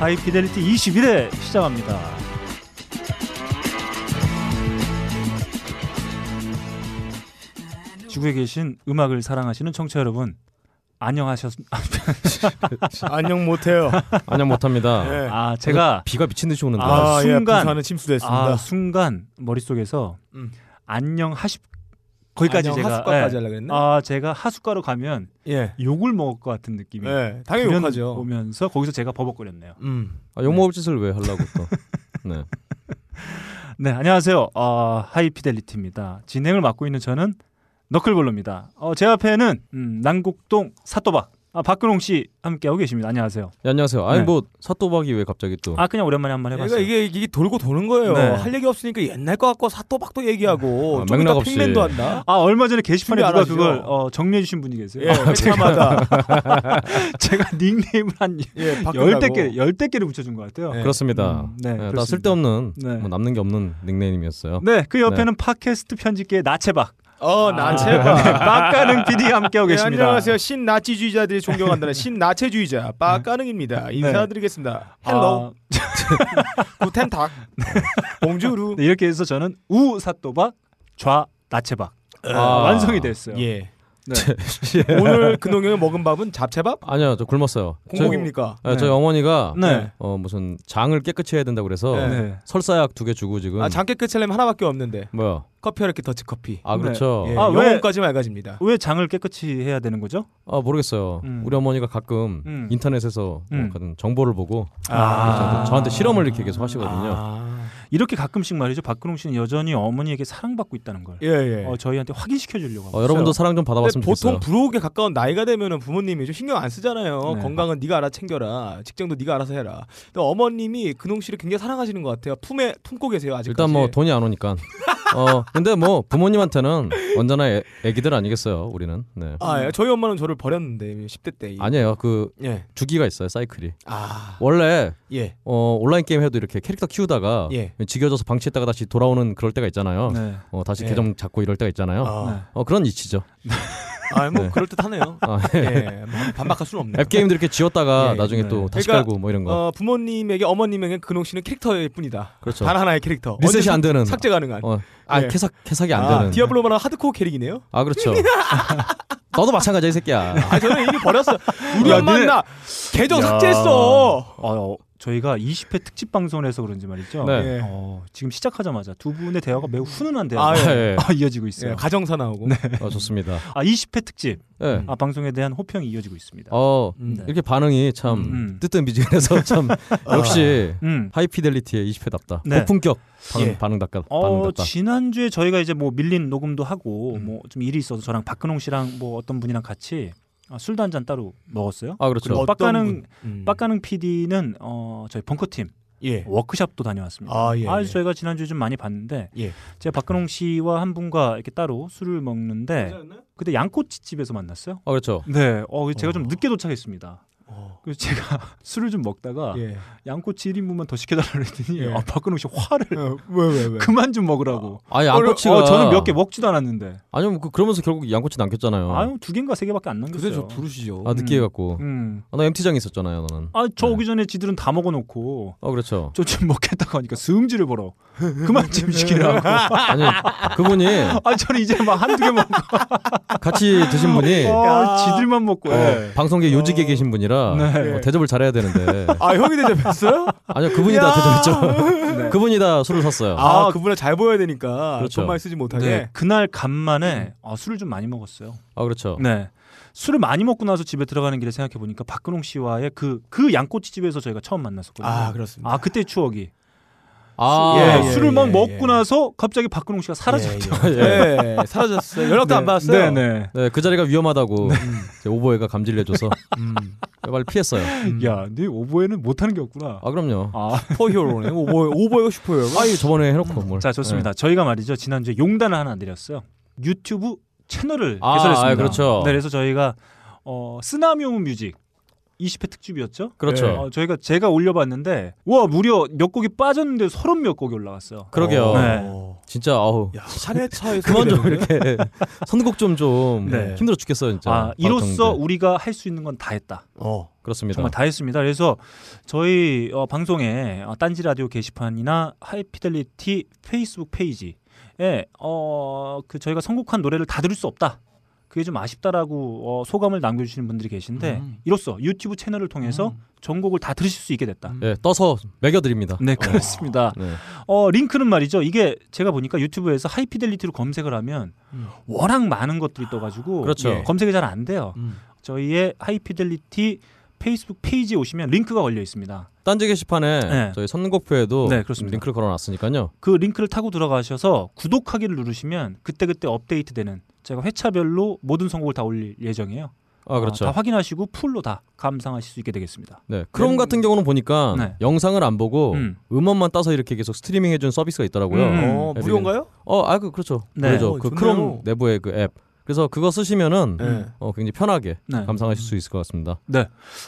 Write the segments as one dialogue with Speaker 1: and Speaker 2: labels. Speaker 1: 하이피델리티 21회 시작합니다. 지구에 계신 음악을 사랑하시는 청취자 여러분 안녕하셨
Speaker 2: 안녕 못해요.
Speaker 3: 안녕 못합니다.
Speaker 2: 예.
Speaker 1: 아 제가
Speaker 3: 비가 미친 듯이 오는데
Speaker 1: 아,
Speaker 2: 아, 예,
Speaker 1: 순간.
Speaker 2: 부산은 침수됐습니다.
Speaker 1: 아 순간 머릿속에서
Speaker 2: 음.
Speaker 1: 안녕 하십 거기까지
Speaker 2: 안녕,
Speaker 1: 제가
Speaker 2: 하숙과까지
Speaker 1: 예.
Speaker 2: 하려 그랬나?
Speaker 1: 아 제가 하숙가로 가면
Speaker 2: 예.
Speaker 1: 욕을 먹을 것 같은 느낌이
Speaker 2: 예. 당연히
Speaker 1: 그런
Speaker 2: 욕하죠.
Speaker 1: 보면서 거기서 제가 버벅거렸네요.
Speaker 2: 음.
Speaker 3: 아, 욕먹을 짓을 왜 하려고 또. 네.
Speaker 1: 네, 안녕하세요. 어, 하이피델리티입니다. 진행을 맡고 있는 저는 너클볼로입니다. 어, 제 앞에는 음, 난곡동 사또박 아, 박근홍 씨 함께하고 계십니다. 안녕하세요.
Speaker 3: 예, 안녕하세요. 아니
Speaker 1: 네.
Speaker 3: 뭐 사또박이 왜 갑자기 또.
Speaker 1: 아 그냥 오랜만에 한번
Speaker 2: 그러니까
Speaker 1: 해봤어요.
Speaker 2: 이게 이게 돌고 도는 거예요.
Speaker 1: 네.
Speaker 2: 할 얘기 없으니까 옛날 거 갖고 사또박도 얘기하고
Speaker 3: 아,
Speaker 2: 좀
Speaker 3: 맥락
Speaker 2: 이따
Speaker 3: 없이.
Speaker 2: 핑맨도 한다.
Speaker 1: 아 얼마 전에
Speaker 2: 준비
Speaker 1: 게시판에
Speaker 2: 안
Speaker 1: 누가
Speaker 2: 하시죠?
Speaker 1: 그걸 어, 정리해주신 분이 계세요. 아,
Speaker 2: 예, 회차마다
Speaker 1: 제가 닉네임을 한
Speaker 2: 예, 바꾸려고.
Speaker 1: 열댓 개, 열댓 개를 붙여준 것 같아요.
Speaker 2: 네.
Speaker 3: 그렇습니다.
Speaker 1: 음, 네,
Speaker 3: 네,
Speaker 1: 그렇습니다.
Speaker 3: 다 쓸데없는
Speaker 1: 네.
Speaker 3: 뭐 남는 게 없는 닉네임이었어요.
Speaker 1: 네, 그 옆에는 팟캐스트 편집계 나체박
Speaker 2: 어,
Speaker 1: 아, 네,
Speaker 2: 나체박.
Speaker 1: 빡가는 PD 함께하고
Speaker 2: 네,
Speaker 1: 계십니다. 네.
Speaker 2: 안녕하세요. 신나치주의자들이 존경한다는 신나체주의자 빠까능입니다. 인사드리겠습니다. 헬로.
Speaker 1: 아,
Speaker 2: 구텐탁. 봉주루.
Speaker 1: 네, 이렇게 해서 저는 우 사또박 좌 나체박 아, 완성이 됐어요.
Speaker 2: 예.
Speaker 1: 네.
Speaker 2: 오늘 근홍형이 먹은 밥은 잡채밥?
Speaker 3: 아니요, 저 굶었어요.
Speaker 2: 공복입니까?
Speaker 3: 저희, 아, 저희
Speaker 1: 네.
Speaker 3: 어머니가
Speaker 1: 네.
Speaker 3: 어, 무슨 장을 깨끗이 해야 된다고 그래서
Speaker 2: 네.
Speaker 1: 네.
Speaker 3: 설사약 두 개 주고 지금
Speaker 2: 아, 잠깨 끝이려면 하나밖에 없는데.
Speaker 3: 뭐야?
Speaker 2: 커피 이렇게 더치 커피.
Speaker 3: 아
Speaker 1: 네.
Speaker 3: 그렇죠.
Speaker 2: 예,
Speaker 1: 아, 왜-
Speaker 2: 영혼까지 맑아집니다.
Speaker 1: 왜 장을 깨끗이 해야 되는 거죠?
Speaker 3: 아 모르겠어요.
Speaker 1: 음.
Speaker 3: 우리 어머니가 가끔
Speaker 1: 음.
Speaker 3: 인터넷에서 뭐
Speaker 1: 음.
Speaker 3: 그런 정보를 보고
Speaker 1: 아.
Speaker 3: 저한테, 저한테 실험을 이렇게 계속 하시거든요.
Speaker 2: 아.
Speaker 1: 이렇게 가끔씩 말이죠. 박근홍 씨는 여전히 어머니에게 사랑받고 있다는 걸
Speaker 2: 예, 예.
Speaker 1: 어, 저희한테 확인시켜 주려고 하고
Speaker 3: 어, 여러분도
Speaker 1: 있어요.
Speaker 3: 사랑 좀
Speaker 2: 근데
Speaker 3: 받아봤으면
Speaker 2: 보통
Speaker 3: 좋겠어요.
Speaker 2: 부록에 가까운 나이가 되면은 부모님이 좀 신경 안 쓰잖아요.
Speaker 1: 네.
Speaker 2: 건강은 네가 알아 챙겨라. 직장도 네가 알아서 해라. 근데 어머님이 근홍 씨를 굉장히 사랑하시는 것 같아요. 품에 품고 계세요 아직까지.
Speaker 3: 일단 뭐 돈이 안 오니까. 어 근데 뭐 부모님한테는 언제나 애, 애기들 아니겠어요. 우리는. 네.
Speaker 2: 아, 예. 저희 엄마는 저를 버렸는데 10대 때.
Speaker 3: 아니에요. 그
Speaker 2: 예.
Speaker 3: 주기가 있어요. 사이클이.
Speaker 2: 아.
Speaker 3: 원래
Speaker 2: 예.
Speaker 3: 어 온라인 게임 해도 이렇게 캐릭터 키우다가
Speaker 2: 예.
Speaker 3: 지겨져서 방치했다가 다시 돌아오는 그럴 때가 있잖아요.
Speaker 1: 네.
Speaker 3: 어 다시
Speaker 2: 예.
Speaker 3: 계정 잡고 이럴 때가 있잖아요.
Speaker 2: 아.
Speaker 3: 어 그런 이치죠.
Speaker 2: 아, 뭐
Speaker 3: 네.
Speaker 2: 그럴 듯하네요.
Speaker 3: 아,
Speaker 2: 예. 뭐 반박할 수는 없네요.
Speaker 3: 앱 게임도 이렇게 지웠다가
Speaker 2: 예,
Speaker 3: 나중에
Speaker 1: 네.
Speaker 3: 또 다시
Speaker 2: 그러니까,
Speaker 3: 깔고 뭐 이런 거.
Speaker 2: 어, 부모님에게 어머님에게 근홍 씨는 캐릭터일 뿐이다.
Speaker 3: 그렇죠.
Speaker 2: 단 하나의 캐릭터.
Speaker 3: 리셋이 안 되는.
Speaker 2: 삭제 가능한.
Speaker 3: 어, 아
Speaker 2: 예.
Speaker 3: 캐삭 캐삭이 안
Speaker 2: 아,
Speaker 3: 되는.
Speaker 2: 디아블로만한 하드코어 캐릭이네요.
Speaker 3: 아 그렇죠. 너도 마찬가지야 이 새끼야.
Speaker 2: 아 저는 이미 버렸어. 우리
Speaker 1: 야,
Speaker 2: 엄마는
Speaker 1: 니네-
Speaker 2: 나 계정
Speaker 1: 야.
Speaker 2: 삭제했어.
Speaker 1: 어, 어, 저희가 20회 특집 방송을 해서 그런지 말이죠.
Speaker 3: 네.
Speaker 2: 예.
Speaker 1: 어, 지금 시작하자마자 두 분의 대화가 매우 훈훈한 대화
Speaker 2: 아,
Speaker 1: 가
Speaker 2: 예.
Speaker 3: 예.
Speaker 1: 이어지고
Speaker 2: 예,
Speaker 1: 있어요.
Speaker 2: 가정사 나오고.
Speaker 3: 어, 좋습니다.
Speaker 1: 아 20회 특집
Speaker 3: 예.
Speaker 1: 아, 방송에 대한 호평이 이어지고 있습니다.
Speaker 3: 어
Speaker 2: 음.
Speaker 1: 네.
Speaker 3: 이렇게 반응이 참
Speaker 1: 음.
Speaker 3: 뜨뜻미지근해서 참 역시
Speaker 1: 음.
Speaker 3: 하이피델리티의 20회답다.
Speaker 1: 네.
Speaker 3: 고품격 반응,
Speaker 2: 예.
Speaker 3: 반응 답다. 반응
Speaker 1: 어,
Speaker 3: 답다.
Speaker 1: 지난주에 저희가 이제 뭐 밀린 녹음도 하고 뭐 좀 일이 있어서 저랑 박근홍 씨랑 뭐 어떤 분이랑 같이 아, 술도 한 잔 따로
Speaker 2: 음.
Speaker 1: 먹었어요.
Speaker 3: 아 그렇죠.
Speaker 1: 그리고
Speaker 2: 어떤
Speaker 1: 빡가는
Speaker 2: 분? 음.
Speaker 1: 빡가는 PD는 어, 저희 벙커팀
Speaker 2: 예.
Speaker 1: 워크샵도 다녀왔습니다.
Speaker 2: 아 예.
Speaker 1: 아,
Speaker 2: 예.
Speaker 1: 저희가 지난주에 좀 많이 봤는데
Speaker 2: 예.
Speaker 1: 제가 박근홍 씨와 한 분과 이렇게 따로 술을 먹는데 그때 양꼬치집에서 만났어요.
Speaker 3: 아 그렇죠.
Speaker 1: 네, 어, 제가
Speaker 2: 어.
Speaker 1: 좀 늦게 도착했습니다.
Speaker 2: 어.
Speaker 1: 그래서 제가 술을 좀 먹다가
Speaker 2: 예.
Speaker 1: 양꼬치 1인분만 더 시켜달라 그랬더니
Speaker 2: 예.
Speaker 1: 아, 박근홍 씨 화를
Speaker 2: 어, 왜왜 왜?
Speaker 1: 그만 좀 먹으라고.
Speaker 3: 아니 양꼬치가
Speaker 1: 어, 저는 몇 개 먹지도 않았는데.
Speaker 3: 아니요 뭐 그- 그러면서 결국 양꼬치 남겼잖아요.
Speaker 1: 아유 두 개인가 세 개밖에 안
Speaker 2: 그새 저
Speaker 1: 남겼어요.
Speaker 2: 부르시죠.
Speaker 3: 아 늦게 해갖고
Speaker 1: 음.
Speaker 3: 아, 나 MT장에 있었잖아요 너는.
Speaker 1: 아저 오기 전에 지들은 다 먹어놓고
Speaker 3: 어 그렇죠.
Speaker 1: 저 지금 먹겠다고 하니까 승질을 벌어. 그만 좀 시키라고.
Speaker 3: 아니 그분이
Speaker 1: 아 저는 이제 막 한두 개 먹고
Speaker 3: 같이 드신 분이 어,
Speaker 1: 아, 지들만 먹고. 예.
Speaker 3: 방송계 요직에 계신 분이라
Speaker 1: 네.
Speaker 3: 어, 대접을 잘해야 되는데
Speaker 2: 아 형이 대접했어요?
Speaker 3: 아니요 그분이
Speaker 2: 야.
Speaker 3: 다 대접했죠.
Speaker 1: 네.
Speaker 3: 그분이 다 술을 샀어요.
Speaker 2: 아,
Speaker 1: 아,
Speaker 2: 그분을 잘 보여야 되니까
Speaker 3: 그렇죠.
Speaker 2: 돈만 쓰지 못하게.
Speaker 1: 네, 그날 간만에 아, 술을 좀 많이 먹었어요.
Speaker 3: 아 그렇죠.
Speaker 1: 네. 술을 많이 먹고 나서 집에 들어가는 길에 생각해 보니까 박근홍 씨와의 그 그 양꼬치집에서 저희가 처음 만났었거든요.
Speaker 2: 아 그렇습니다.
Speaker 1: 아, 그때 추억이.
Speaker 3: 아
Speaker 1: 예,
Speaker 2: 예,
Speaker 1: 술을 막
Speaker 2: 예,
Speaker 1: 먹고
Speaker 2: 예.
Speaker 1: 나서 갑자기 박근홍 씨가 사라졌죠.
Speaker 2: 예, 예. 예, 사라졌어요. 연락도 안 받았어요.
Speaker 1: 네네.
Speaker 3: 네, 그 자리가 위험하다고 이제 오보에가 감질내줘서
Speaker 2: 음.
Speaker 3: 빨리 피했어요.
Speaker 1: 야, 네 오보에는 못하는 게 없구나.
Speaker 3: 아 그럼요.
Speaker 1: 아,
Speaker 2: 슈퍼히어로네. 오버 오버요 슈퍼히어로.
Speaker 3: 아, 이 저번에 해놓고 뭘?
Speaker 1: 자 좋습니다. 저희가 말이죠 지난주에 용단을 하나 드렸어요. 유튜브 채널을
Speaker 3: 아,
Speaker 1: 개설했습니다.
Speaker 3: 아, 그렇죠.
Speaker 1: 네, 그래서 저희가 어, 쓰나미 오은 뮤직 20회 특집이었죠.
Speaker 3: 네. 그렇죠.
Speaker 2: 네.
Speaker 1: 어, 저희가 제가 올려봤는데 와 무려 몇 곡이 빠졌는데 서른 몇 곡이 올라갔어요.
Speaker 3: 그러게요.
Speaker 1: 네.
Speaker 2: 어.
Speaker 3: 진짜 아우
Speaker 2: 야, 샤넬 차에서
Speaker 3: 그만 좀
Speaker 2: 이러거든요.
Speaker 3: 이렇게 선곡 좀 좀
Speaker 1: 네.
Speaker 3: 힘들어 죽겠어요 진짜.
Speaker 1: 아, 이로써
Speaker 3: 방송인데.
Speaker 1: 우리가 할 수 있는 건 다 했다.
Speaker 2: 어.
Speaker 3: 그렇습니다.
Speaker 1: 정말 다 했습니다. 그래서 저희 어, 방송에 어, 딴지 라디오 게시판이나 하이피델리티 페이스북 페이지에 어, 그 저희가 선곡한 노래를 다 들을 수 없다. 그게 좀 아쉽다라고 어, 소감을 남겨주시는 분들이 계신데
Speaker 2: 음.
Speaker 1: 이로써 유튜브 채널을 통해서 전곡을 다 들으실 수 있게 됐다.
Speaker 2: 음.
Speaker 3: 예, 떠서 매겨드립니다.
Speaker 1: 네 그렇습니다.
Speaker 3: 네.
Speaker 1: 어 링크는 말이죠. 이게 제가 보니까 유튜브에서 하이피델리티로 검색을 하면
Speaker 2: 음.
Speaker 1: 워낙 많은 것들이 떠가지고
Speaker 3: 그렇죠.
Speaker 1: 예, 검색이 잘 안 돼요.
Speaker 2: 음.
Speaker 1: 저희의 하이피델리티 페이스북 페이지에 오시면 링크가 걸려 있습니다.
Speaker 3: 딴지 게시판에
Speaker 1: 네.
Speaker 3: 저희 선곡표에도
Speaker 1: 네, 그렇습니다.
Speaker 3: 링크를 걸어놨으니까요.
Speaker 1: 그 링크를 타고 들어가셔서 구독하기를 누르시면 그때그때 업데이트되는 제가 회차별로 모든 선곡을 다 올릴 예정이에요.
Speaker 3: 아 그렇죠.
Speaker 1: 어, 다 확인하시고 풀로 다 감상하실 수 있게 되겠습니다.
Speaker 3: 네, 크롬 같은 경우는 보니까
Speaker 1: 네.
Speaker 3: 영상을 안 보고
Speaker 1: 음.
Speaker 3: 음. 원만 따서 이렇게 계속 스트리밍 해주는 서비스가 있더라고요.
Speaker 1: 음.
Speaker 2: 어, 무료인가요?
Speaker 3: 어, 아 그 그렇죠.
Speaker 1: 네.
Speaker 3: 그렇죠.
Speaker 2: 어,
Speaker 3: 그
Speaker 2: 좋네요.
Speaker 3: 크롬 내부의 그 앱. 그래서 그거 쓰시면은
Speaker 1: 음.
Speaker 2: 네.
Speaker 3: 어, 굉장히 편하게
Speaker 1: 네.
Speaker 3: 감상하실 수 있을 것 같습니다.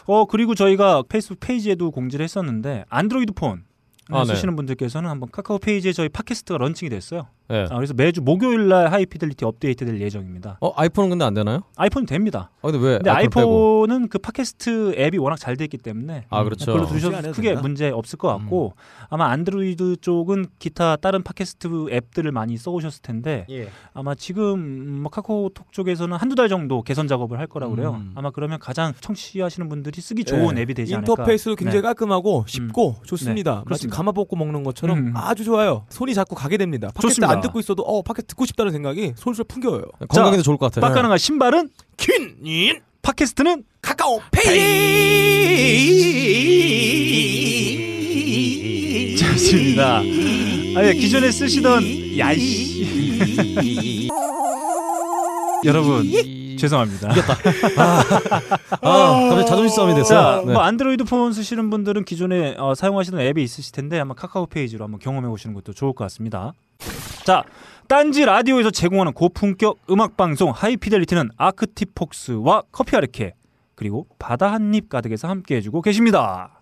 Speaker 1: 어 그리고 저희가 페이스북 페이지에도 공지를 했었는데 안드로이드 폰
Speaker 3: 아, 네.
Speaker 1: 쓰시는 분들께서는 한번 카카오 페이지에 저희 팟캐스트가 런칭이 됐어요.
Speaker 3: 예.
Speaker 1: 아, 그래서 매주 목요일 날 하이피델리티 업데이트될 예정입니다.
Speaker 3: 어, 아이폰은 근데 안 되나요?
Speaker 1: 아이폰 됩니다.
Speaker 3: 아 근데 왜
Speaker 1: 근데
Speaker 3: 아이폰 빼고?
Speaker 1: 아이폰은 그 팟캐스트 앱이 워낙 잘 돼 있기 때문에
Speaker 3: 아
Speaker 1: 별로
Speaker 3: 그렇죠.
Speaker 2: 안
Speaker 1: 들으셔도
Speaker 2: 해도
Speaker 1: 크게
Speaker 2: 된다?
Speaker 1: 문제 없을 것 같고
Speaker 2: 음.
Speaker 1: 아마 안드로이드 쪽은 기타 다른 팟캐스트 앱들을 많이 써오셨을 텐데
Speaker 2: 예.
Speaker 1: 아마 지금 음, 뭐 카카오톡 쪽에서는 한두 달 정도 개선 작업을 할 거라고 그래요.
Speaker 2: 음.
Speaker 1: 아마 그러면 가장 청취하시는 분들이 쓰기 좋은
Speaker 2: 네.
Speaker 1: 앱이 되지 않을까.
Speaker 2: 인터페이스도 굉장히 깔끔하고 쉽고
Speaker 1: 네,
Speaker 2: 좋습니다. 마치
Speaker 1: 그렇습니다.
Speaker 2: 감아볶고 먹는 것처럼
Speaker 1: 음.
Speaker 2: 아주 좋아요. 손이 자꾸 가게 됩니다. 팟캐스트
Speaker 1: 좋습니다.
Speaker 2: 안 듣고 있어도 어 팟캐스트 듣고 싶다는 생각이 솔솔 풍겨요.
Speaker 3: 네, 건강에도 좋을 것 같아요.
Speaker 1: 빡가능한 신발은
Speaker 2: 퀸인
Speaker 1: 팟캐스트는
Speaker 2: 카카오 페이.
Speaker 1: 좋습니다. 아, 예, 기존에 쓰시던 야이씨 여러분 죄송합니다.
Speaker 3: 네. 아, 갑자기 자존심 싸움이
Speaker 1: 자,
Speaker 3: 됐어. 네.
Speaker 1: 뭐 안드로이드 폰 쓰시는 분들은 기존에 어, 사용하시는 앱이 있으실 텐데 아마 카카오 페이지로 한번 경험해 보시는 것도 좋을 것 같습니다. 자, 딴지 라디오에서 제공하는 고품격 음악 방송 하이피델리티는 아크티폭스와 커피 아르케 그리고 바다 한 입 가득에서 함께 해주고 계십니다.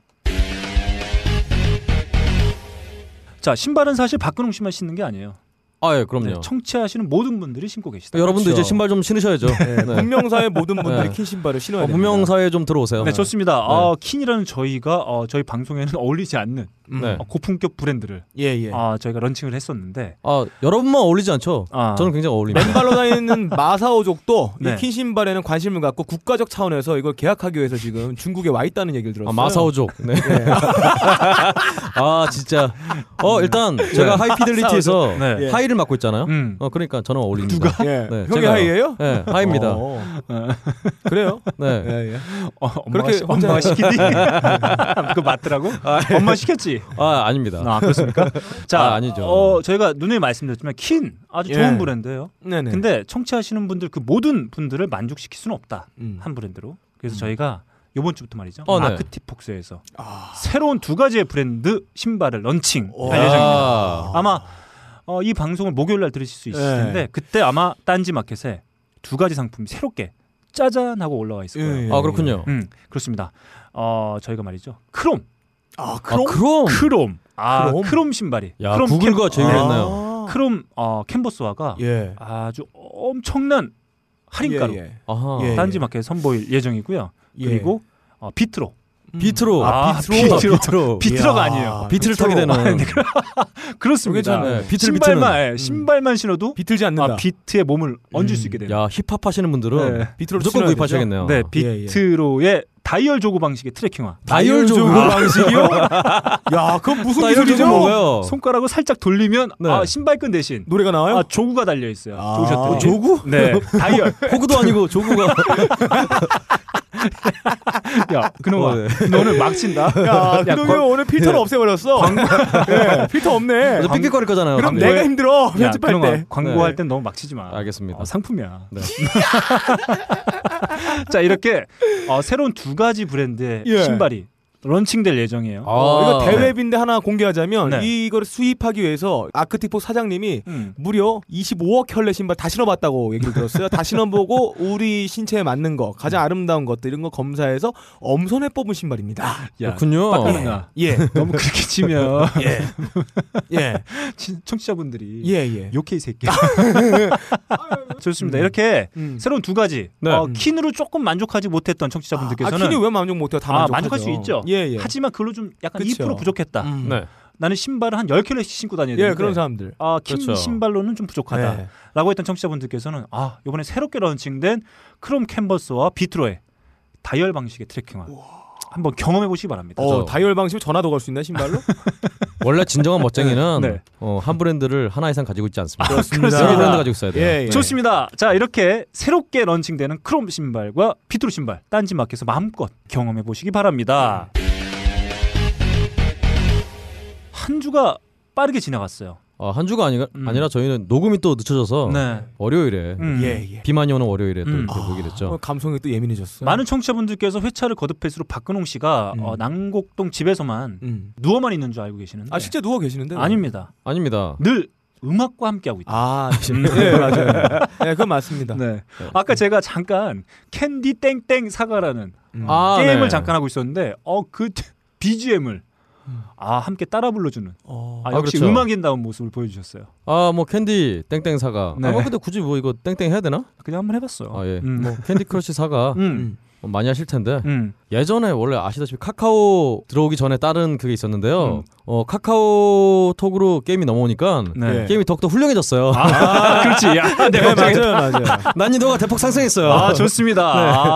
Speaker 1: 자, 신발은 사실 박근홍 씨만 신는 게 아니에요.
Speaker 3: 아, 예,
Speaker 1: 네,
Speaker 3: 그럼요.
Speaker 1: 청취하시는 모든 분들이 신고 계시다.
Speaker 3: 여러분도
Speaker 2: 그렇죠.
Speaker 3: 이제 신발 좀 신으셔야죠. 네.
Speaker 2: 문명사의 모든 분들이
Speaker 3: 네.
Speaker 2: 킨 신발을 신어야
Speaker 3: 어,
Speaker 2: 됩니다.
Speaker 3: 문명 사회에 좀 들어오세요.
Speaker 1: 네, 좋습니다.
Speaker 3: 네.
Speaker 1: 어, 킨이라는 저희가 어, 저희 방송에는 어울리지 않는
Speaker 2: 음.
Speaker 3: 네.
Speaker 1: 어, 고품격 브랜드를
Speaker 2: 예 예.
Speaker 1: 아 저희가 런칭을 했었는데
Speaker 3: 아, 여러분만 어울리지 않죠?
Speaker 1: 아,
Speaker 3: 저는 굉장히 어울립니다.
Speaker 2: 맨발로 다니는 마사오족도
Speaker 1: 네.
Speaker 2: 이킨 신발에는 관심을 갖고 국가적 차원에서 이걸 계약하기 위해서 지금 중국에 와 있다는 얘기를 들었어요.
Speaker 3: 아, 마사오족. 네. 아, 진짜. 어, 일단 제가 하이피델리티에서
Speaker 1: 네.
Speaker 2: 예.
Speaker 3: 하이를 맡고 있잖아요.
Speaker 1: 음.
Speaker 3: 어, 그러니까 저는 어울립니다. 누가?
Speaker 2: 예.
Speaker 3: 네,
Speaker 2: 형이
Speaker 3: 제가요.
Speaker 2: 하이예요?
Speaker 3: 네, 하이입니다.
Speaker 2: 어. 그래요?
Speaker 3: 네.
Speaker 2: 예, 예.
Speaker 1: 어, 엄마가
Speaker 2: 그렇게
Speaker 1: 시-
Speaker 2: 혼자-
Speaker 1: 엄마가 시키니 그거 맞더라고 엄마 시켰지
Speaker 3: 아, 아닙니다.
Speaker 1: 아 그렇습니까 자
Speaker 3: 아, 아니죠.
Speaker 1: 어, 저희가 눈에 말씀드렸지만 킨 아주
Speaker 2: 예.
Speaker 1: 좋은 브랜드예요
Speaker 2: 네네.
Speaker 1: 근데 청취하시는 분들 그 모든 분들을 만족시킬 수는 없다
Speaker 2: 음.
Speaker 1: 한 브랜드로 그래서 저희가 요번 주부터 말이죠
Speaker 3: 어, 네.
Speaker 1: 아크티폭스에서
Speaker 2: 아.
Speaker 1: 새로운 두 가지의 브랜드 신발을
Speaker 2: 오.
Speaker 1: 런칭할
Speaker 2: 아.
Speaker 1: 예정입니다
Speaker 3: 아,
Speaker 1: 아마 어, 이 방송을 목요일 날 들으실 수 있을
Speaker 2: 예.
Speaker 1: 텐데 그때 아마 딴지 마켓에 두 가지 상품이 새롭게 짜잔 하고 올라와 있을 거예요.
Speaker 2: 예, 예.
Speaker 3: 아, 그렇군요.
Speaker 1: 음 그렇습니다. 어 저희가 말이죠 크롬
Speaker 2: 아
Speaker 3: 아,
Speaker 2: 크롬?
Speaker 3: 크롬.
Speaker 1: 크롬 아 크롬,
Speaker 2: 크롬?
Speaker 1: 신발이
Speaker 3: 야,
Speaker 1: 크롬
Speaker 3: 구글과
Speaker 1: 캠-
Speaker 3: 제휴했나요?
Speaker 1: 아, 크롬 어, 캔버스화가
Speaker 2: 예.
Speaker 1: 아주 엄청난 할인가로
Speaker 2: 예, 예.
Speaker 3: 아하.
Speaker 2: 예.
Speaker 1: 딴지 마켓에 선보일 예정이고요.
Speaker 2: 예.
Speaker 1: 그리고 어, 비트로
Speaker 2: 음.
Speaker 3: 비트로.
Speaker 1: 아,
Speaker 3: 비트로.
Speaker 1: 비트로.
Speaker 3: 비트로.
Speaker 1: 비트로가
Speaker 2: 이야,
Speaker 1: 아니에요.
Speaker 3: 비트를 타게
Speaker 2: 비트로. 네,
Speaker 3: 되는.
Speaker 1: 그렇습니다.
Speaker 2: 괜찮네.
Speaker 3: 네, 비틀
Speaker 1: 신발만 예,
Speaker 2: 음.
Speaker 1: 신발만 신어도
Speaker 2: 비틀지 않는다.
Speaker 1: 아, 비트에 몸을 얹을 수
Speaker 2: 음.
Speaker 1: 있게 되는.
Speaker 3: 야 힙합 하시는 분들은
Speaker 1: 네.
Speaker 2: 비트로
Speaker 3: 무조건 구입하셔야겠네요.
Speaker 1: 네,
Speaker 2: 예, 예.
Speaker 1: 비트로의 다이얼 조그 방식의 트래킹화.
Speaker 3: 다이얼 조그
Speaker 2: 방식이요? 야, 그건 무슨
Speaker 3: 다이얼 조금
Speaker 2: 기술이죠?
Speaker 3: 뭐예요?
Speaker 1: 손가락을 살짝 돌리면
Speaker 3: 네.
Speaker 1: 아, 신발끈 대신
Speaker 2: 노래가 나와요?
Speaker 1: 아, 조구가 달려 있어요.
Speaker 2: 아,
Speaker 1: 좋으셨더니.
Speaker 2: 어, 조구?
Speaker 1: 네, 다이얼.
Speaker 3: 호구도 아니고 조구가.
Speaker 1: 야, 그놈아,
Speaker 3: 어, 네.
Speaker 1: 너 오늘 막 친다.
Speaker 2: 야, 그놈이
Speaker 1: 광-
Speaker 2: 오늘 필터를 없애버렸어. 예, 필터 없네.
Speaker 3: 그래서 삑삑거릴 거잖아요.
Speaker 2: 그럼
Speaker 3: 광고에.
Speaker 2: 내가 힘들어
Speaker 1: 야,
Speaker 2: 편집할
Speaker 1: 그놈아,
Speaker 2: 때.
Speaker 1: 광고할
Speaker 3: 네.
Speaker 1: 땐 너무 막 치지 마.
Speaker 3: 알겠습니다.
Speaker 1: 어, 상품이야.
Speaker 3: 네.
Speaker 1: 자, 이렇게 어, 새로운 두 가지 브랜드의
Speaker 2: 예.
Speaker 1: 신발이 런칭될 예정이에요.
Speaker 2: 어, 이거
Speaker 3: 아,
Speaker 2: 대웹인데 하나 공개하자면
Speaker 1: 네.
Speaker 2: 이걸 수입하기 위해서 아크티포 사장님이
Speaker 1: 음.
Speaker 2: 무려 25억 켤레 신발 다 신어봤다고 얘기를 들었어요. 다 신어보고 우리 신체에 맞는 거 가장 아름다운 것들 이런 거 검사해서 엄선해 뽑은 신발입니다.
Speaker 1: 야,
Speaker 3: 네. 그렇군요.
Speaker 1: 빡가능아.
Speaker 2: 예,
Speaker 1: 너무 그렇게 치면
Speaker 2: 예, 예,
Speaker 1: 친- 청취자분들이
Speaker 2: 예, 예.
Speaker 1: 욕해 이 새끼. 좋습니다. 이렇게
Speaker 2: 음.
Speaker 1: 새로운 두 가지
Speaker 3: 네.
Speaker 1: 어, 킨으로 조금 만족하지 못했던 청취자분들께서는
Speaker 2: 아, 키니 왜 만족 못해요? 다
Speaker 1: 아,
Speaker 2: 만족하죠.
Speaker 1: 만족할 수 있죠.
Speaker 2: 예, 예.
Speaker 1: 하지만 그걸로 좀 약간
Speaker 2: 그쵸.
Speaker 1: 2% 부족했다.
Speaker 2: 음.
Speaker 3: 네.
Speaker 1: 나는 신발을 한 10켤레씩 신고 다녀야 되는데
Speaker 2: 예, 그런 사람들.
Speaker 1: 아, 킨
Speaker 3: 그렇죠.
Speaker 1: 신발로는 좀 부족하다.
Speaker 2: 예.
Speaker 1: 라고 했던 청취자분들께서는 아, 이번에 새롭게 런칭된 크롬 캔버스와 비트로의 다이얼 방식의 트래킹화 한번 경험해 보시기 바랍니다.
Speaker 2: 어,
Speaker 3: 그죠.
Speaker 2: 다이얼 방식으로 전화도 걸 수 있나 신발로?
Speaker 3: 원래 진정한 멋쟁이는
Speaker 1: 네.
Speaker 3: 어, 한 브랜드를 하나 이상 가지고 있지 않습니다.
Speaker 2: 그렇습니다.
Speaker 3: 여러 브랜드 가지고 있어야 돼요.
Speaker 2: 예, 예.
Speaker 1: 좋습니다. 자, 이렇게 새롭게 런칭되는 크롬 신발과 비트로 신발 딴지 마켓에서 마음껏 경험해 보시기 바랍니다. 한 주가 빠르게 지나갔어요.
Speaker 3: 어, 한 주가 아니,
Speaker 1: 음.
Speaker 3: 아니라 저희는 녹음이 또
Speaker 2: 어.
Speaker 3: 늦춰져서
Speaker 1: 네.
Speaker 3: 월요일에
Speaker 1: 음.
Speaker 2: 예, 예.
Speaker 3: 비 많이 오는 월요일에 또
Speaker 1: 음.
Speaker 3: 이렇게 보게
Speaker 2: 어,
Speaker 3: 됐죠.
Speaker 2: 감성이 또 예민해졌어.
Speaker 1: 많은 청취자분들께서 회차를 거듭할수록 박근홍 씨가
Speaker 2: 네. 음.
Speaker 1: 어, 난곡동 집에서만
Speaker 2: 음.
Speaker 1: 누워만 있는 줄 알고 계시는데
Speaker 2: 아, 실제 누워 계시는데?
Speaker 1: 닙니다
Speaker 3: 아닙니다.
Speaker 1: 늘 음악과 함께 하고 있다.
Speaker 2: 아, 예, 맞아요. 예, 그건 맞습니다.
Speaker 1: 네. 아까 제가 잠깐 캔디 땡땡 사과라는
Speaker 2: 음.
Speaker 3: 아,
Speaker 1: 게임을
Speaker 3: 네.
Speaker 1: 잠깐 하고 있었는데 어 그 BGM을
Speaker 2: 음.
Speaker 1: 아 함께 따라 불러주는
Speaker 2: 어.
Speaker 1: 아,
Speaker 3: 아,
Speaker 1: 역시
Speaker 3: 그렇죠.
Speaker 1: 음악인다운 모습을 보여주셨어요.
Speaker 3: 아, 뭐 캔디 땡땡 사가.
Speaker 1: 네.
Speaker 3: 아, 뭐 근데 굳이 뭐 이거 땡땡 해야 되나?
Speaker 1: 그냥 한번 해봤어요.
Speaker 3: 아, 예.
Speaker 1: 음.
Speaker 3: 뭐 캔디 크러쉬 사가
Speaker 1: 음.
Speaker 3: 어, 많이 하실 텐데
Speaker 1: 음.
Speaker 3: 예전에 원래 아시다시피 카카오 들어오기 전에 다른 그게 있었는데요.
Speaker 1: 음.
Speaker 3: 어, 카카오톡으로 게임이 넘어오니까
Speaker 1: 네.
Speaker 2: 예.
Speaker 3: 게임이 더욱더 훌륭해졌어요.
Speaker 1: 아, 그렇지. 야,
Speaker 2: 네,
Speaker 1: 네,
Speaker 2: 맞아요, 맞아요.
Speaker 3: 난이도가 대폭 상승했어요.
Speaker 1: 아, 좋습니다.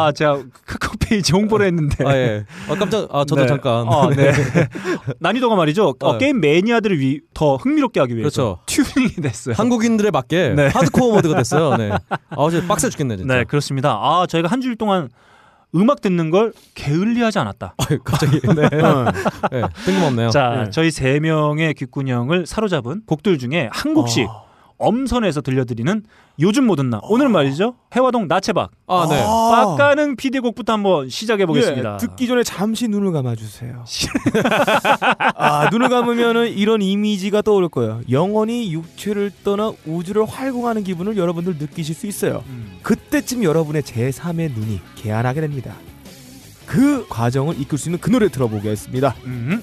Speaker 1: 아, 제가 카카오 페이지 홍보를 했는데.
Speaker 3: 네. 아, 예. 아, 깜짝. 아, 저도
Speaker 1: 네.
Speaker 3: 잠깐.
Speaker 1: 어, 네. 난이도가 말이죠. 어,
Speaker 3: 네. 그렇죠.
Speaker 1: 게임 매니아들을 위, 더 흥미롭게 하기 위해서 튜닝이
Speaker 2: 네.
Speaker 1: 됐어요.
Speaker 3: 아, 한국인들에 맞게
Speaker 1: 네.
Speaker 3: 하드코어 모드가 됐어요. 네. 아, 진짜 빡세 죽겠네 진짜.
Speaker 1: 네, 그렇습니다. 아, 저희가 한 주일 동안 음악 듣는 걸 게을리하지 않았다.
Speaker 3: 아, 갑자기. 네. 네. 뜬금없네요.
Speaker 1: 자,
Speaker 2: 네.
Speaker 1: 저희 세 명의 귓구녕을 사로잡은 곡들 중에 한 곡씩
Speaker 3: 아.
Speaker 1: 엄선해서 들려드리는 요즘 모든 나
Speaker 2: 아.
Speaker 1: 오늘 말이죠 해화동 나체박
Speaker 3: 아, 네.
Speaker 1: 빡가는 피디 곡부터 한번 시작해 보겠습니다.
Speaker 2: 예, 듣기 전에 잠시 눈을 감아주세요. 아 눈을 감으면은 이런 이미지가 떠오를 거예요. 영원히 육체를 떠나 우주를 활공하는 기분을 여러분들 느끼실 수 있어요.
Speaker 1: 음.
Speaker 2: 그때쯤 여러분의 제3의 눈이 개안하게 됩니다. 그 과정을 이끌 수 있는 그 노래 들어보겠습니다.
Speaker 1: 음.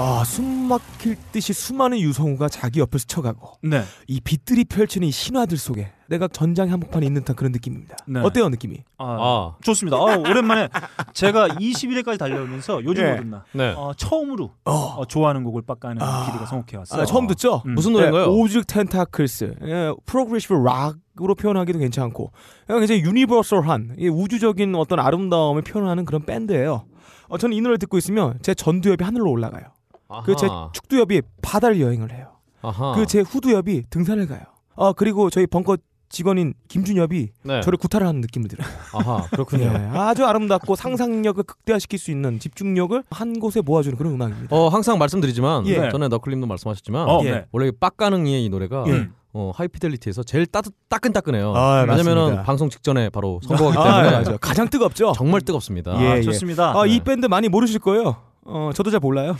Speaker 2: 아, 숨 막힐 듯이 수많은 유성우가 자기 옆을 스쳐가고
Speaker 1: 네.
Speaker 2: 이 빛들이 펼치는 이 신화들 속에 내가 전장의 한복판에 있는 듯한 그런 느낌입니다.
Speaker 1: 네.
Speaker 2: 어때요, 느낌이?
Speaker 1: 아,
Speaker 3: 아,
Speaker 1: 좋습니다. 아, 오랜만에 제가 21회까지 달려오면서 요즘
Speaker 2: 예.
Speaker 1: 모든 나
Speaker 3: 네.
Speaker 1: 어, 처음으로
Speaker 2: 어.
Speaker 1: 어, 좋아하는 곡을 빡가는
Speaker 2: 아.
Speaker 1: 피디가 선곡해 왔어요.
Speaker 2: 아, 처음 듣죠?
Speaker 1: 음.
Speaker 3: 무슨 노래인가요?
Speaker 2: 예, 오직 텐타클스. 예, 프로그레시브 락으로 표현하기도 괜찮고 예, 굉장히 유니버설한 이 우주적인 어떤 아름다움을 표현하는 그런 밴드예요. 어, 저는 이 노래 를 듣고 있으면 제 전두엽이 하늘로 올라가요. 그 제
Speaker 3: 아하.
Speaker 2: 축두엽이 바다를 여행을 해요.
Speaker 3: 아하.
Speaker 2: 그 제 후두엽이 등산을 가요. 아 그리고 저희 벙커 직원인 김준엽이
Speaker 3: 네.
Speaker 2: 저를 구타를 하는 느낌을 들어요.
Speaker 3: 아하.
Speaker 2: 예,
Speaker 3: 그렇군요.
Speaker 2: 아주 아름답고 상상력을 극대화시킬 수 있는 집중력을 한 곳에 모아주는 그런 음악입니다.
Speaker 3: 어, 항상 말씀드리지만
Speaker 2: 네.
Speaker 1: 예.
Speaker 3: 전에 너클림도 말씀하셨지만
Speaker 1: 어,
Speaker 2: 예.
Speaker 1: 네.
Speaker 3: 원래 빡가능이의 이 노래가
Speaker 2: 예.
Speaker 1: 음.
Speaker 3: 어, 하이피델리티에서 제일 따뜻 따끈따끈해요.
Speaker 2: 아, 맞습니다.
Speaker 3: 왜냐면은 방송 직전에 바로 선고하기
Speaker 2: 아,
Speaker 3: 어, 때문에
Speaker 2: 맞아요. 가장 뜨겁죠.
Speaker 3: 정말 뜨겁습니다.
Speaker 2: 예,
Speaker 1: 아,
Speaker 2: 예.
Speaker 1: 좋습니다.
Speaker 2: 아, 이
Speaker 3: 네.
Speaker 2: 밴드 많이 모르실 거예요. 어, 저도 잘 몰라요.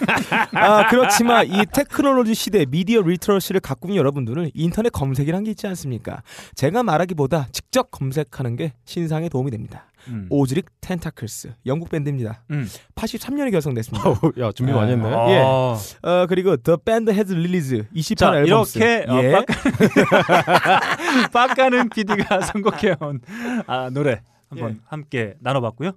Speaker 2: 아, 그렇지만 이 테크놀로지 시대 미디어 리터러시를 가꾸는 여러분들은 인터넷 검색이란 게 있지 않습니까? 제가 말하기보다 직접 검색하는 게 신상에 도움이 됩니다.
Speaker 1: 음.
Speaker 2: 오즈릭 텐타클스, 영국 밴드입니다.
Speaker 1: 음.
Speaker 2: 83년에 결성됐습니다.
Speaker 3: 아우, 어, 야, 준비 많이 했네.
Speaker 1: 아.
Speaker 2: 예. 어, 그리고 The Band Has Released 28
Speaker 1: 자,
Speaker 2: 앨범
Speaker 1: 이렇게 어,
Speaker 2: 예.
Speaker 1: 빡가는- 빡가는 PD가 선곡해 온 아, 노래 한번
Speaker 2: 예.
Speaker 1: 함께 나눠봤고요.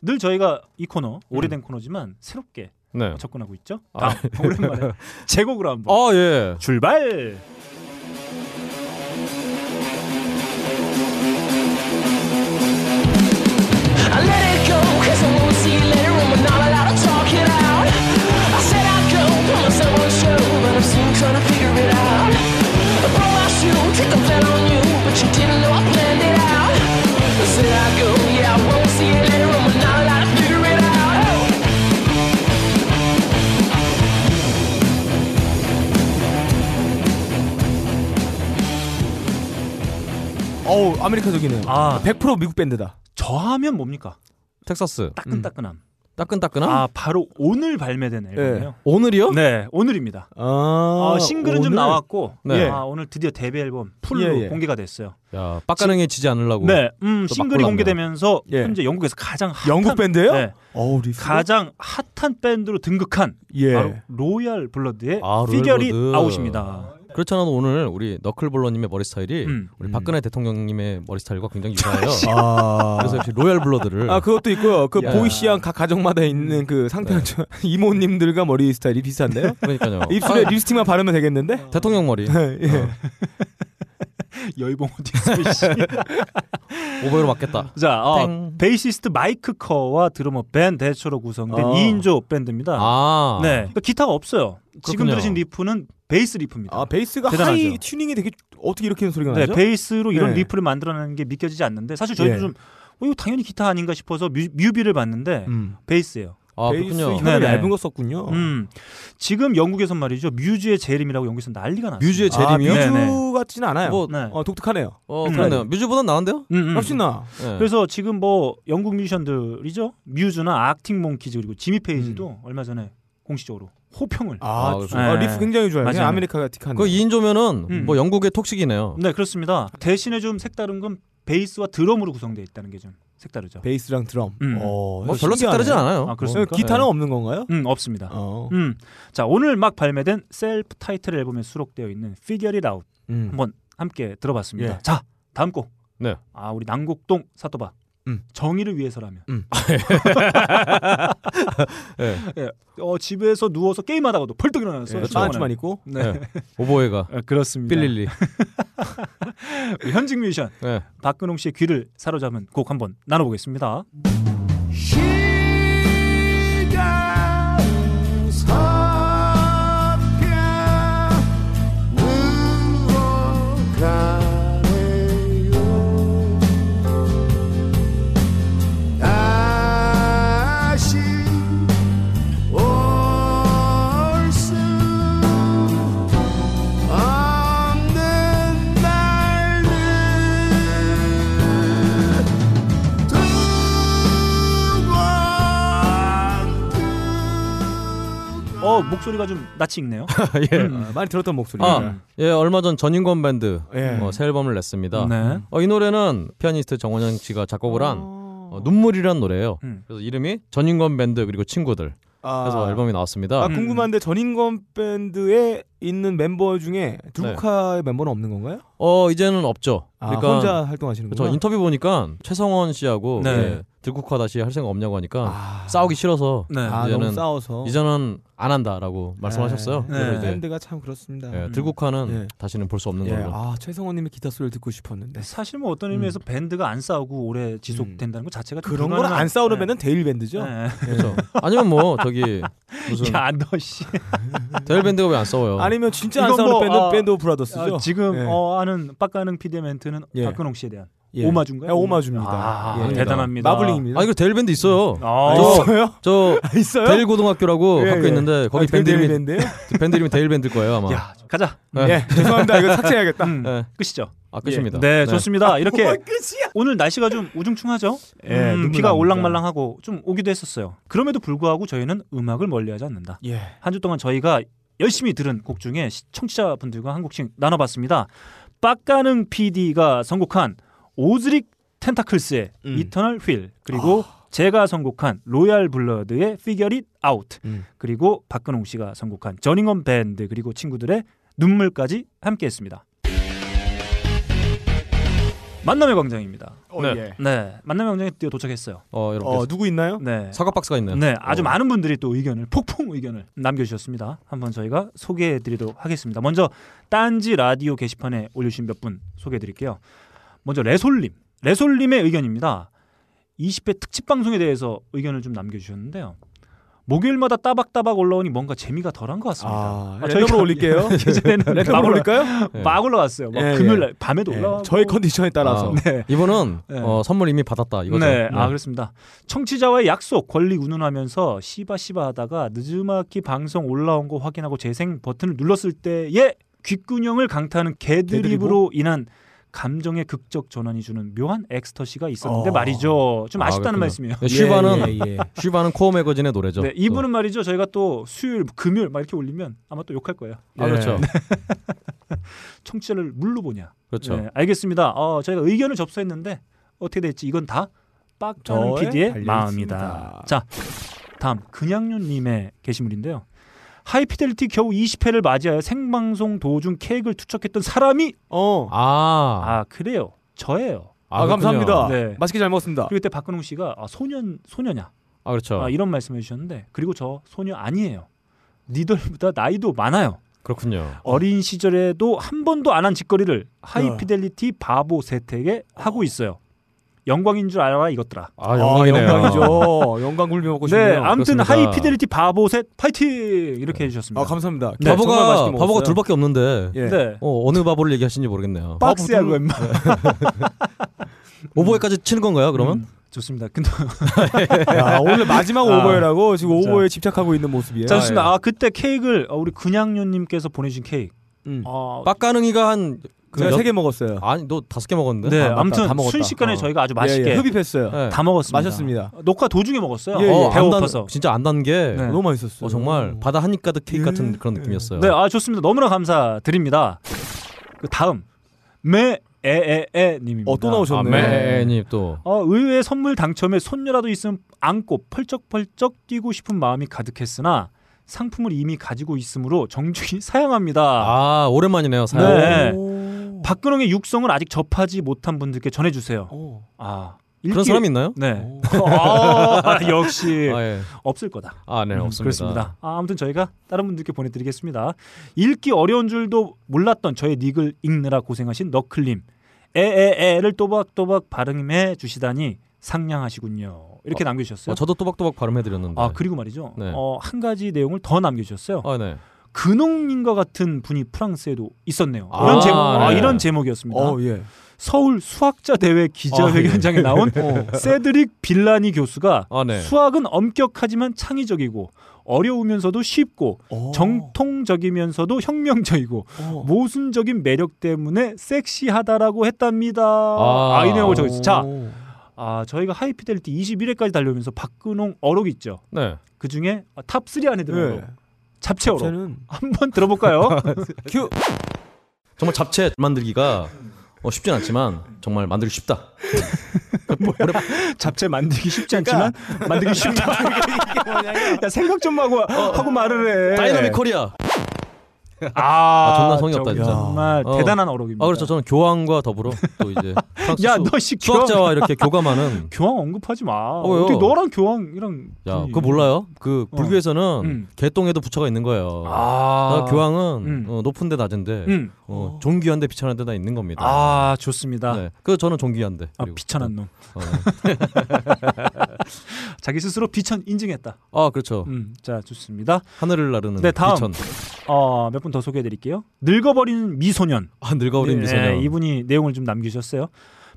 Speaker 1: 늘 저희가 이
Speaker 2: 음.
Speaker 1: 코너 오래된 코너지만 새롭게
Speaker 3: 네.
Speaker 1: 접근하고 있죠.
Speaker 3: 아.
Speaker 1: 다음 오랜만에 제곡으로 한번
Speaker 3: 아, 예.
Speaker 1: 출발.
Speaker 2: 어우 아메리카적이네요.
Speaker 1: 아,
Speaker 2: 100% 미국 밴드다.
Speaker 1: 저하면 뭡니까?
Speaker 3: 텍사스
Speaker 1: 따끈따끈함.
Speaker 2: 음.
Speaker 3: 따끈따끈함.
Speaker 1: 아, 바로 오늘 발매된 앨범이에요.
Speaker 3: 오늘이요?
Speaker 1: 네, 오늘입니다.
Speaker 2: 예. 아,
Speaker 1: 아, 싱글은 좀
Speaker 2: 오늘?
Speaker 1: 나왔고,
Speaker 3: 네.
Speaker 1: 아, 오늘 드디어 데뷔 앨범 풀로
Speaker 2: 예, 예.
Speaker 1: 공개가 됐어요.
Speaker 3: 야, 빡가능에 지지 않으려고.
Speaker 1: 네, 음,
Speaker 3: 또
Speaker 1: 싱글이
Speaker 3: 막 골랐네요.
Speaker 1: 공개되면서
Speaker 2: 예.
Speaker 1: 현재 영국에서 가장 핫한
Speaker 2: 영국 밴드예요?
Speaker 1: 네,
Speaker 2: 어우 리스.
Speaker 1: 가장 핫한 밴드로 등극한
Speaker 2: 예.
Speaker 1: 바로 로얄 블러드의
Speaker 3: 아, 로얄
Speaker 1: 피겨리
Speaker 3: 블러드.
Speaker 1: 아웃입니다.
Speaker 3: 그렇잖아도 오늘 우리 너클볼러님의 머리 스타일이
Speaker 1: 음.
Speaker 3: 우리 박근혜 대통령님의 머리 스타일과 굉장히 유사해요.
Speaker 2: 아.
Speaker 3: 그래서 역시 로얄 블러드를
Speaker 2: 아 그것도 있고요. 그
Speaker 3: 야. 네.
Speaker 2: 보이시한 각 가정마다 있는 그 상태한 이모님들과 머리 스타일이 비슷한데요.
Speaker 3: 그러니까요.
Speaker 2: 입술에 립스틱만 바르면 되겠는데?
Speaker 3: 아, 대통령 머리 어.
Speaker 2: 예.
Speaker 1: 열봉 어디 있어? 씨.
Speaker 3: 오버로 맞겠다.
Speaker 1: 자, 어,
Speaker 3: 땡.
Speaker 1: 베이시스트 마이크 커와 드러머 벤 대처로 구성된
Speaker 2: 아.
Speaker 1: 2인조 밴드입니다.
Speaker 3: 어. 아,
Speaker 1: 네, 그러니까 기타가 없어요. 지금
Speaker 3: 그렇군요.
Speaker 1: 들으신 리프는 베이스 리프입니다.
Speaker 2: 아 베이스가
Speaker 1: 대단하죠.
Speaker 2: 하이 튜닝이 되게 어떻게 이렇게 하는 소리가
Speaker 1: 네,
Speaker 2: 나죠?
Speaker 1: 베이스로 이런
Speaker 2: 네.
Speaker 1: 리프를 만들어내는 게 믿겨지지 않는데 사실 저희도
Speaker 2: 예.
Speaker 1: 좀 어, 이거 당연히 기타 아닌가 싶어서 뮤, 뮤비를 봤는데
Speaker 2: 음.
Speaker 1: 베이스예요.
Speaker 3: 아
Speaker 2: 베이스
Speaker 3: 그렇군요.
Speaker 2: 혀를
Speaker 1: 네네.
Speaker 2: 얇은 거
Speaker 3: 어.
Speaker 2: 썼군요.
Speaker 1: 음, 지금 영국에서 말이죠 뮤즈의 재림이라고 영국에서 난리가 났어요.
Speaker 3: 뮤즈의 재림이요?
Speaker 2: 아, 뮤즈
Speaker 1: 네네.
Speaker 2: 같진 않아요.
Speaker 3: 뭐,
Speaker 1: 네.
Speaker 2: 어, 독특하네요.
Speaker 3: 어,
Speaker 1: 음.
Speaker 3: 그렇네요. 뮤즈보단 나은데요?
Speaker 1: 음, 음.
Speaker 2: 훨씬 나.
Speaker 3: 네.
Speaker 1: 그래서 지금 뭐 영국 뮤지션들이죠 뮤즈나 아틱 몽키즈 그리고 지미 페이지도 얼마 전에 공식적으로 호평을
Speaker 2: 아,
Speaker 3: 아,
Speaker 2: 아,
Speaker 1: 네.
Speaker 2: 리프 굉장히 좋아요.
Speaker 1: 맞아요.
Speaker 2: 그냥 아메리카가 틱한.
Speaker 3: 그 2인조면은
Speaker 1: 음.
Speaker 3: 뭐 영국의 톡식이네요.
Speaker 1: 네 그렇습니다. 대신에 좀 색다른 건 베이스와 드럼으로 구성되어 있다는 게 좀 색다르죠.
Speaker 2: 베이스랑 드럼.
Speaker 1: 음.
Speaker 2: 어,
Speaker 3: 뭐 별로 색다르진 않아요.
Speaker 1: 아, 그렇습니까?
Speaker 3: 뭐,
Speaker 2: 기타는
Speaker 3: 네.
Speaker 2: 없는 건가요?
Speaker 1: 음 없습니다.
Speaker 2: 어.
Speaker 1: 음, 자 오늘 막 발매된 셀프 타이틀 앨범에 수록되어 있는 Figure It Out
Speaker 2: 음.
Speaker 1: 한번 함께 들어봤습니다.
Speaker 2: 예.
Speaker 1: 자 다음 곡.
Speaker 3: 네.
Speaker 1: 아 우리 남곡동 사또바.
Speaker 2: 음.
Speaker 1: 정의를 위해서라면.
Speaker 3: 네.
Speaker 1: 어 집에서 누워서 게임하다가도 벌떡 일어나서
Speaker 2: 예,
Speaker 1: 출동하는.
Speaker 2: 반주만 있고.
Speaker 1: 네.
Speaker 3: 음. 네. 오보에가
Speaker 1: 아, 그렇습니다.
Speaker 3: 빌릴리.
Speaker 1: 현직 뮤지션
Speaker 3: 네.
Speaker 1: 박근홍 씨의 귀를 사로잡은 곡 한번 나눠보겠습니다. 어 목소리가 좀 낯이 익네요.
Speaker 3: 예.
Speaker 1: 음.
Speaker 2: 아, 많이 들었던 목소리.
Speaker 3: 아, 예, 얼마 전 전인권 밴드
Speaker 2: 예.
Speaker 3: 어, 새 앨범을 냈습니다.
Speaker 1: 네.
Speaker 3: 어, 이 노래는 피아니스트 정원영 씨가 작곡을
Speaker 2: 아.
Speaker 3: 한 어, 눈물이란 노래예요.
Speaker 1: 음.
Speaker 3: 그래서 이름이 전인권 밴드 그리고 친구들
Speaker 2: 아.
Speaker 3: 해서 앨범이 나왔습니다.
Speaker 2: 아,
Speaker 1: 음.
Speaker 2: 궁금한데 전인권 밴드에 있는 멤버 중에 두루카의 멤버는 없는 건가요?
Speaker 3: 어 이제는 없죠.
Speaker 2: 아,
Speaker 3: 네. 그러니까
Speaker 2: 혼자 활동하시는
Speaker 3: 저
Speaker 2: 거죠?
Speaker 3: 인터뷰 보니까 최성원 씨하고
Speaker 1: 네.
Speaker 3: 예, 들국화 다시 할 생각 없냐고 하니까
Speaker 2: 아,
Speaker 3: 싸우기 싫어서
Speaker 1: 네.
Speaker 2: 아, 너무
Speaker 3: 이제는-
Speaker 2: 싸워서
Speaker 3: 이제는 안 한다라고 말씀하셨어요.
Speaker 2: 네.
Speaker 3: 그래서 이제
Speaker 2: 밴드가 참 그렇습니다.
Speaker 3: 예, 들국화는
Speaker 2: 예.
Speaker 3: 다시는 볼 수 없는
Speaker 2: 예,
Speaker 3: 걸로.
Speaker 2: 아 최성원님의 기타 소리를 듣고 싶었는데
Speaker 1: 사실 뭐 어떤
Speaker 3: 음.
Speaker 1: 의미에서 밴드가 안 싸우고 오래 지속된다는 것 자체가 좀
Speaker 2: 그런 걸
Speaker 1: 불가능한-
Speaker 2: 안 싸우는
Speaker 1: 네.
Speaker 2: 밴드는 데일 밴드죠.
Speaker 1: 네.
Speaker 2: 예.
Speaker 3: 그렇죠. 아니면 뭐 저기 무슨
Speaker 1: 야, 너 씨.
Speaker 3: 데일 밴드가 왜 안 싸워요?
Speaker 2: 아니면 진짜 안
Speaker 1: 이건
Speaker 2: 싸우는
Speaker 1: 뭐,
Speaker 2: 밴드는
Speaker 1: 아,
Speaker 2: 밴드 오브 브라더스죠.
Speaker 1: 아, 지금
Speaker 2: 예.
Speaker 1: 어, 아는 빡가는 피디의 멘트는
Speaker 2: 예.
Speaker 1: 박근홍 씨에 대한
Speaker 2: 예.
Speaker 1: 오마주인가요?
Speaker 2: 예, 오마주입니다.
Speaker 1: 아,
Speaker 2: 예.
Speaker 1: 대단합니다.
Speaker 2: 마블링입니다.
Speaker 3: 아 이거 데일 밴드 있어요.
Speaker 1: 아,
Speaker 2: 아,
Speaker 3: 저-
Speaker 2: 있어요?
Speaker 3: 저
Speaker 2: 아, 있어요?
Speaker 3: 데일 고등학교라고
Speaker 2: 예,
Speaker 3: 학교
Speaker 2: 예.
Speaker 3: 있는데 거기
Speaker 2: 아,
Speaker 3: 밴드
Speaker 2: 데일
Speaker 3: 이름이
Speaker 2: 밴드예요?
Speaker 3: 밴드 이름이 데일 밴드일 거예요 아마.
Speaker 1: 야, 가자.
Speaker 3: 네.
Speaker 2: 예, 죄송합니다. 이거 삭제해야겠다. 예.
Speaker 1: 음,
Speaker 3: 네.
Speaker 1: 끝이죠.
Speaker 3: 아 끝입니다.
Speaker 1: 네, 좋습니다. 이렇게
Speaker 2: 어, 끝이야.
Speaker 1: 오늘 날씨가 좀 우중충하죠.
Speaker 2: 예,
Speaker 1: 음,
Speaker 2: 눈물
Speaker 1: 비가
Speaker 2: 납니다.
Speaker 1: 올랑말랑하고 좀 오기도 했었어요. 그럼에도 불구하고 저희는 음악을 멀리하지 않는다.
Speaker 2: 예.
Speaker 1: 한 주 동안 저희가 열심히 들은 곡 중에 시- 청취자분들과 한 곡씩 나눠봤습니다. 빡가능 PD가 선곡한 오즈릭 텐타클스의
Speaker 2: 음. 아.
Speaker 1: 이터널 휠 그리고 제가 선곡한 로얄 블러드의 피겨 잇 아웃
Speaker 2: 음.
Speaker 1: 그리고 박근홍 씨가 선곡한 저닝엄 밴드 그리고 친구들의 눈물까지 함께했습니다. 만남의 광장입니다.
Speaker 2: 어,
Speaker 3: 네.
Speaker 2: 예.
Speaker 1: 네, 만남의 광장에 드디어 도착했어요.
Speaker 3: 어 여러분
Speaker 2: 어, 누구 있나요?
Speaker 1: 네,
Speaker 3: 사과 박스가 있네요.
Speaker 1: 네, 아주
Speaker 3: 어.
Speaker 1: 많은 분들이 또 의견을 폭풍 의견을 남겨주셨습니다. 한번 저희가 소개해드리도록 하겠습니다. 먼저 딴지 라디오 게시판에 올려주신 몇 분 소개해드릴게요. 먼저 레솔님, 레솔님의 의견입니다. 20회 특집 방송에 대해서 의견을 좀 남겨주셨는데요. 목요일마다 따박따박 올라오니 뭔가 재미가 덜한 것 같습니다.
Speaker 2: 아,
Speaker 1: 저희가
Speaker 2: 랩으로 올릴게요.
Speaker 1: 예전에는 막,
Speaker 2: 랩으로
Speaker 1: 올라,
Speaker 2: 올릴까요?
Speaker 3: 예.
Speaker 1: 막 올라왔어요. 막
Speaker 2: 예,
Speaker 1: 금요일 날 밤에도
Speaker 2: 예.
Speaker 1: 네. 올라와.
Speaker 2: 저희 컨디션에 따라서.
Speaker 3: 아, 이분은
Speaker 1: 네.
Speaker 3: 어, 선물 이미 받았다 이거죠.
Speaker 1: 네, 아 그렇습니다. 청취자와의 약속 권리 운운하면서 씨바씨바 하다가 늦음악기 방송 올라온 거 확인하고 재생 버튼을 눌렀을 때에 귓근형을 강타하는 개드립으로 인한 감정의 극적 전환이 주는 묘한 엑스터시가 있었는데
Speaker 2: 어.
Speaker 1: 말이죠. 좀
Speaker 3: 아,
Speaker 1: 아쉽다는
Speaker 3: 그렇군요.
Speaker 1: 말씀이에요.
Speaker 3: 그렇죠. 네, 슈바는
Speaker 2: 예, 예, 예.
Speaker 3: 슈바는 코어 매거진의 노래죠. 어.
Speaker 1: 네, 이분은 말이죠. 저희가 또 수요일, 금요일 막 이렇게 올리면 아마 또 욕할 거예요.
Speaker 3: 또. 아, 그렇죠.
Speaker 1: 네. 청취자를 물로 보냐.
Speaker 3: 그렇죠.
Speaker 1: 네, 알겠습니다. 어, 저희가 의견을 접수했는데 어떻게 될지 이건 다 빡터는
Speaker 2: 저의
Speaker 1: PD의
Speaker 2: 달려
Speaker 1: 마음이다.
Speaker 2: 있습니다.
Speaker 1: 자, 다음 근양윤님의 게시물인데요. 하이피델리티 겨우 20회를 맞이하여 생방송 도중 케이크를 투척했던 사람이
Speaker 2: 어.
Speaker 3: 아,
Speaker 1: 아 그래요 저예요.
Speaker 2: 아, 감사합니다.
Speaker 1: 네.
Speaker 2: 맛있게 잘 먹었습니다.
Speaker 1: 그리고 그때 박근홍 씨가 아, 소년 소녀냐
Speaker 3: 아, 그렇죠.
Speaker 1: 아, 이런 말씀해 주셨는데 그리고 저 소녀 아니에요. 니들보다 나이도 많아요.
Speaker 3: 그렇군요.
Speaker 1: 어린 시절에도 한 번도 안 한 짓거리를
Speaker 2: 어.
Speaker 1: 하이피델리티 바보 세택에 하고 있어요. 영광인 줄 알아라 이것들아.
Speaker 3: 아, 영광이네요.
Speaker 2: 아, 영광이죠. 영광 굴비 먹고 싶네요.
Speaker 1: 네, 아무튼
Speaker 3: 그렇습니다.
Speaker 1: 하이피델리티 바보셋 파이팅 이렇게 해주셨습니다.
Speaker 2: 아, 감사합니다.
Speaker 1: 네,
Speaker 2: 정말 맛있게
Speaker 3: 바보가
Speaker 2: 먹었어요.
Speaker 3: 바보가 둘밖에 없는데
Speaker 2: 예.
Speaker 1: 네,
Speaker 3: 어, 어느 바보를 얘기하시는지 모르겠네요.
Speaker 1: 박스야 그 웬만.
Speaker 3: 오버에까지 치는 건가요? 그러면?
Speaker 1: 음, 좋습니다. 근데
Speaker 2: 야, 오늘 마지막
Speaker 1: 아,
Speaker 2: 오버에라고 지금
Speaker 1: 진짜.
Speaker 2: 오버에 집착하고 있는 모습이에요.
Speaker 1: 자, 좋습니다. 아 그때 케이크를 어, 우리 근양요님께서 보내주신 케이크.
Speaker 2: 음.
Speaker 1: 어,
Speaker 3: 빡가능이가 한
Speaker 2: 제가 세개 먹었어요.
Speaker 3: 아니 너 다섯 개 먹었는데?
Speaker 1: 네,
Speaker 2: 아, 맞다.
Speaker 1: 아, 무튼
Speaker 2: 다 먹었다.
Speaker 1: 순식간에
Speaker 2: 어.
Speaker 1: 저희가 아주
Speaker 2: 예,
Speaker 1: 맛있게
Speaker 2: 예. 흡입했어요.
Speaker 3: 네.
Speaker 1: 다 먹었습니다.
Speaker 2: 마셨습니다.
Speaker 1: 녹화 도중에 먹었어요.
Speaker 2: 예, 예.
Speaker 1: 어,
Speaker 3: 안 단-
Speaker 1: 배고파서.
Speaker 3: 진짜 안 단 게
Speaker 1: 네.
Speaker 2: 너무 맛있었어요.
Speaker 3: 어, 정말 바다 한 입 가득 케이크 같은
Speaker 2: 예.
Speaker 3: 그런 느낌이었어요.
Speaker 1: 네, 아 좋습니다. 너무나 감사드립니다. 그 다음 매에에에 님입니다.
Speaker 2: 어, 또 나오셨네.
Speaker 1: 아, 매-
Speaker 3: 아매님 또.
Speaker 1: 어, 의외의 선물 당첨에 손녀라도 있으면 안고 펄쩍펄쩍 뛰고 싶은 마음이 가득했으나 상품을 이미 가지고 있으므로 정중히 사양합니다.
Speaker 3: 아 오랜만이네요 사연.
Speaker 1: 네.
Speaker 2: 오.
Speaker 1: 박근홍의 육성을 아직 접하지 못한 분들께 전해주세요.
Speaker 2: 오.
Speaker 1: 아
Speaker 3: 어. 그런 사람이 있나요?
Speaker 1: 네.
Speaker 2: 오.
Speaker 1: 아, 역시
Speaker 3: 아 예.
Speaker 1: 없을 거다.
Speaker 3: 아네
Speaker 1: 음,
Speaker 3: 없습니다.
Speaker 1: 그렇습니다. 아, 아무튼 저희가 다른 분들께 보내드리겠습니다. 읽기 어려운 줄도 몰랐던 저의 닉을 읽느라 고생하신 너클님 에에에를 또박또박 발음해 주시다니 상냥하시군요. 이렇게 남겨주셨어요.
Speaker 3: 어, 저도 또박또박 발음해드렸는데.
Speaker 1: 아 그리고 말이죠.
Speaker 3: 네.
Speaker 1: 어, 한 가지 내용을 더 남겨주셨어요.
Speaker 3: 아, 네.
Speaker 1: 근홍님과 같은 분이 프랑스에도 있었네요.
Speaker 3: 아,
Speaker 1: 이런 제목, 아,
Speaker 3: 네.
Speaker 1: 이런 제목이었습니다.
Speaker 2: 어, 예.
Speaker 1: 서울 수학자 대회 기자회견장에 나온 세드릭 빌라니 교수가
Speaker 3: 아, 네.
Speaker 1: 수학은 엄격하지만 창의적이고 어려우면서도 쉽고
Speaker 2: 어.
Speaker 1: 정통적이면서도 혁명적이고
Speaker 2: 어.
Speaker 1: 모순적인 매력 때문에 섹시하다라고 했답니다.
Speaker 3: 아.
Speaker 1: 아, 이 내용을 적어있어요. 자,
Speaker 2: 오.
Speaker 1: 아, 저희가 하이피델리티 21회까지 달려오면서 박근홍 어록 있죠.
Speaker 3: 네.
Speaker 1: 그 중에 탑3 안에 들어요.
Speaker 2: 예.
Speaker 1: 잡채 어록.
Speaker 2: 저는
Speaker 1: 한번 들어볼까요?
Speaker 2: 큐.
Speaker 3: 정말 잡채 만들기가 어, 쉽진 않지만 정말 만들기 쉽다.
Speaker 1: 잡채 만들기 쉽지
Speaker 3: 그러니까
Speaker 1: 않지만 만들기 쉽다. 야 생각 좀 하고 하고 말을 해.
Speaker 3: 어, 다이나믹 코리아.
Speaker 1: 아,
Speaker 3: 아, 존나 성의 없다, 진짜.
Speaker 1: 정말
Speaker 3: 어.
Speaker 1: 대단한 어록입니다.
Speaker 3: 아 그렇죠. 저는 교황과 더불어 또 이제 프랑스 수-
Speaker 1: 야너씨 교황
Speaker 3: 수학자와 이렇게 교감하는.
Speaker 1: 교황 언급하지 마.
Speaker 3: 왜요?
Speaker 1: 어, 떻게 너랑 교황이랑
Speaker 3: 야
Speaker 1: 분이-
Speaker 3: 그거 몰라요? 그
Speaker 1: 어.
Speaker 3: 불교에서는
Speaker 1: 음.
Speaker 3: 개똥에도 부처가 있는 거예요.
Speaker 1: 아,
Speaker 3: 아, 교황은
Speaker 1: 음.
Speaker 3: 어, 높은데 낮은데
Speaker 1: 음.
Speaker 3: 어, 존귀한데 비천한데 다 있는 겁니다.
Speaker 1: 아 좋습니다.
Speaker 3: 네. 그래서 저는 존귀한데.
Speaker 1: 아
Speaker 3: 그리고.
Speaker 1: 비천한 놈.
Speaker 3: 어, 네.
Speaker 1: 자기 스스로 비천 인증했다.
Speaker 3: 아 그렇죠.
Speaker 1: 음, 자 좋습니다.
Speaker 3: 하늘을 나르는
Speaker 1: 네, 다음.
Speaker 3: 비천.
Speaker 1: 어몇 분 더 소개해드릴게요. 늙어버리는 미소년.
Speaker 3: 아 늙어버린
Speaker 1: 네,
Speaker 3: 미소년.
Speaker 1: 이분이 내용을 좀 남기셨어요.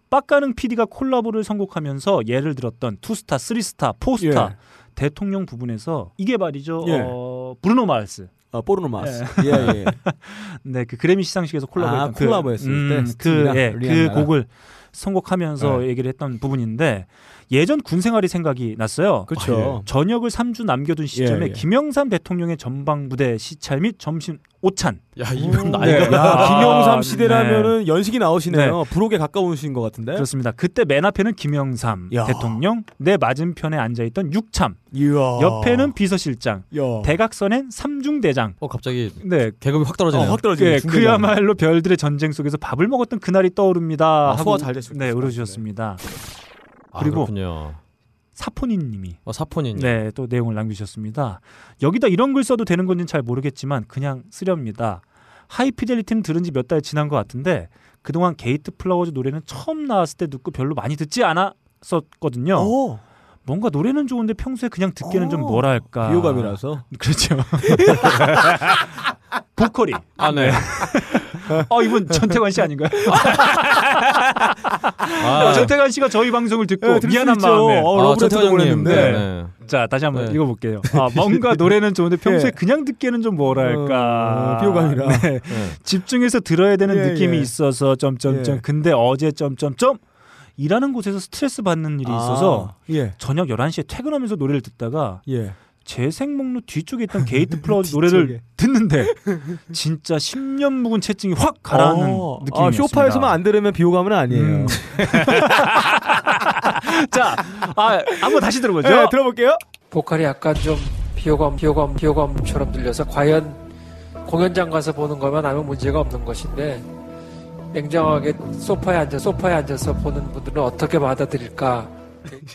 Speaker 1: 빡가능 PD가 콜라보를 선곡하면서 예를 들었던 투스타, 쓰리스타, 포스타
Speaker 2: 예.
Speaker 1: 대통령 부분에서 이게 말이죠.
Speaker 2: 예.
Speaker 1: 어, 브루노 마르스.
Speaker 2: 아, 포르노 마스. 예, 예.
Speaker 1: 네, 그 그래미 시상식에서 콜라보했던
Speaker 2: 아,
Speaker 1: 그,
Speaker 2: 콜라보했을 때
Speaker 1: 그,
Speaker 2: 스팅이랑
Speaker 1: 예, 그
Speaker 2: 리안나랑.
Speaker 1: 곡을 선곡하면서 얘기를 했던 부분인데 예전 군 생활이 생각이 났어요.
Speaker 2: 그렇죠.
Speaker 1: 전역을 3주 남겨둔 시점에
Speaker 2: 예, 예.
Speaker 1: 김영삼 대통령의 전방부대 시찰 및 점심 오찬
Speaker 3: 야 이분
Speaker 2: 네.
Speaker 3: 나이가
Speaker 2: 야,
Speaker 1: 아,
Speaker 2: 김영삼 시대라면은 연식이 나오시네요. 부록에 가까우신 것 같은데.
Speaker 1: 그렇습니다. 그때 맨 앞에는 김영삼
Speaker 2: 네? 야.
Speaker 1: 대통령, 내 맞은편에 앉아 있던 육참,
Speaker 2: 이야.
Speaker 1: 옆에는 비서실장,
Speaker 2: 야.
Speaker 1: 대각선엔 삼중대장.
Speaker 3: 어 갑자기
Speaker 1: 네.
Speaker 3: 계급이 확 떨어지네요.
Speaker 2: 어, 확 떨어지네.
Speaker 1: 예,
Speaker 2: 중대장.
Speaker 1: 그야말로 별들의 전쟁 속에서 밥을 먹었던 그날이 떠오릅니다.
Speaker 2: 아, 소화
Speaker 1: 하고
Speaker 2: 잘 됐을
Speaker 1: 네,
Speaker 2: 것
Speaker 1: 울어주셨습니다.
Speaker 3: 아,
Speaker 1: 그리고-
Speaker 3: 그렇군요.
Speaker 1: 사포니님이
Speaker 3: 어, 사폰이
Speaker 2: 음.
Speaker 3: 네.
Speaker 1: 네, 또 내용을 남기셨습니다. 여기다 이런 글 써도 되는 건지는 잘 모르겠지만 그냥 쓰렵니다. 하이피델리티는 들은 지 몇 달 지난 것 같은데 그동안 게이트 플라워즈 노래는 처음 나왔을 때 듣고 별로 많이 듣지 않았었거든요.
Speaker 2: 오,
Speaker 1: 뭔가 노래는 좋은데 평소에 그냥 듣기에는 좀
Speaker 2: 어,
Speaker 1: 뭐랄까
Speaker 2: 비호감이라서.
Speaker 1: 그렇죠. 보컬이
Speaker 3: 아 네.
Speaker 1: 어 이분 전태관 씨 아닌가요?
Speaker 3: 아,
Speaker 1: 전태관 씨가 저희 방송을 듣고
Speaker 2: 네. 들을 수
Speaker 1: 미안한
Speaker 2: 있죠.
Speaker 1: 마음에
Speaker 2: 어,
Speaker 3: 아,
Speaker 2: 러브레터도
Speaker 3: 전태관 형님.
Speaker 2: 보냈는데.
Speaker 3: 네. 네.
Speaker 1: 자 다시 한번
Speaker 3: 네.
Speaker 1: 읽어볼게요. 아, 뭔가 노래는 좋은데 평소에
Speaker 2: 예.
Speaker 1: 그냥 듣기에는 좀 뭐랄까
Speaker 2: 어, 비호감이라.
Speaker 1: 네.
Speaker 3: 네.
Speaker 1: 집중해서 들어야 되는
Speaker 2: 예,
Speaker 1: 느낌이
Speaker 2: 예.
Speaker 1: 있어서 점점점
Speaker 2: 예.
Speaker 1: 근데 어제 점점점 일하는 곳에서 스트레스 받는 일이 있어서
Speaker 2: 아, 예.
Speaker 1: 저녁 11시에 퇴근하면서 노래를 듣다가
Speaker 2: 예.
Speaker 1: 재생 목록 뒤쪽에 있던 게이트 플라워즈 노래를
Speaker 2: 뒤쪽에.
Speaker 1: 듣는데 진짜 10년 묵은 채증이 확 가라앉는
Speaker 2: 어,
Speaker 1: 느낌이었습니다.
Speaker 2: 아, 쇼파에서만 안 들으면 비호감은 아니에요.
Speaker 1: 음. 자, 아, 한번 다시 들어보죠.
Speaker 2: 네, 들어볼게요.
Speaker 4: 보컬이 약간 좀 비호감, 비호감, 비호감처럼 들려서 과연 공연장 가서 보는 거면 아무 문제가 없는 것인데 냉정하게 소파에 앉아 소파에 앉아서 보는 분들은 어떻게 받아들일까?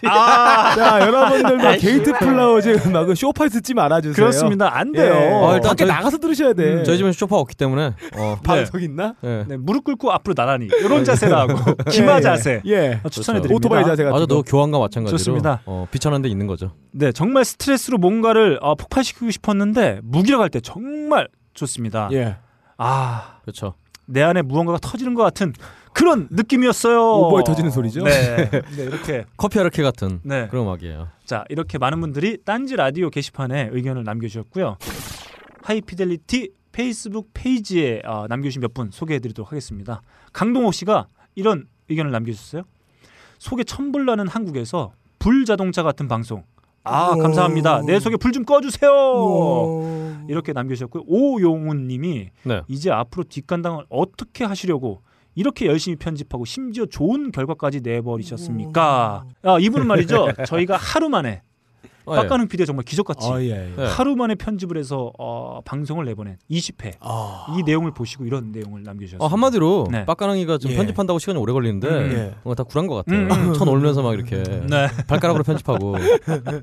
Speaker 2: 자, 여러분들도 게이트 플라워즈 음악은 쇼파에 듣지 말아주세요.
Speaker 1: 그렇습니다. 안
Speaker 2: 예.
Speaker 1: 돼요. 아,
Speaker 3: 어, 일단
Speaker 2: 밖에
Speaker 3: 저희-
Speaker 2: 나가서 들으셔야 돼.
Speaker 1: 음,
Speaker 3: 저희 집엔 쇼파 없기 때문에. 어.
Speaker 2: 방석 있나?
Speaker 3: 네.
Speaker 1: 네, 무릎 꿇고 앞으로 나란히 이런 자세를 하고
Speaker 2: 예,
Speaker 1: 기마
Speaker 2: 예.
Speaker 1: 자세 아,
Speaker 2: 예.
Speaker 1: 추천해드립니다.
Speaker 2: 오토바이 자세 같은
Speaker 3: 아주
Speaker 2: 거.
Speaker 3: 너 교환과 마찬가지로
Speaker 1: 네, 좋습니다.
Speaker 3: 어, 비천한 데 있는 거죠.
Speaker 1: 네, 정말 스트레스로 뭔가를 어, 폭발시키고 싶었는데 무기력 할 때 정말 좋습니다.
Speaker 2: 예.
Speaker 1: 아,
Speaker 3: 그렇죠.
Speaker 1: 내 안에 무언가가 터지는 것 같은 그런 느낌이었어요.
Speaker 2: 오버에 터지는 소리죠?
Speaker 1: 네, 네 이렇게
Speaker 3: 커피 하르케 같은
Speaker 1: 네.
Speaker 3: 그런 음악이에요.
Speaker 1: 자 이렇게 많은 분들이 딴지 라디오 게시판에 의견을 남겨주셨고요. 하이피델리티 페이스북 페이지에 어, 남겨주신 몇 분 소개해드리도록 하겠습니다. 강동호 씨가 이런 의견을 남겨주셨어요. 속에 천불나는 한국에서 불자동차 같은 방송. 아
Speaker 2: 우와.
Speaker 1: 감사합니다. 내 속에 불 좀 꺼주세요.
Speaker 2: 어.
Speaker 1: 이렇게 남겨주셨고요. 오용훈님이
Speaker 3: 네.
Speaker 1: 이제 앞으로 뒷간당을 어떻게 하시려고 이렇게 열심히 편집하고 심지어 좋은 결과까지 내버리셨습니까?
Speaker 2: 음.
Speaker 1: 아, 이분은 말이죠. 저희가 하루 만에
Speaker 3: 어, 예.
Speaker 1: 빡가는 피디 정말 기적같이
Speaker 2: 아, 예. 예.
Speaker 3: 네.
Speaker 1: 하루 만에 편집을 해서 어, 방송을 내보낸 20회
Speaker 2: 아.
Speaker 1: 이 내용을 보시고 이런 내용을 남겨주셨어요.
Speaker 3: 어, 한마디로
Speaker 1: 네.
Speaker 3: 빡가능이가 지금
Speaker 2: 예.
Speaker 3: 편집한다고 시간이 오래 걸리는데
Speaker 1: 음,
Speaker 2: 예.
Speaker 3: 뭔가 다 굴한 것 같아요.
Speaker 1: 음.
Speaker 3: 천 올면서 막 이렇게
Speaker 1: 네.
Speaker 3: 발가락으로 편집하고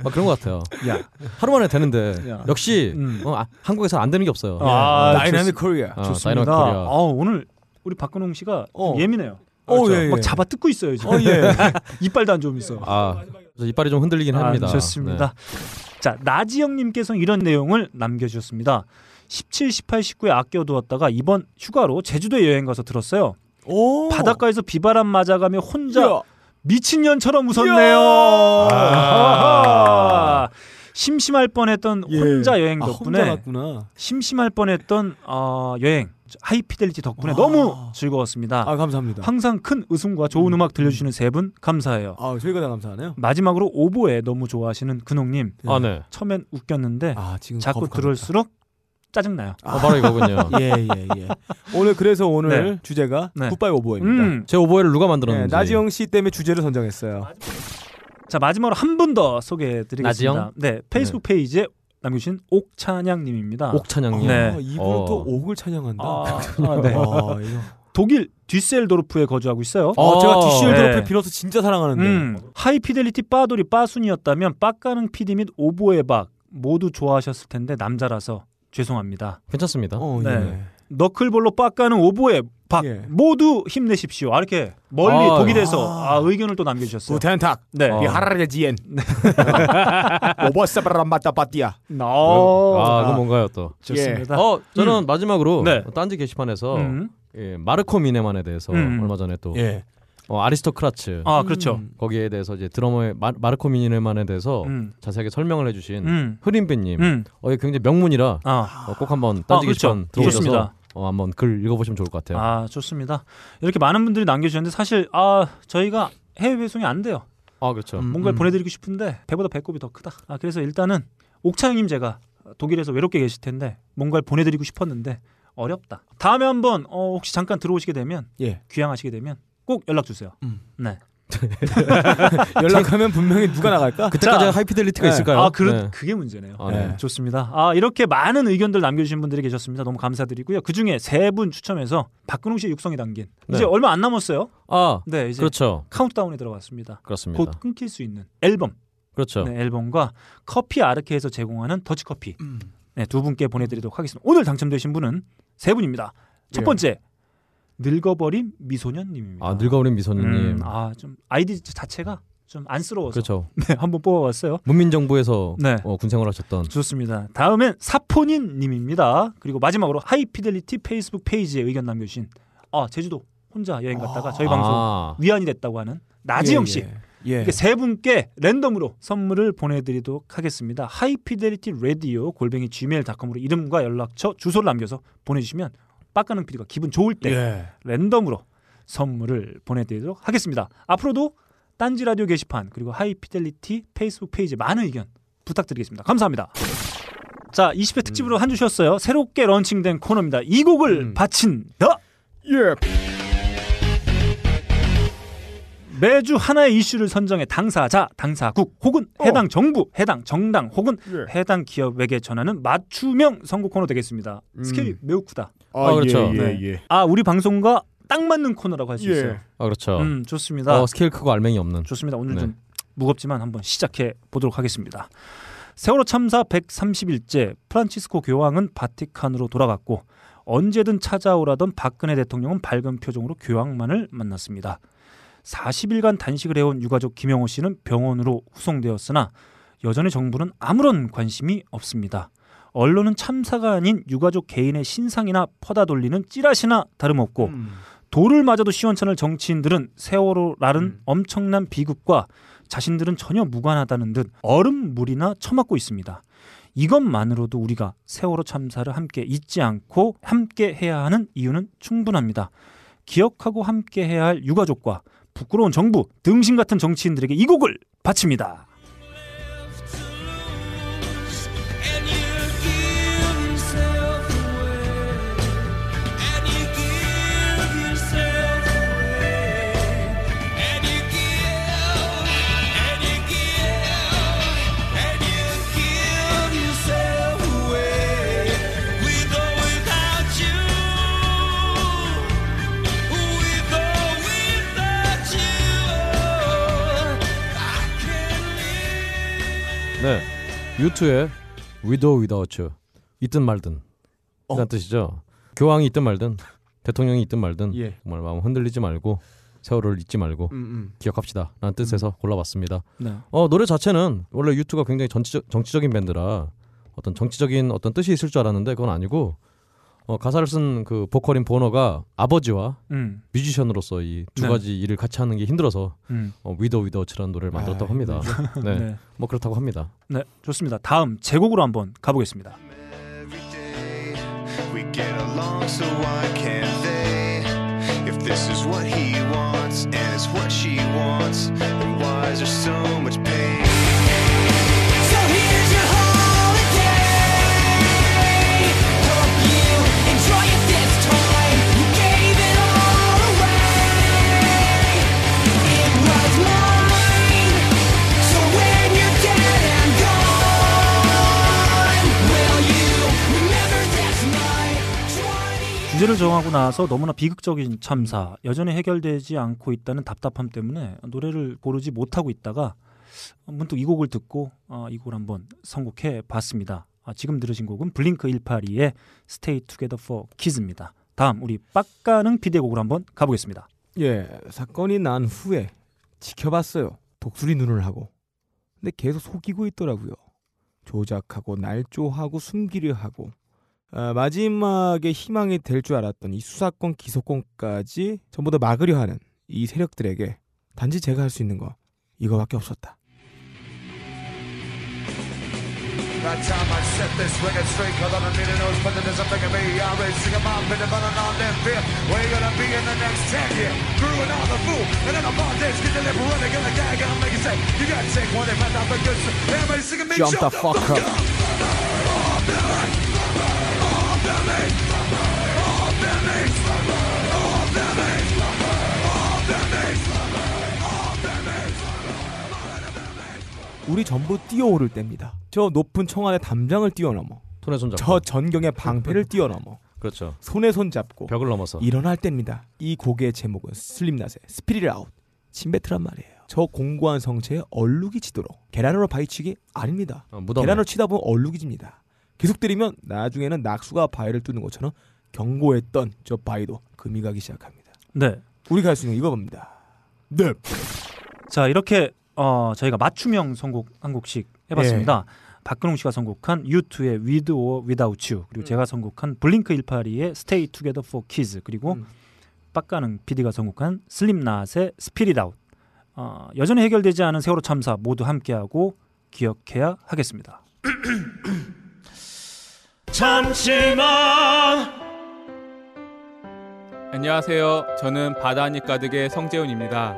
Speaker 3: 막 그런 것 같아요.
Speaker 1: 야.
Speaker 3: 하루 만에 되는데
Speaker 1: 야.
Speaker 3: 역시
Speaker 1: 음.
Speaker 3: 어, 아, 한국에서 안 되는 게 없어요.
Speaker 1: 아,
Speaker 2: 다이나믹 코리아.
Speaker 3: 어,
Speaker 1: 좋습니다.
Speaker 3: 다이너마이트 코리아.
Speaker 1: 아, 오늘 우리 박근홍 씨가 좀
Speaker 2: 어.
Speaker 1: 예민해요.
Speaker 2: 어,
Speaker 1: 그렇죠?
Speaker 2: 예, 예.
Speaker 1: 막 잡아 뜯고 있어요 지금.
Speaker 2: 어, 예.
Speaker 1: 이빨도 안 좋으면 있어.
Speaker 3: 아, 그래서 이빨이 좀 흔들리긴
Speaker 1: 아,
Speaker 3: 합니다.
Speaker 1: 좋습니다. 네. 자 나지영님께서 이런 내용을 남겨주셨습니다. 17, 18, 19에 아껴두었다가 이번 휴가로 제주도에 여행 가서 들었어요.
Speaker 2: 오.
Speaker 1: 바닷가에서 비바람 맞아가며 혼자
Speaker 2: 야.
Speaker 1: 미친년처럼 웃었네요.
Speaker 2: 이야.
Speaker 1: 아하. 심심할 뻔했던
Speaker 2: 예.
Speaker 1: 혼자 여행
Speaker 2: 아,
Speaker 1: 덕분에
Speaker 2: 혼자 갔구나.
Speaker 1: 심심할 뻔했던 어, 여행 하이피델리티 덕분에
Speaker 2: 와.
Speaker 1: 너무 즐거웠습니다.
Speaker 2: 아, 감사합니다.
Speaker 1: 항상 큰 웃음과 좋은 음. 악 들려주시는 세 분 감사해요.
Speaker 2: 아, 저희가 다 감사하네요.
Speaker 1: 마지막으로 오보에 너무 좋아하시는 근홍님
Speaker 3: 네. 아, 네.
Speaker 1: 처음엔 웃겼는데
Speaker 2: 아, 지금
Speaker 1: 네. 자꾸
Speaker 2: 거북하다.
Speaker 1: 들을수록 짜증나요.
Speaker 3: 어, 바로 이거군요.
Speaker 2: 예, 예, 예. 오늘 그래서 오늘 주제가
Speaker 1: 네.
Speaker 2: 굿바이 오버입니다.
Speaker 1: 음.
Speaker 3: 제 오버웨를 누가
Speaker 2: 예,
Speaker 3: 만들었는지.
Speaker 1: 네,
Speaker 2: 나지영 씨 때문에 주제를 선정했어요.
Speaker 1: 자 마지막으로 한 분 더 소개해드리겠습니다.
Speaker 3: 나지영?
Speaker 1: 네 페이스북 페이지에 남겨주신 옥찬양님입니다.
Speaker 3: 옥찬양님.
Speaker 1: 네.
Speaker 2: 아, 이분
Speaker 3: 어.
Speaker 2: 또 옥을 찬양한다.
Speaker 1: 아,
Speaker 2: 아,
Speaker 1: 아, 네.
Speaker 2: 이거.
Speaker 1: 독일 듀셀도르프에 거주하고 있어요.
Speaker 3: 어,
Speaker 2: 어, 제가
Speaker 1: 네.
Speaker 2: 디시엘드로프 빌어서 진짜 사랑하는데.
Speaker 1: 음, 하이피델리티 빠돌이 빠순이었다면 빡가는 피디 및 오보의 박 모두 좋아하셨을 텐데 남자라서 죄송합니다.
Speaker 3: 괜찮습니다.
Speaker 2: 어,
Speaker 1: 네.
Speaker 2: 예.
Speaker 1: 너클볼로 빡가는 오보의 박
Speaker 2: 예.
Speaker 1: 모두 힘내십시오. 아, 이렇게 멀리
Speaker 3: 아,
Speaker 1: 독일에서
Speaker 2: 아. 뭐
Speaker 1: 아, 의견을 또
Speaker 2: 예.
Speaker 1: 남겨주셨어요.
Speaker 2: 부텐탁.
Speaker 1: 네.
Speaker 3: 어.
Speaker 2: 이 하라레 지엔. 오버세브람 맞다 빠띠야.
Speaker 1: 어.
Speaker 3: 아, 이거
Speaker 2: 아.
Speaker 3: 뭔가요 또?
Speaker 1: 좋습니다.
Speaker 3: 어, 저는 마지막으로
Speaker 1: 네.
Speaker 3: 딴지 게시판에서
Speaker 1: 음.
Speaker 3: 예, 마르코 미네만에 대해서
Speaker 1: 음.
Speaker 3: 얼마 전에 또
Speaker 2: 예.
Speaker 3: 어, 아리스토크라츠
Speaker 1: 아, 그렇죠.
Speaker 2: 음.
Speaker 3: 거기에 대해서 이제 드러머의 마, 마르코 미네만에 대해서
Speaker 1: 음.
Speaker 3: 자세하게 설명을 해주신
Speaker 1: 음.
Speaker 3: 흐린배님,
Speaker 1: 음.
Speaker 3: 어, 이게 굉장히 명문이라
Speaker 1: 아.
Speaker 3: 어, 꼭 한번 딴지
Speaker 1: 아, 그렇죠.
Speaker 3: 게시판 들어오셔서
Speaker 1: 좋습니다.
Speaker 3: 어, 한번 글 읽어보시면 좋을 것 같아요. 아,
Speaker 1: 아, 좋습니다. 이렇게 많은 분들이 남겨주셨는데 사실 아, 저희가 해외 배송이 안 돼요.
Speaker 3: 그렇죠.
Speaker 2: 음.
Speaker 1: 뭔가를 보내드리고 싶은데 배보다 배꼽이 더 크다. 아 그래서 일단은 옥창님 제가 독일에서 외롭게 계실 텐데 뭔가를 보내드리고 싶었는데 어렵다. 다음에 한번 어, 혹시 잠깐 들어오시게 되면
Speaker 2: 예.
Speaker 1: 귀향하시게 되면 꼭 연락 주세요.
Speaker 2: 음.
Speaker 1: 네.
Speaker 2: 연락하면 분명히 누가 나갈까?
Speaker 3: 그때까지
Speaker 1: 자,
Speaker 3: 하이피델리티가
Speaker 2: 네.
Speaker 3: 있을까요?
Speaker 1: 아 그,
Speaker 3: 네.
Speaker 1: 그게 문제네요.
Speaker 3: 아, 네.
Speaker 2: 네.
Speaker 1: 좋습니다. 아 이렇게 많은 의견들 남겨주신 분들이 계셨습니다. 너무 감사드리고요. 그 중에 세 분 추첨해서 박근홍 씨의 육성이 담긴
Speaker 3: 네.
Speaker 1: 이제 얼마 안 남았어요.
Speaker 3: 아,
Speaker 1: 네 이제
Speaker 3: 그렇죠.
Speaker 1: 카운트다운에 들어갔습니다.
Speaker 3: 그렇습니다.
Speaker 1: 곧 끊길 수 있는 앨범
Speaker 3: 그렇죠.
Speaker 1: 네, 앨범과 커피 아르케에서 제공하는 더치커피
Speaker 2: 음.
Speaker 1: 네, 두 분께 보내드리도록 하겠습니다. 오늘 당첨되신 분은 세 분입니다. 첫
Speaker 2: 예.
Speaker 1: 번째 늙어버린 미소년님입니다. 음,
Speaker 3: 아 늙어버린 아, 미소님.
Speaker 1: 아좀 아이디 자체가 좀 안쓰러워서
Speaker 3: 그렇죠.
Speaker 1: 네, 한번 뽑아봤어요.
Speaker 3: 문민정부에서
Speaker 1: 네.
Speaker 3: 어, 군생활 하셨던
Speaker 1: 좋습니다. 다음엔 사포닌 님입니다. 그리고 마지막으로 하이피델리티 페이스북 페이지에 의견 남겨주신 아 제주도 혼자 여행 갔다가 저희 방송
Speaker 3: 아,
Speaker 1: 위안이 됐다고 하는 나지영
Speaker 2: 예,
Speaker 1: 씨
Speaker 2: 예. 예.
Speaker 1: 이렇게 세 분께 랜덤으로 선물을 보내드리도록 하겠습니다. 하이피델리티 라디오 골뱅이 gmail.com으로 이름과 연락처 주소를 남겨서 보내주시면 빡가능 PD가 기분 좋을 때
Speaker 2: 예.
Speaker 1: 랜덤으로 선물을 보내드리도록 하겠습니다. 앞으로도 딴지 라디오 게시판 그리고 하이피델리티 페이스북 페이지 많은 의견 부탁드리겠습니다. 감사합니다. 자,
Speaker 2: 음.
Speaker 1: 20회 특집으로 한 주 쉬었어요. 새롭게 런칭된 코너입니다. 이 곡을
Speaker 2: 음.
Speaker 1: 바친다.
Speaker 2: 예.
Speaker 1: 매주 하나의 이슈를 선정해 당사자, 당사국 혹은 해당 정부, 해당 정당 혹은
Speaker 2: 어. 예.
Speaker 1: 해당 기업에게 전하는 맞춤형 선곡 코너 되겠습니다.
Speaker 2: 음.
Speaker 1: 스케일이 매우 크다.
Speaker 2: 아,
Speaker 3: 그렇죠.
Speaker 2: 예,
Speaker 1: 네.
Speaker 2: 예, 예.
Speaker 1: 아, 우리 방송과 딱 맞는 코너라고 할 수 있어요.
Speaker 2: 예.
Speaker 3: 아, 그렇죠.
Speaker 1: 음, 좋습니다.
Speaker 3: 어, 스케일 크고 알맹이 없는.
Speaker 1: 좋습니다. 오늘
Speaker 3: 네.
Speaker 1: 좀 무겁지만 한번 시작해 보도록 하겠습니다. 세월호 참사 130일째 프란치스코 교황은 바티칸으로 돌아갔고 언제든 찾아오라던 박근혜 대통령은 밝은 표정으로 교황만을 만났습니다. 40일간 단식을 해온 유가족 김영호 씨는 병원으로 후송되었으나 여전히 정부는 아무런 관심이 없습니다. 언론은 참사가 아닌 유가족 개인의 신상이나 퍼다 돌리는 찌라시나 다름없고
Speaker 2: 음.
Speaker 1: 돌을 맞아도 시원찮을 정치인들은 세월호라는
Speaker 2: 음.
Speaker 1: 엄청난 비극과 자신들은 전혀 무관하다는 듯 얼음물이나 처맞고 있습니다. 이것만으로도 우리가 세월호 참사를 함께 잊지 않고 함께 해야 하는 이유는 충분합니다. 기억하고 함께 해야 할 유가족과 부끄러운 정부, 등신 같은 정치인들에게 이 곡을 바칩니다.
Speaker 5: And you give yourself away. And you give yourself away. And you give. And you give. And you give yourself away. We go without you. We go without you. I can't live.
Speaker 3: 네. 유투의 Widow Without You 있든 말든
Speaker 2: 어.
Speaker 3: 이란 뜻이죠. 교황이 있든 말든 대통령이 있든 말든
Speaker 2: 예.
Speaker 3: 정말 마음 흔들리지 말고 세월을 잊지 말고
Speaker 2: 음, 음.
Speaker 3: 기억합시다라는 뜻에서 골라봤습니다.
Speaker 1: 네.
Speaker 3: 어 노래 자체는 원래 유투가 굉장히 정치적, 정치적인 밴드라 어떤 정치적인 어떤 뜻이 있을 줄 알았는데 그건 아니고 어, 가사를 쓴 그 보컬인 보너가 아버지와
Speaker 1: 음,
Speaker 3: 뮤지션으로서 이 두
Speaker 1: 네.
Speaker 3: 가지 일을 같이 하는 게 힘들어서
Speaker 1: 음,
Speaker 3: 어, 위더 위더치라는 노래를 만들었다고 합니다. 네.
Speaker 1: 네.
Speaker 3: 뭐 그렇다고 합니다.
Speaker 1: 네, 좋습니다. 다음 제곡으로 한번 가보겠습니다.
Speaker 5: Every day we get along, so why can't they? If this is what he wants and it's what she wants, then why is there so much pain? So here's your holiday. Hope you enjoy it this time. You gave it all away. It was mine. So when you're dead and gone, will you remember this night? 20 years
Speaker 1: 주제를 정하고 나서 너무나 비극적인 참사 여전히 해결되지 않고 있다는 답답함 때문에 노래를 고르지 못하고 있다가 문득 이 곡을 듣고 아, 이 곡을 한번 선곡해 봤습니다. 아, 지금 들으신 곡은 블링크 182의 Stay Together for Kids입니다. 다음 우리 빡가는 비대 곡으로 한번 가보겠습니다.
Speaker 2: 예. 사건이 난 후에 지켜봤어요. 독수리 눈을 하고. 근데 계속 속이고 있더라고요. 조작하고 날조하고 숨기려 하고. 아, 마지막에 희망이 될 줄 알았던 이 수사권 기소권까지 전부 다 막으려 하는 이 세력들에게 단지 제가 할 수 있는 거 이거밖에 없었다.
Speaker 5: That time I set this record straight Cause I've been meaning those but there's something in me I already sing about been developing on that fear Where you gonna be in the next 10 years Through another fool And then about this Get the liberal and get a gag And I'll make it say You gotta take one if I thought for good Everybody singing me
Speaker 2: Jump the fuck up. 우리 전부 뛰어오를 때입니다. 저 높은 청안의 담장을 뛰어넘어
Speaker 3: 손에 손 잡고
Speaker 2: 저 전경의 방패를 뛰어넘어
Speaker 3: 그렇죠.
Speaker 2: 손에 손 잡고
Speaker 3: 벽을 넘어서
Speaker 2: 일어날 때입니다. 이 곡의 제목은 슬림낫의 스피릿 아웃 침배트란 말이에요. 저 공고한 성체에 얼룩이 지도록 계란으로 바위치기 아닙니다.
Speaker 3: 어, 무덤
Speaker 2: 계란으로 치다 보면 얼룩이 집니다. 계속 때리면 나중에는 낙수가 바위를 뚫는 것처럼 경고했던 저 바위도 금이 가기 시작합니다.
Speaker 1: 네,
Speaker 2: 우리가 할 수 있는 이거 봅니다.
Speaker 1: 자 이렇게 어, 저희가 맞춤형 선곡 한 곡씩 해봤습니다.
Speaker 2: 예.
Speaker 1: 박근홍 씨가 선곡한 U2의 With or Without You
Speaker 2: 음.
Speaker 1: 그리고 제가 선곡한 블링크 182의 Stay Together for Kids 그리고
Speaker 2: 음.
Speaker 1: 빡가는 PD가 선곡한 슬림낫의 Spirit Out 어, 여전히 해결되지 않은 세월호 참사 모두 함께하고 기억해야 하겠습니다.
Speaker 6: 안녕하세요. 저는 바다하닉 가득의 성재훈입니다.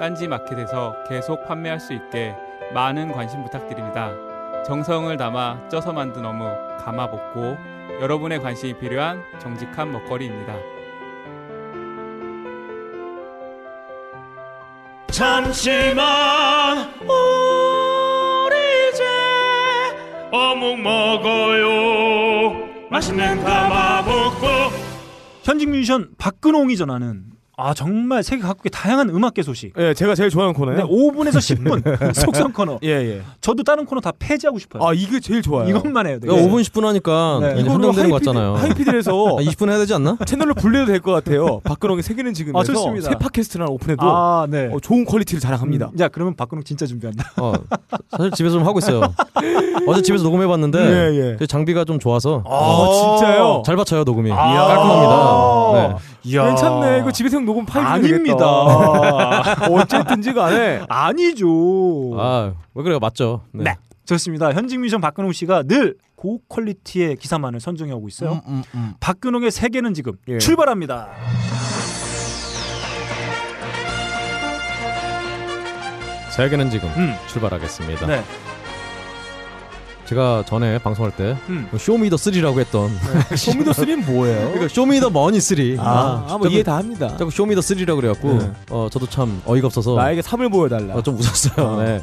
Speaker 6: 딴지 마켓에서 계속 판매할 수 있게 많은 관심 부탁드립니다. 정성을 담아 쪄서 만든 어묵 감아 먹고 여러분의 관심이 필요한 정직한 먹거리입니다.
Speaker 1: 현직 뮤지션 박근홍이 전하는 아 정말 세계 각국의 다양한 음악계 소식.
Speaker 2: 예, 제가 제일 좋아하는 코너예요.
Speaker 1: 네, 5분에서 10분 속성 코너.
Speaker 2: 예, 예.
Speaker 1: 저도 다른 코너 다 폐지하고 싶어요.
Speaker 2: 아, 이게 제일 좋아요. 예,
Speaker 1: 이것만 해요. 되게.
Speaker 3: 그러니까 5분 10분 하니까
Speaker 1: 네.
Speaker 3: 이제 한정되는 것 같잖아요.
Speaker 2: 하이피드에서
Speaker 3: 아, 20분 해야 되지 않나?
Speaker 2: 채널로 분리해도 될 것 같아요. 박근홍의 세계는
Speaker 1: 아,
Speaker 2: 지금에서
Speaker 1: 좋습니다.
Speaker 2: 새 팟캐스트나 오픈해도
Speaker 1: 아 네.
Speaker 2: 어, 좋은 퀄리티를 자랑합니다.
Speaker 1: 음, 야 그러면 박근홍 진짜 준비한다.
Speaker 3: 어, 사실 집에서 좀 하고 있어요. 어제 집에서 녹음해봤는데 그
Speaker 2: 예, 예.
Speaker 3: 장비가 좀 좋아서
Speaker 2: 아, 진짜요?
Speaker 3: 잘 받쳐요 녹음이
Speaker 1: 이야.
Speaker 3: 깔끔합니다. 네.
Speaker 1: 이야.
Speaker 2: 괜찮네. 이거 집에서 형 녹음 파일
Speaker 1: 아닙니다.
Speaker 2: 어쨌든지 간에
Speaker 1: 아니죠.
Speaker 3: 아왜 그래요? 맞죠? 네.
Speaker 1: 네. 좋습니다. 현직 뮤지션 박근홍 씨가 늘 고퀄리티의 기사만을 선정해 오고 있어요. 박근홍의 세계는 지금
Speaker 2: 음, 예.
Speaker 1: 출발합니다.
Speaker 3: 세계는 지금
Speaker 1: 음.
Speaker 3: 출발하겠습니다.
Speaker 1: 네.
Speaker 3: 제가 전에 방송할 때뭐
Speaker 1: 음.
Speaker 3: 쇼미더 3라고 했던
Speaker 1: 아,
Speaker 2: 쇼미더 3는 뭐예요?
Speaker 3: 그러니까 쇼미더 머니 3.
Speaker 2: 네. 아, 아, 뭐
Speaker 3: 자꾸,
Speaker 2: 이해 다 합니다.
Speaker 3: 자꾸 쇼미더 3라고 그래갖고
Speaker 2: 네.
Speaker 3: 어 저도 참 어이가 없어서
Speaker 2: 나에게 삶을 보여달라.
Speaker 3: 어, 좀 웃었어요.
Speaker 2: 아.
Speaker 3: 네.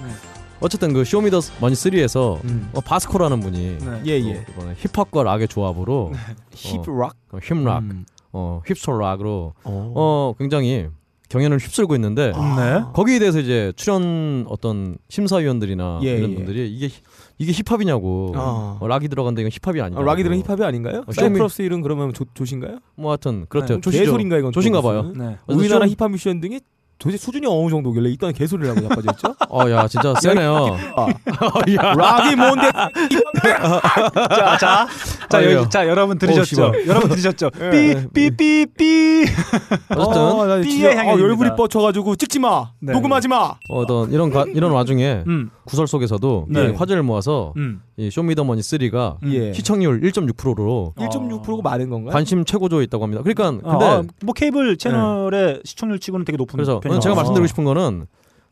Speaker 3: 어쨌든 그 쇼미더 머니 3에서
Speaker 2: 음.
Speaker 3: 어, 바스코라는 분이
Speaker 1: 네.
Speaker 2: 예,
Speaker 3: 또
Speaker 2: 예.
Speaker 3: 이번에 힙합과 락의 조합으로
Speaker 2: 힙락?
Speaker 3: 어, 힙락,
Speaker 2: 음.
Speaker 3: 어, 힙스터 락으로
Speaker 2: 어.
Speaker 3: 어 굉장히 경연을 휩쓸고 있는데
Speaker 2: 아.
Speaker 1: 네.
Speaker 3: 거기에 대해서 이제 출연 어떤 심사위원들이나
Speaker 2: 예,
Speaker 3: 이런
Speaker 2: 예.
Speaker 3: 분들이 이게 힙- 이게 힙합이냐고
Speaker 2: 아.
Speaker 3: 어, 락이 들어간데 이건 힙합이 아니야.
Speaker 2: 아, 락이들은 힙합이 아닌가요?
Speaker 3: 어,
Speaker 2: 사이프러스 일은 그러면 조, 조신가요?
Speaker 3: 뭐 하여튼 그렇죠.
Speaker 1: 네,
Speaker 3: 조시죠.
Speaker 2: 개소리인가 이건?
Speaker 3: 조신가
Speaker 2: 또
Speaker 3: 봐요.
Speaker 2: 무슨?
Speaker 1: 네.
Speaker 3: 그래서
Speaker 2: 우리나라
Speaker 3: 좀-
Speaker 2: 힙합 뮤지션 등이 도대체 수준이 어느 정도길래 일단 개소리라고 자빠졌죠?
Speaker 3: 어, 야 진짜 세네요.
Speaker 2: 아,
Speaker 3: 야.
Speaker 2: 락이 뭔데?
Speaker 1: 자, 자, 자,
Speaker 3: 아이고요.
Speaker 1: 여기, 자, 여러분
Speaker 3: 오,
Speaker 1: 들으셨죠?
Speaker 3: 씨발.
Speaker 1: 여러분 들으셨죠?
Speaker 2: 어, 예.
Speaker 1: 삐, 삐, 삐, 삐.
Speaker 3: 어쨌든
Speaker 2: 아, 나 진짜-
Speaker 1: 삐의 향연입니다.
Speaker 2: 아, 얼굴이 뻗쳐가지고 찍지 마,
Speaker 1: 네.
Speaker 2: 녹음하지 마.
Speaker 3: 어떤 이런 가- 이런 와중에
Speaker 1: 음,
Speaker 3: 구설 속에서도
Speaker 1: 네.
Speaker 3: 이 화제를 모아서
Speaker 1: 음.
Speaker 3: 이 쇼미더머니 3가
Speaker 1: 음.
Speaker 2: 예. 아,
Speaker 3: 시청률 1.6%로
Speaker 2: 1.6%가 많은 건가요?
Speaker 3: 어. 관심 최고조에 있다고 합니다. 그러니까 근데 네.
Speaker 1: 아, 뭐 케이블 채널의 시청률 치고는 되게 높은
Speaker 3: 그래서
Speaker 1: 편이죠.
Speaker 3: 제가
Speaker 2: 아.
Speaker 3: 말씀드리고 싶은 거는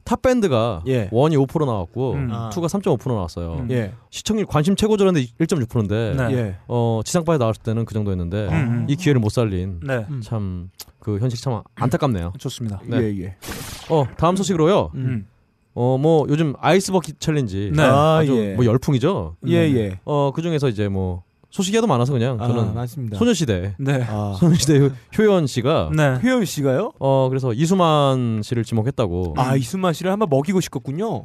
Speaker 3: 탑 밴드가
Speaker 2: 예.
Speaker 3: 원이 5% 나왔고
Speaker 1: 음.
Speaker 2: 아.
Speaker 3: 투가 3.5% 나왔어요.
Speaker 1: 음.
Speaker 2: 예,
Speaker 3: 시청률 관심 최고조라는데 1.6%인데
Speaker 1: 네.
Speaker 2: 예.
Speaker 3: 어 지상파에 나왔을 때는 그 정도였는데
Speaker 1: 음, 음.
Speaker 3: 이 기회를 못 살린
Speaker 1: 네.
Speaker 2: 음.
Speaker 3: 참 그 현실 참 안타깝네요.
Speaker 1: 좋습니다.
Speaker 3: 네.
Speaker 2: 예, 예.
Speaker 3: 어 다음 소식으로요.
Speaker 1: 음.
Speaker 3: 어 뭐 요즘 아이스 버킷 챌린지
Speaker 1: 네.
Speaker 2: 아,
Speaker 3: 아주
Speaker 2: 예.
Speaker 3: 뭐 열풍이죠.
Speaker 2: 예, 예.
Speaker 3: 어그 중에서 이제 뭐 소식이 하도 많아서 그냥
Speaker 2: 아,
Speaker 3: 어, 저는
Speaker 2: 맞습니다.
Speaker 3: 소녀시대 아.
Speaker 1: 네.
Speaker 2: 아,
Speaker 3: 소녀시대 효- 효연 씨가
Speaker 1: 네.
Speaker 2: 회원 씨가요?
Speaker 3: 어 그래서 이수만 씨를 지목했다고. 아,
Speaker 2: 아, 이순만 씨를 한번 먹이고 싶었군요.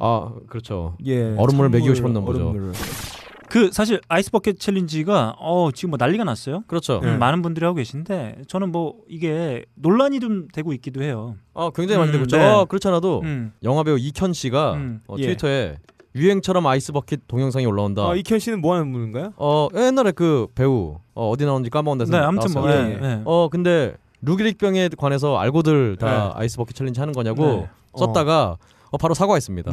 Speaker 3: 그렇죠.
Speaker 2: 예.
Speaker 3: 얼음물을
Speaker 2: 찬물,
Speaker 3: 먹이고 싶었던 거죠.
Speaker 2: 얼음물을.
Speaker 1: 그 사실 아이스 버켓 챌린지가 어, 지금 뭐 난리가 났어요.
Speaker 3: 그렇죠.
Speaker 2: 네.
Speaker 1: 음, 많은 분들이 하고 계신데 저는 뭐 이게 논란이 좀 되고 있기도 해요.
Speaker 3: 아 굉장히 많이
Speaker 1: 음,
Speaker 3: 되고 있죠.
Speaker 1: 네.
Speaker 3: 아, 그렇잖아도
Speaker 1: 음.
Speaker 3: 영화배우 이현 씨가
Speaker 1: 음.
Speaker 3: 어,
Speaker 2: 예.
Speaker 3: 트위터에 유행처럼 아이스 버킷 동영상이 올라온다.
Speaker 2: 아, 이현 씨는 뭐 하는 분인가요?
Speaker 3: 어 옛날에 그 배우 어, 어디 나온지 까먹었는데
Speaker 1: 네, 아무튼 뭐.
Speaker 3: 나왔어요.
Speaker 1: 예, 예.
Speaker 3: 어 근데 루기릭병에 관해서 알고들 다 아이스 버킷 챌린지 하는 거냐고
Speaker 1: 네.
Speaker 3: 썼다가 어, 바로 사과했습니다.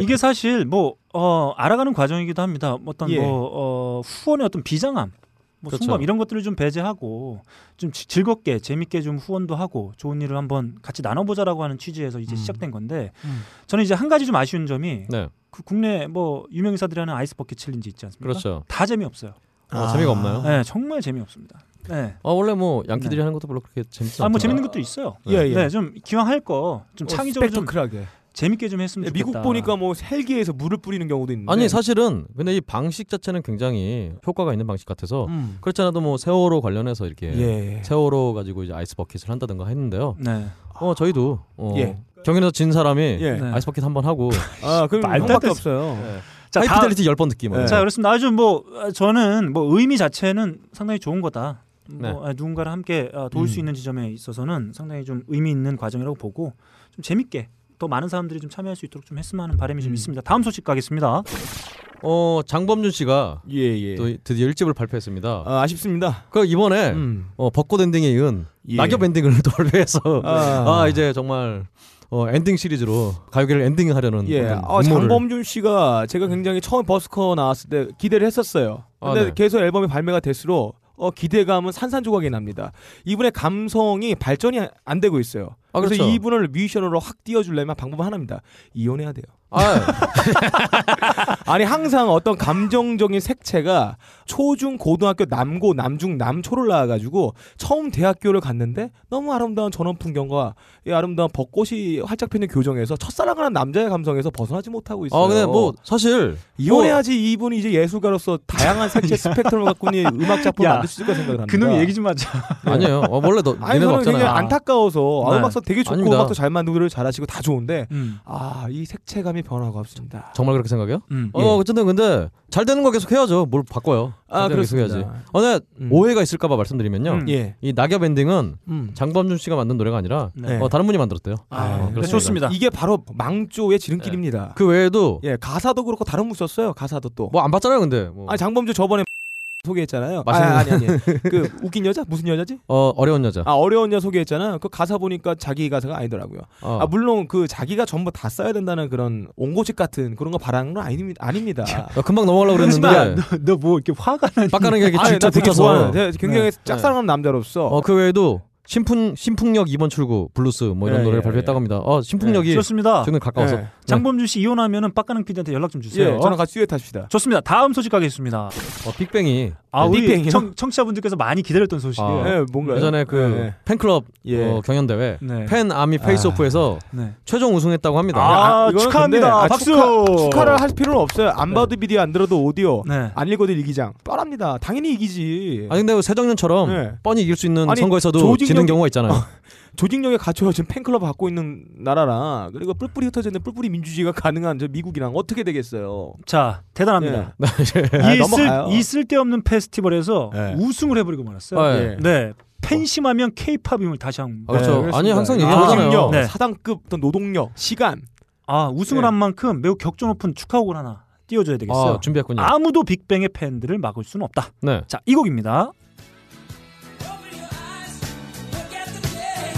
Speaker 1: 이게 사실 뭐 어, 알아가는 과정이기도 합니다. 어떤
Speaker 2: 예.
Speaker 1: 뭐 어, 후원의 어떤 비장함, 뭐
Speaker 3: 그렇죠.
Speaker 1: 순감 이런 것들을 좀 배제하고 좀 지- 즐겁게 재밌게 좀 후원도 하고 좋은 일을 한번 같이 나눠보자라고 하는 취지에서 이제 시작된 건데
Speaker 2: 음.
Speaker 1: 저는 이제 한 가지 좀 아쉬운 점이
Speaker 3: 네,
Speaker 1: 그 국내 뭐 유명인사들이 하는 아이스 버킷 챌린지 있지 않습니까?
Speaker 3: 그렇죠.
Speaker 1: 다 재미없어요.
Speaker 3: 어, 재미가
Speaker 2: 아.
Speaker 3: 없나요?
Speaker 1: 네, 정말 재미없습니다. 네. 뭐
Speaker 3: 아 원래 뭐 양키들이
Speaker 1: 네.
Speaker 3: 하는 것도 별로 그렇게 재밌지 않아요.
Speaker 1: 아 뭐 재밌는 것도 있어요.
Speaker 2: 예, 예.
Speaker 1: 네, 좀 기왕 할 거 좀 창의적으로 좀
Speaker 2: 스펙터클하게.
Speaker 1: 재밌게 좀 했으면 좋겠다.
Speaker 2: 미국 보니까 뭐 헬기에서 물을 뿌리는 경우도 있는데.
Speaker 3: 아니 사실은 근데 이 방식 자체는 굉장히 효과가 있는 방식 같아서
Speaker 2: 음.
Speaker 3: 그렇지 않아도 뭐 세월호 관련해서 이렇게
Speaker 2: 예.
Speaker 3: 세월호 가지고 이제 아이스 버킷을 한다든가 했는데요.
Speaker 1: 네.
Speaker 3: 어 저희도 어,
Speaker 2: 예.
Speaker 3: 경연에서 진 사람이
Speaker 2: 예.
Speaker 1: 네.
Speaker 3: 아이스 버킷 한 번 하고
Speaker 2: 아, 그럼
Speaker 1: 말도 안
Speaker 2: 말밖에
Speaker 1: 돼.
Speaker 2: 없어요.
Speaker 1: 자, 다음-
Speaker 3: 하이피델리티 열 번 듣기 뭐.
Speaker 2: 네.
Speaker 1: 자 그렇습니다. 아주 뭐 아, 저는 뭐 의미 자체는 상당히 좋은 거다. 뭐
Speaker 3: 네.
Speaker 1: 아, 누군가를 함께 아, 도울 수
Speaker 2: 음.
Speaker 1: 있는 지점에 있어서는 상당히 좀 의미 있는 과정이라고 보고 좀 재밌게 더 많은 사람들이 좀 참여할 수 있도록 좀 했으면 하는 바람이 좀
Speaker 2: 음.
Speaker 1: 있습니다. 다음 소식 가겠습니다.
Speaker 3: 어 장범준 씨가
Speaker 2: 예, 예.
Speaker 3: 또 드디어 일집을 발표했습니다.
Speaker 2: 아, 아쉽습니다.
Speaker 3: 그 이번에
Speaker 2: 음.
Speaker 3: 어, 벚꽃 엔딩에 이은
Speaker 2: 예.
Speaker 3: 낙엽 엔딩을 돌려해서
Speaker 2: 아.
Speaker 3: 아, 이제 정말 어, 엔딩 시리즈로 가요계를 엔딩하려는
Speaker 2: 예. 아,
Speaker 3: 그런 음모를. 네.
Speaker 2: 장범준 씨가 제가 굉장히 처음 버스커 나왔을 때 기대를 했었어요.
Speaker 3: 아,
Speaker 2: 근데
Speaker 3: 네.
Speaker 2: 계속 앨범이 발매가 될수록 어, 기대감은 산산조각이 납니다. 이분의 감성이 발전이 안- 안 되고 있어요.
Speaker 3: 아,
Speaker 2: 그래서
Speaker 3: 그렇죠.
Speaker 2: 이분을 뮤지션으로 확 띄워주려면 방법 하나입니다. 이혼해야 돼요.
Speaker 3: 아,
Speaker 2: 아니 항상 어떤 감정적인 색채가 초중 고등학교 남고 남중 남초를 나와가지고 처음 대학교를 갔는데 너무 아름다운 전원 풍경과 이 아름다운 벚꽃이 활짝 피는 교정에서 첫사랑을 한 남자의 감성에서 벗어나지 못하고 있어요.
Speaker 3: 아 근데 뭐 사실
Speaker 2: 이혼해야지 이분이 이제 예술가로서 다양한 색채 스펙트럼을 갖고 있는 음악 작품을
Speaker 1: 야,
Speaker 2: 만들 수 있을 거라 생각을 합니다.
Speaker 1: 그놈 얘기 좀 하자.
Speaker 3: 아니에요. 어, 원래 너
Speaker 2: 아니
Speaker 3: 니네
Speaker 2: 저는 굉장히
Speaker 3: 없잖아.
Speaker 2: 안타까워서 아,
Speaker 1: 네.
Speaker 2: 음악도 되게 좋고
Speaker 3: 아닙니다.
Speaker 2: 음악도 잘 만들고 잘하시고 다 좋은데
Speaker 1: 음,
Speaker 2: 아 이 색채감이 변화가 없습니다.
Speaker 3: 아, 정말 그렇게 생각해요?
Speaker 1: 음.
Speaker 2: 예.
Speaker 3: 어 어쨌든 근데 잘 되는 거 계속 해야죠. 뭘 바꿔요? 잘 되는 거 계속 해야지. 어, 근데
Speaker 2: 아, 음.
Speaker 3: 오해가 있을까봐 말씀드리면요.
Speaker 1: 음.
Speaker 2: 예.
Speaker 3: 이 낙엽 엔딩은
Speaker 2: 음.
Speaker 3: 장범준 씨가 만든 노래가 아니라
Speaker 1: 네.
Speaker 3: 어, 다른 분이 만들었대요.
Speaker 2: 아,
Speaker 1: 아,
Speaker 3: 그렇습니다.
Speaker 1: 좋습니다.
Speaker 2: 이게 바로 망조의 지름길입니다.
Speaker 3: 그 외에도
Speaker 2: 예, 가사도 그렇고 다른 분 썼어요. 가사도 또.
Speaker 3: 뭐 안 봤잖아요, 근데 뭐.
Speaker 2: 아, 장범주 저번에 소개했잖아요. 아,
Speaker 3: 맛있는
Speaker 2: 아니 아니. 아니. 그 웃긴 여자? 무슨 여자지?
Speaker 3: 어, 어려운 여자.
Speaker 2: 아, 어려운 여자 소개했잖아요. 그 가사 보니까 자기 가사가 아니더라고요.
Speaker 3: 어.
Speaker 2: 아, 물론 그 자기가 전부 다 써야 된다는 그런 옹고집 같은 그런 거 바라는 건 아니, 아닙니다.
Speaker 3: 나 금방 넘어가려고 그랬는데
Speaker 1: 너 뭐 이렇게 화가 나?
Speaker 3: 빡가는 게
Speaker 2: 아니,
Speaker 3: 진짜
Speaker 2: 네, 나 되게
Speaker 3: 붙여서 네.
Speaker 2: 좋아하는 제가 굉장히 짝사랑하는 남자로서
Speaker 3: 어, 그 외에도 신풍 신풍역 2번 출구 블루스 뭐 이런
Speaker 2: 예,
Speaker 3: 노래를
Speaker 2: 예,
Speaker 3: 발표했다고 합니다. 어, 신풍역이
Speaker 1: 좋습니다.
Speaker 3: 저는 가까워서
Speaker 2: 예,
Speaker 1: 장범준 씨 이혼하면은 빡가는 PD한테 연락 좀 주세요.
Speaker 2: 예, 저랑 같이 듀엣 합시다.
Speaker 1: 좋습니다. 다음 소식 가겠습니다.
Speaker 3: 어, 빅뱅이
Speaker 1: 아, 우리
Speaker 2: 빅뱅이요?
Speaker 1: 청, 청취자분들께서 많이 기다렸던 소식이에요.
Speaker 3: 아.
Speaker 2: 예, 뭔가요?
Speaker 3: 예전에 그
Speaker 2: 예,
Speaker 3: 팬클럽
Speaker 2: 예.
Speaker 3: 어, 경연 대회
Speaker 1: 네.
Speaker 3: 팬 아미 페이스오프에서
Speaker 1: 네.
Speaker 3: 최종 우승했다고 합니다.
Speaker 1: 아,
Speaker 2: 이거는
Speaker 1: 축하합니다.
Speaker 2: 근데- 아,
Speaker 1: 박수.
Speaker 2: 축하를 할 필요는 없어요. 안 봐도 비디오 안 들어도 오디오.
Speaker 1: 네.
Speaker 2: 안 읽어도 이기장 뻔합니다. 당연히 이기지.
Speaker 3: 아니 근데 새정년처럼
Speaker 2: 네.
Speaker 3: 뻔히 이길 수 있는
Speaker 2: 아니,
Speaker 3: 선거에서도
Speaker 2: 조직력-
Speaker 3: 지는 경우가 있잖아요.
Speaker 2: 조직력에 갖춰진 팬클럽 갖고 있는 나라랑 그리고 뿔뿔이 흩어져 있는 뿔뿔이 민주주의가 가능한 저 미국이랑 어떻게 되겠어요?
Speaker 1: 자, 대단합니다.
Speaker 2: 아,
Speaker 1: 이, 쓸,
Speaker 2: 넘어가요.
Speaker 1: 이 쓸데없는 페스티벌에서
Speaker 2: 네.
Speaker 1: 우승을 해버리고 말았어요.
Speaker 3: 아,
Speaker 2: 예.
Speaker 3: 예.
Speaker 1: 네. 팬심하면 케이팝 임을 다시 한
Speaker 3: 아, 그렇죠.
Speaker 2: 네,
Speaker 3: 아니 항상
Speaker 2: 그렇습니다.
Speaker 3: 얘기하잖아요.
Speaker 1: 조직력. 네.
Speaker 2: 사당급 어떤 노동력, 시간.
Speaker 1: 아, 우승을
Speaker 2: 예.
Speaker 1: 한 만큼 매우 격조 높은 축하곡을 하나 띄워줘야 되겠어요.
Speaker 3: 아, 준비했군요.
Speaker 1: 아, 무도 빅뱅의 팬들을 막을 수는 없다.
Speaker 3: 네.
Speaker 1: 자, 이 곡입니다.
Speaker 7: Open your eyes, look at the day.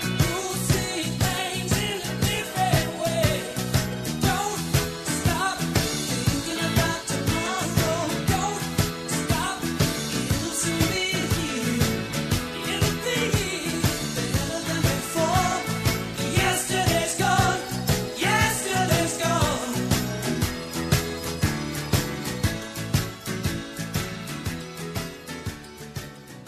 Speaker 7: You'll see things in a different way. Don't stop thinking about tomorrow. Don't stop. You'll see me here. It'll be better than before. Yesterday's gone. Yesterday's gone.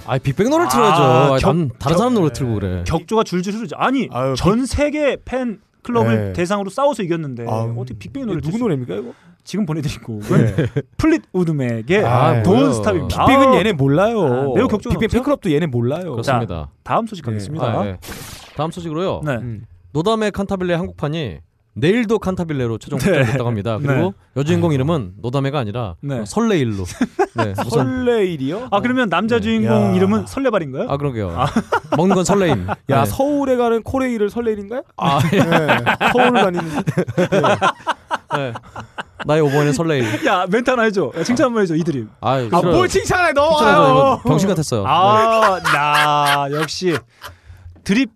Speaker 3: 아, 빅뱅 노래 틀어야죠.
Speaker 1: 아,
Speaker 3: 아니,
Speaker 1: 격-
Speaker 3: 남- 다른 사람 노래 틀고 그래.
Speaker 1: 격조가 줄줄 흐르죠. 아니,
Speaker 2: 아유,
Speaker 1: 전 세계 팬 클럽을
Speaker 2: 네.
Speaker 1: 대상으로 싸워서 이겼는데
Speaker 2: 아유.
Speaker 1: 어떻게 빅뱅의
Speaker 2: 이게
Speaker 1: 노래
Speaker 2: 누구 노래입니까 이거? 네.
Speaker 1: 지금 보내드리고 플릿 우드맥의
Speaker 2: 아,
Speaker 1: 돈
Speaker 3: 뭐예요.
Speaker 1: 스탑입니다.
Speaker 2: 빅뱅은
Speaker 1: 아,
Speaker 2: 얘네 몰라요.
Speaker 1: 아, 매우 격조가
Speaker 2: 빅뱅
Speaker 1: 높죠?
Speaker 2: 팬클럽도 얘네 몰라요.
Speaker 3: 그렇습니다.
Speaker 1: 다음 소식 가겠습니다.
Speaker 3: 아, 예. 다음 소식으로요.
Speaker 1: 네.
Speaker 2: 음.
Speaker 3: 노담의 칸타빌레 한국판이 내일도 칸타빌레로 최종
Speaker 1: 네.
Speaker 3: 확정됐다고 합니다. 그리고
Speaker 1: 네.
Speaker 3: 여주인공 이름은 노담회가 아니라
Speaker 1: 네.
Speaker 3: 어, 설레일로. 네, 무슨
Speaker 2: 설레일이요?
Speaker 1: 아 그러면
Speaker 3: 네.
Speaker 1: 남자 주인공
Speaker 2: 야.
Speaker 1: 이름은 설레발인가요?
Speaker 3: 아 그러게요. 먹는 건 설레임.
Speaker 2: 야
Speaker 3: 네.
Speaker 2: 서울에 가는 코레일을 설레일인가요? 아 서울 가는
Speaker 3: 네. 나의 오버에는 설레임.
Speaker 1: 야 멘트 하나 해줘. 야, 칭찬 한번 해줘 이 드림.
Speaker 3: 아,
Speaker 2: 아뭘 아. 칭찬해 너?
Speaker 3: 이거 병신 같았어요. 네.
Speaker 1: 아나 역시 드립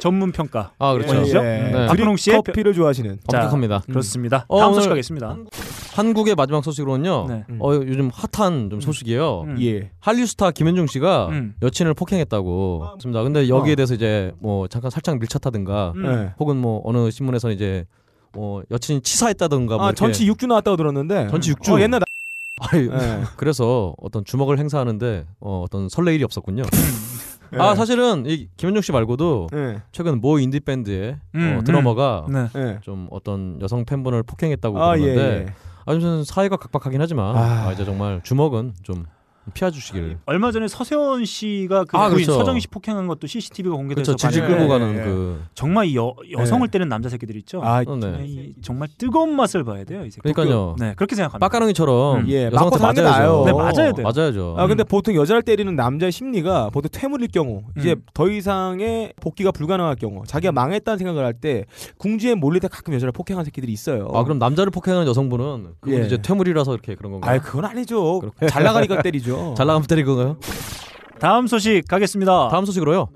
Speaker 1: 전문 평가.
Speaker 3: 아 그렇죠.
Speaker 1: 원이죠?
Speaker 2: 예.
Speaker 3: 네.
Speaker 1: 박근홍 씨의
Speaker 2: 커피를 좋아하시는
Speaker 1: 자,
Speaker 3: 엄격합니다.
Speaker 1: 그렇습니다.
Speaker 3: 어,
Speaker 1: 다음
Speaker 3: 오늘-
Speaker 1: 소식 가겠습니다.
Speaker 3: 한국의 마지막 소식으로는요.
Speaker 1: 네.
Speaker 3: 어 요즘 핫한 좀 소식이에요.
Speaker 1: 음.
Speaker 2: 예.
Speaker 3: 한류스타 김현중 씨가
Speaker 1: 음.
Speaker 3: 여친을 폭행했다고 했습니다. 근데 여기에
Speaker 2: 어.
Speaker 3: 대해서 이제 뭐 잠깐 살짝 밀착하든가
Speaker 1: 음.
Speaker 2: 예.
Speaker 3: 혹은 뭐 어느 신문에서는 이제 뭐 여친이 치사했다든가 뭐
Speaker 2: 아
Speaker 3: 이렇게
Speaker 2: 전치 6주 나왔다고 들었는데.
Speaker 3: 전치 6주
Speaker 2: 어, 옛날 나...
Speaker 3: 아니,
Speaker 2: 예.
Speaker 1: 네.
Speaker 3: 그래서 어떤 주먹을 행사하는데 어, 어떤 설레일이 없었군요.
Speaker 1: 네.
Speaker 3: 아 사실은 이 김현중 씨 말고도
Speaker 2: 예.
Speaker 3: 최근 모 인디 밴드의
Speaker 1: 음,
Speaker 3: 어, 드러머가
Speaker 1: 네.
Speaker 2: 예.
Speaker 3: 좀 어떤 여성 팬분을 폭행했다고
Speaker 2: 아, 예,
Speaker 3: 그러는데
Speaker 2: 예.
Speaker 3: 아무튼 사회가 각박하긴 하지만
Speaker 2: 아.
Speaker 3: 아... 이제 정말 주먹은 좀 피해 주시기를
Speaker 1: 얼마 전에 서세원 씨가 그
Speaker 3: 아,
Speaker 1: 부인
Speaker 3: 그렇죠.
Speaker 1: 서정희 씨 폭행한 것도 CCTV가 공개돼서
Speaker 3: 그렇죠 질질
Speaker 1: 봤는데
Speaker 3: 끌고 가는
Speaker 2: 예, 예.
Speaker 3: 그
Speaker 1: 정말 이 여, 여성을
Speaker 2: 예.
Speaker 1: 때리는 남자 새끼들 있죠.
Speaker 2: 아,
Speaker 3: 어, 네.
Speaker 1: 이- 정말 뜨거운 맛을 봐야 돼요. 이 새끼.
Speaker 3: 그러니까요
Speaker 1: 네, 그렇게 생각합니다.
Speaker 3: 빡가릉이처럼
Speaker 1: 음.
Speaker 2: 예, 맞고
Speaker 3: 여성한테
Speaker 2: 사는 게
Speaker 3: 맞아야죠
Speaker 2: 나아요.
Speaker 1: 네, 맞아야 돼요.
Speaker 3: 맞아야죠
Speaker 2: 아 근데 보통 여자를 때리는 남자의 심리가 보통 퇴물일 경우 이제
Speaker 1: 음.
Speaker 2: 더 이상의 복귀가 불가능할 경우 자기가 망했다는 생각을 할 때 궁지에 몰릴 때 가끔 여자를 폭행한 새끼들이 있어요.
Speaker 3: 아 그럼 남자를 폭행하는 여성분은 그분
Speaker 2: 예.
Speaker 3: 이제 퇴물이라서 이렇게 그런 건가요?
Speaker 2: 아이, 그건 아니죠.
Speaker 3: 그렇군요.
Speaker 2: 잘 나가니까 때리죠.
Speaker 3: 잘 나가면 때릴 건가요?
Speaker 1: 다음 소식 가겠습니다.
Speaker 3: 다음 소식으로요.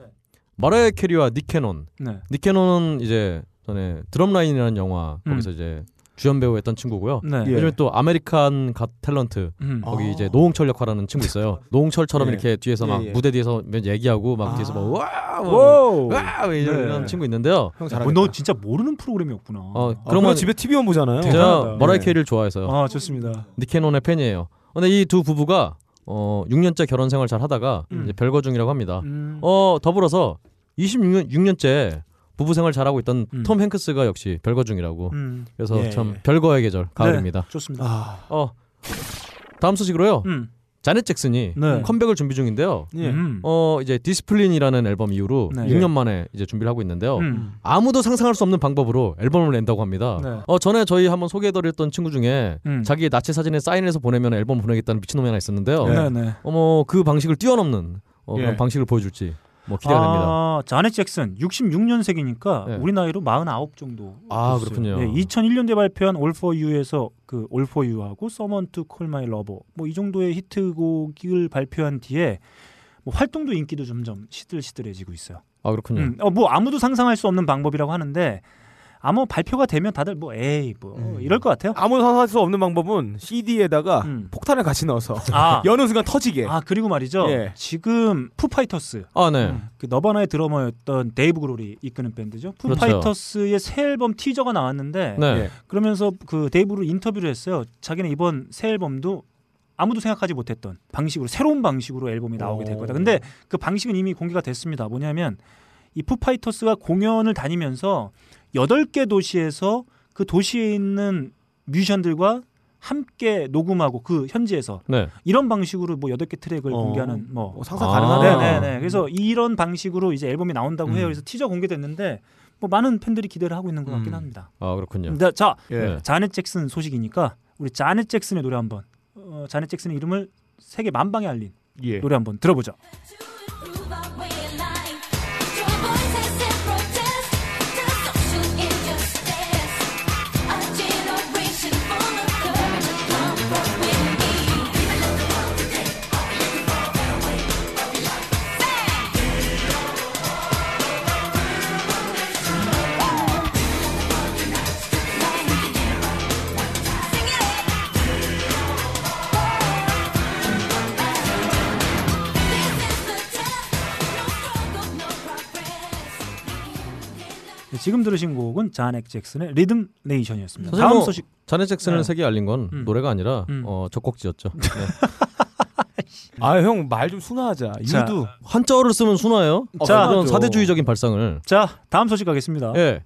Speaker 3: 마라의 캐리와 니케논.
Speaker 1: 네.
Speaker 3: 니케논은 이제 전에 드럼라인이라는 영화
Speaker 1: 음.
Speaker 3: 거기서 이제 주연 배우 했던 친구고요.
Speaker 1: 네.
Speaker 2: 예.
Speaker 3: 요즘에 또 아메리칸 갓 탤런트
Speaker 1: 음.
Speaker 2: 어.
Speaker 3: 거기 이제 노홍철 역할하는 친구 있어요. 노홍철처럼
Speaker 2: 예.
Speaker 3: 이렇게 뒤에서 막
Speaker 2: 예, 예.
Speaker 3: 무대 뒤에서 막 얘기하고 막 뒤에서 막 와,
Speaker 2: 아, 오.
Speaker 3: 와 이런
Speaker 1: 아. 네.
Speaker 3: 친구 있는데요.
Speaker 2: 형
Speaker 1: 어,
Speaker 2: 잘하겠다.
Speaker 1: 너 진짜 모르는 프로그램이었구나.
Speaker 3: 어,
Speaker 2: 아,
Speaker 3: 그러면
Speaker 2: 그럼 집에 TV만 보잖아요.
Speaker 3: 제가 머라이
Speaker 2: 예.
Speaker 3: 캐리를 좋아해서요.
Speaker 1: 아, 좋습니다.
Speaker 3: 니케논의 팬이에요. 근데 이 두 부부가 어 6년째 결혼 생활 잘 하다가
Speaker 1: 음.
Speaker 3: 이제 별거 중이라고 합니다.
Speaker 1: 음.
Speaker 3: 어 더불어서 26년 6년째 부부 생활 잘하고 있던
Speaker 1: 음.
Speaker 3: 톰 행크스가 역시 별거 중이라고.
Speaker 1: 음.
Speaker 3: 그래서
Speaker 2: 예,
Speaker 3: 참
Speaker 2: 예.
Speaker 3: 별거의 계절 가을입니다.
Speaker 1: 네, 좋습니다.
Speaker 2: 아.
Speaker 3: 어 다음 소식으로요.
Speaker 1: 음.
Speaker 3: 자넷 잭슨이
Speaker 1: 네.
Speaker 3: 컴백을 준비 중인데요.
Speaker 2: 예.
Speaker 1: 음.
Speaker 3: 어 이제 디스플린이라는 앨범 이후로
Speaker 1: 네.
Speaker 3: 6년 만에 이제 준비를 하고 있는데요.
Speaker 1: 음.
Speaker 3: 아무도 상상할 수 없는 방법으로 앨범을 낸다고 합니다.
Speaker 1: 네.
Speaker 3: 어 전에 저희 한번 소개해드렸던 친구 중에
Speaker 1: 음.
Speaker 3: 자기 나치 사진에 사인해서 보내면 앨범 보내겠다는 미친놈이 하나 있었는데요.
Speaker 1: 네, 네.
Speaker 3: 어머 그 방식을 뛰어넘는 어, 그런
Speaker 2: 예.
Speaker 3: 방식을 보여줄지 뭐 기대가 됩니다.
Speaker 1: 아, 자넷 잭슨 66년생이니까
Speaker 3: 네.
Speaker 1: 우리 나이로 49 정도.
Speaker 3: 아
Speaker 1: 됐어요.
Speaker 3: 그렇군요.
Speaker 1: 네, 2001년대 발표한 All for You에서 그 All for You하고 Someone to Call My Lover 뭐 이 정도의 히트곡을 발표한 뒤에 뭐 활동도 인기도 점점 시들시들해지고 있어요.
Speaker 3: 아 그렇군요.
Speaker 1: 음, 어, 뭐 아무도 상상할 수 없는 방법이라고 하는데 아마 발표가 되면 다들 뭐 에이 뭐
Speaker 2: 음.
Speaker 1: 이럴 것 같아요.
Speaker 2: 아무 상상할 수 없는 방법은 CD에다가
Speaker 1: 음.
Speaker 2: 폭탄을 같이 넣어서
Speaker 1: 아,
Speaker 2: 여는 순간 터지게.
Speaker 1: 아 그리고 말이죠.
Speaker 2: 예.
Speaker 1: 지금 푸파이터스
Speaker 3: 아 네.
Speaker 1: 그 너바나의 드러머였던 데이브 그롤이 이끄는 밴드죠.
Speaker 3: 그렇죠.
Speaker 1: 푸파이터스의 새 앨범 티저가 나왔는데
Speaker 3: 네.
Speaker 2: 예.
Speaker 1: 그러면서 그 데이브를 인터뷰를 했어요. 자기는 이번 새 앨범도 아무도 생각하지 못했던 방식으로 새로운 방식으로 앨범이 나오게 될
Speaker 2: 오.
Speaker 1: 거다. 근데 그 방식은 이미 공개가 됐습니다. 뭐냐면 이 푸파이터스가 공연을 다니면서 여덟 개 도시에서 그 도시에 있는 뮤지션들과 함께 녹음하고 그 현지에서
Speaker 3: 네.
Speaker 1: 이런 방식으로 뭐 여덟 개 트랙을
Speaker 2: 어.
Speaker 1: 공개하는 뭐
Speaker 2: 어, 상상
Speaker 3: 아.
Speaker 2: 가능하네요.
Speaker 1: 네네네. 그래서 이런 방식으로 이제 앨범이 나온다고 해요.
Speaker 3: 음.
Speaker 1: 그래서 티저 공개됐는데 뭐 많은 팬들이 기대를 하고 있는 것 같긴
Speaker 2: 음.
Speaker 1: 합니다.
Speaker 3: 아 그렇군요.
Speaker 1: 자, 자
Speaker 2: 예.
Speaker 3: 네.
Speaker 1: 자넷 잭슨 소식이니까 우리 자넷 잭슨의 노래 한번 어, 자넷 잭슨의 이름을 세계 만방에 알린
Speaker 2: 예.
Speaker 1: 노래 한번 들어보죠.
Speaker 7: To improve our way of life, join voices and protest to social injustice. A generation full of courage and comfort will be. People of the world today, are we looking for a better way? Are we like that? Sing it. This is the test. No struggle, no progress.
Speaker 1: 네, 지금 들으신 곡은 자넷 잭슨의 리듬 네이션이었습니다.
Speaker 3: 사실
Speaker 1: 다음
Speaker 3: 뭐
Speaker 1: 소식.
Speaker 3: 자넷 잭슨을
Speaker 1: 네.
Speaker 3: 세계에 알린 건
Speaker 1: 음.
Speaker 3: 노래가 아니라
Speaker 1: 음.
Speaker 3: 어, 적곡지였죠. 네.
Speaker 2: 아, 형 말 좀 순화하자.
Speaker 1: 자.
Speaker 2: 유두.
Speaker 3: 한자어를 쓰면 순화예요.
Speaker 1: 자. 그렇죠.
Speaker 3: 이런 사대주의적인 발상을.
Speaker 1: 자, 다음 소식 가겠습니다.
Speaker 3: 예.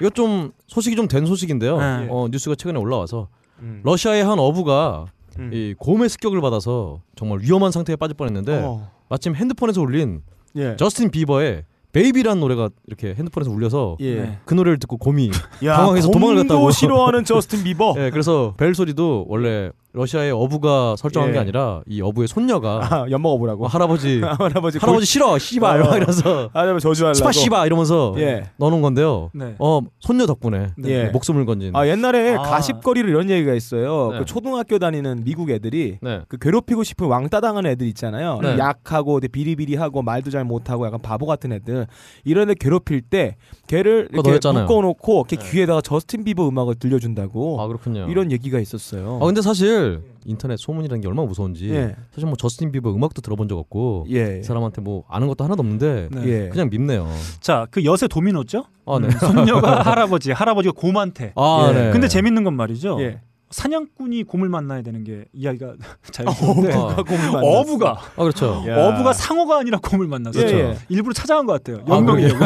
Speaker 3: 이거 좀 소식이 좀 된 소식인데요.
Speaker 2: 예.
Speaker 1: 네.
Speaker 3: 어, 뉴스가 최근에 올라와서
Speaker 2: 음.
Speaker 3: 러시아의 한 어부가
Speaker 2: 음.
Speaker 3: 이 곰의 습격을 받아서 정말 위험한 상태에 빠질 뻔했는데
Speaker 2: 어.
Speaker 3: 마침 핸드폰에서 울린
Speaker 2: 예.
Speaker 3: 네. 저스틴 비버의 베이비라는 노래가 이렇게 핸드폰에서 울려서
Speaker 2: 예.
Speaker 1: 네.
Speaker 3: 그 노래를 듣고 곰이
Speaker 2: 야,
Speaker 3: 당황해서 도망을
Speaker 2: 곰도
Speaker 3: 갔다고.
Speaker 2: 싫어하는 저스틴 비버.
Speaker 3: 예, 그래서 벨 소리도 원래 러시아의 어부가 설정한
Speaker 2: 예.
Speaker 3: 게 아니라 이 어부의 손녀가
Speaker 2: 아, 엿
Speaker 3: 뭐
Speaker 2: 먹어보라고.
Speaker 3: 할아버지
Speaker 2: 할아버지.
Speaker 3: 할아버지 싫어 씨발
Speaker 2: 어.
Speaker 3: 막 이래서
Speaker 2: 아, 저주하려고.
Speaker 3: 스파 씨발 이러면서
Speaker 2: 예.
Speaker 3: 넣어놓은 건데요.
Speaker 1: 네.
Speaker 3: 어 손녀 덕분에
Speaker 2: 예.
Speaker 3: 목숨을 건진.
Speaker 2: 아, 옛날에
Speaker 1: 아.
Speaker 2: 가십거리로 이런 얘기가 있어요.
Speaker 3: 네.
Speaker 2: 그 초등학교 다니는 미국 애들이
Speaker 3: 네.
Speaker 2: 그 괴롭히고 싶은 왕따당하는 애들 있잖아요.
Speaker 3: 네.
Speaker 2: 약하고 근데 비리비리하고 말도 잘 못하고 약간 바보 같은 애들 이런 애 괴롭힐 때 걔를
Speaker 3: 그거
Speaker 2: 이렇게
Speaker 3: 넣었잖아요. 네.
Speaker 2: 묶어놓고 걔 귀에다가 저스틴 비버 음악을 들려준다고
Speaker 1: 어,
Speaker 3: 아 그렇군요.
Speaker 2: 이런 얘기가 있었어요.
Speaker 3: 아 근데 사실 인터넷 소문이라는 게 얼마나 무서운지
Speaker 2: 예.
Speaker 3: 사실 뭐 저스틴 비버 음악도 들어본 적 없고
Speaker 2: 예.
Speaker 3: 이 사람한테 뭐 아는 것도 하나도 없는데
Speaker 1: 네. 음.
Speaker 2: 예.
Speaker 3: 그냥 밉네요.
Speaker 1: 자, 그 여세 도미노죠?
Speaker 3: 아 네.
Speaker 1: 손녀가 할아버지, 할아버지가 곰한테.
Speaker 3: 아
Speaker 2: 예.
Speaker 3: 네.
Speaker 1: 근데 재밌는 건 말이죠.
Speaker 2: 예.
Speaker 1: 사냥꾼이 곰을 만나야 되는 게 이야기가 자유로운데
Speaker 3: 어.
Speaker 2: 어부가 곰을 만났어.
Speaker 1: 어부가
Speaker 3: 아 그렇죠.
Speaker 2: 야.
Speaker 1: 어부가 상어가 아니라 곰을 만났어요.
Speaker 2: 예, 예.
Speaker 1: 일부러 찾아온 것 같아요. 영광이려고.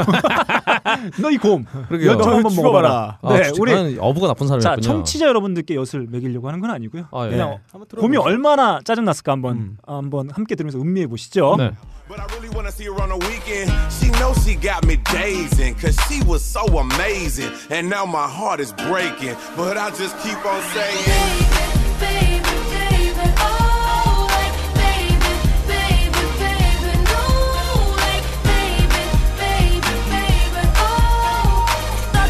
Speaker 1: 너 이 곰
Speaker 3: 그러게요.
Speaker 1: 연초 한번
Speaker 2: 죽어봐라.
Speaker 1: 먹어봐라.
Speaker 3: 아,
Speaker 1: 네,
Speaker 3: 진짜
Speaker 1: 우리
Speaker 3: 나는 어부가 나쁜
Speaker 1: 자
Speaker 3: 사람이었군요.
Speaker 1: 청취자 여러분들께 엿을 먹이려고 하는 건 아니고요.
Speaker 3: 아, 예.
Speaker 1: 그냥
Speaker 2: 네. 한번 들어보시죠.
Speaker 1: 곰이 얼마나 짜증 났을까 한번
Speaker 2: 음.
Speaker 1: 한번 함께 들으면서 음미해 보시죠.
Speaker 3: 네.
Speaker 8: But I really wanna see her on a weekend. She knows she got me dazing, cause she was so amazing. And now my heart is breaking, but I just keep on saying.
Speaker 1: 자,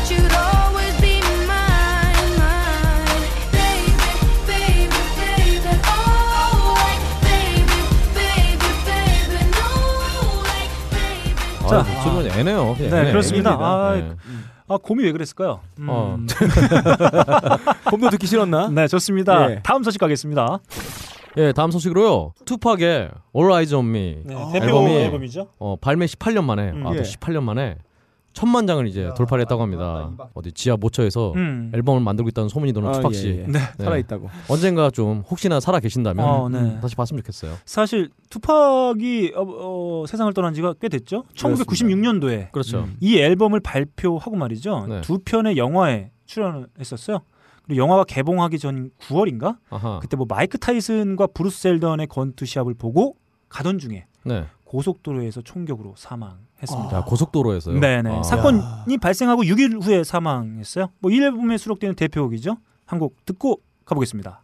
Speaker 3: 자, 질문 애네요. 아, 그냥
Speaker 1: 네,
Speaker 3: 애네,
Speaker 1: 그렇습니다.
Speaker 3: 애입니다.
Speaker 1: 아,
Speaker 3: 네.
Speaker 1: 아 곰이 왜 그랬을까요? 음.
Speaker 3: 어.
Speaker 2: 곰도 듣기 싫었나?
Speaker 1: 네 좋습니다.
Speaker 2: 예.
Speaker 1: 다음 소식 가겠습니다.
Speaker 3: 예, 다음 소식으로요. 투팍의 All Eyes on Me
Speaker 1: 대표
Speaker 3: 앨범이-
Speaker 1: 앨범이죠.
Speaker 3: 어, 발매 18년 만에
Speaker 1: 네. 음,
Speaker 3: 아, 또
Speaker 2: 예.
Speaker 3: 18년 만에 천만 장을 이제 돌파를 했다고 합니다. 어디 지하 모처에서
Speaker 1: 음.
Speaker 3: 앨범을 만들고 있다는 소문이 도는
Speaker 2: 아,
Speaker 3: 투팍
Speaker 2: 예,
Speaker 3: 씨.
Speaker 2: 예.
Speaker 1: 네.
Speaker 3: 네.
Speaker 2: 살아있다고.
Speaker 3: 언젠가 좀 혹시나 살아 계신다면 음,
Speaker 1: 어, 네.
Speaker 3: 다시 봤으면 좋겠어요.
Speaker 1: 사실 투팍이 어, 어, 세상을 떠난 지가 꽤 됐죠. 1996년도에
Speaker 3: 그렇죠.
Speaker 1: 이 앨범을 발표하고 말이죠.
Speaker 3: 네.
Speaker 1: 두 편의 영화에 출연했었어요. 그리고 영화가 개봉하기 전 9월인가?
Speaker 3: 아하.
Speaker 1: 그때 뭐 마이크 타이슨과 브루스 셀던의 권투 시합을 보고 가던 중에
Speaker 3: 네.
Speaker 1: 고속도로에서 총격으로 사망했습니다.
Speaker 3: 자, 고속도로에서요.
Speaker 1: 네네.
Speaker 3: 아.
Speaker 1: 사건이 발생하고 6일 후에 사망했어요. 뭐 1앨범에 수록되는 대표곡이죠. 한 곡 듣고 가보겠습니다.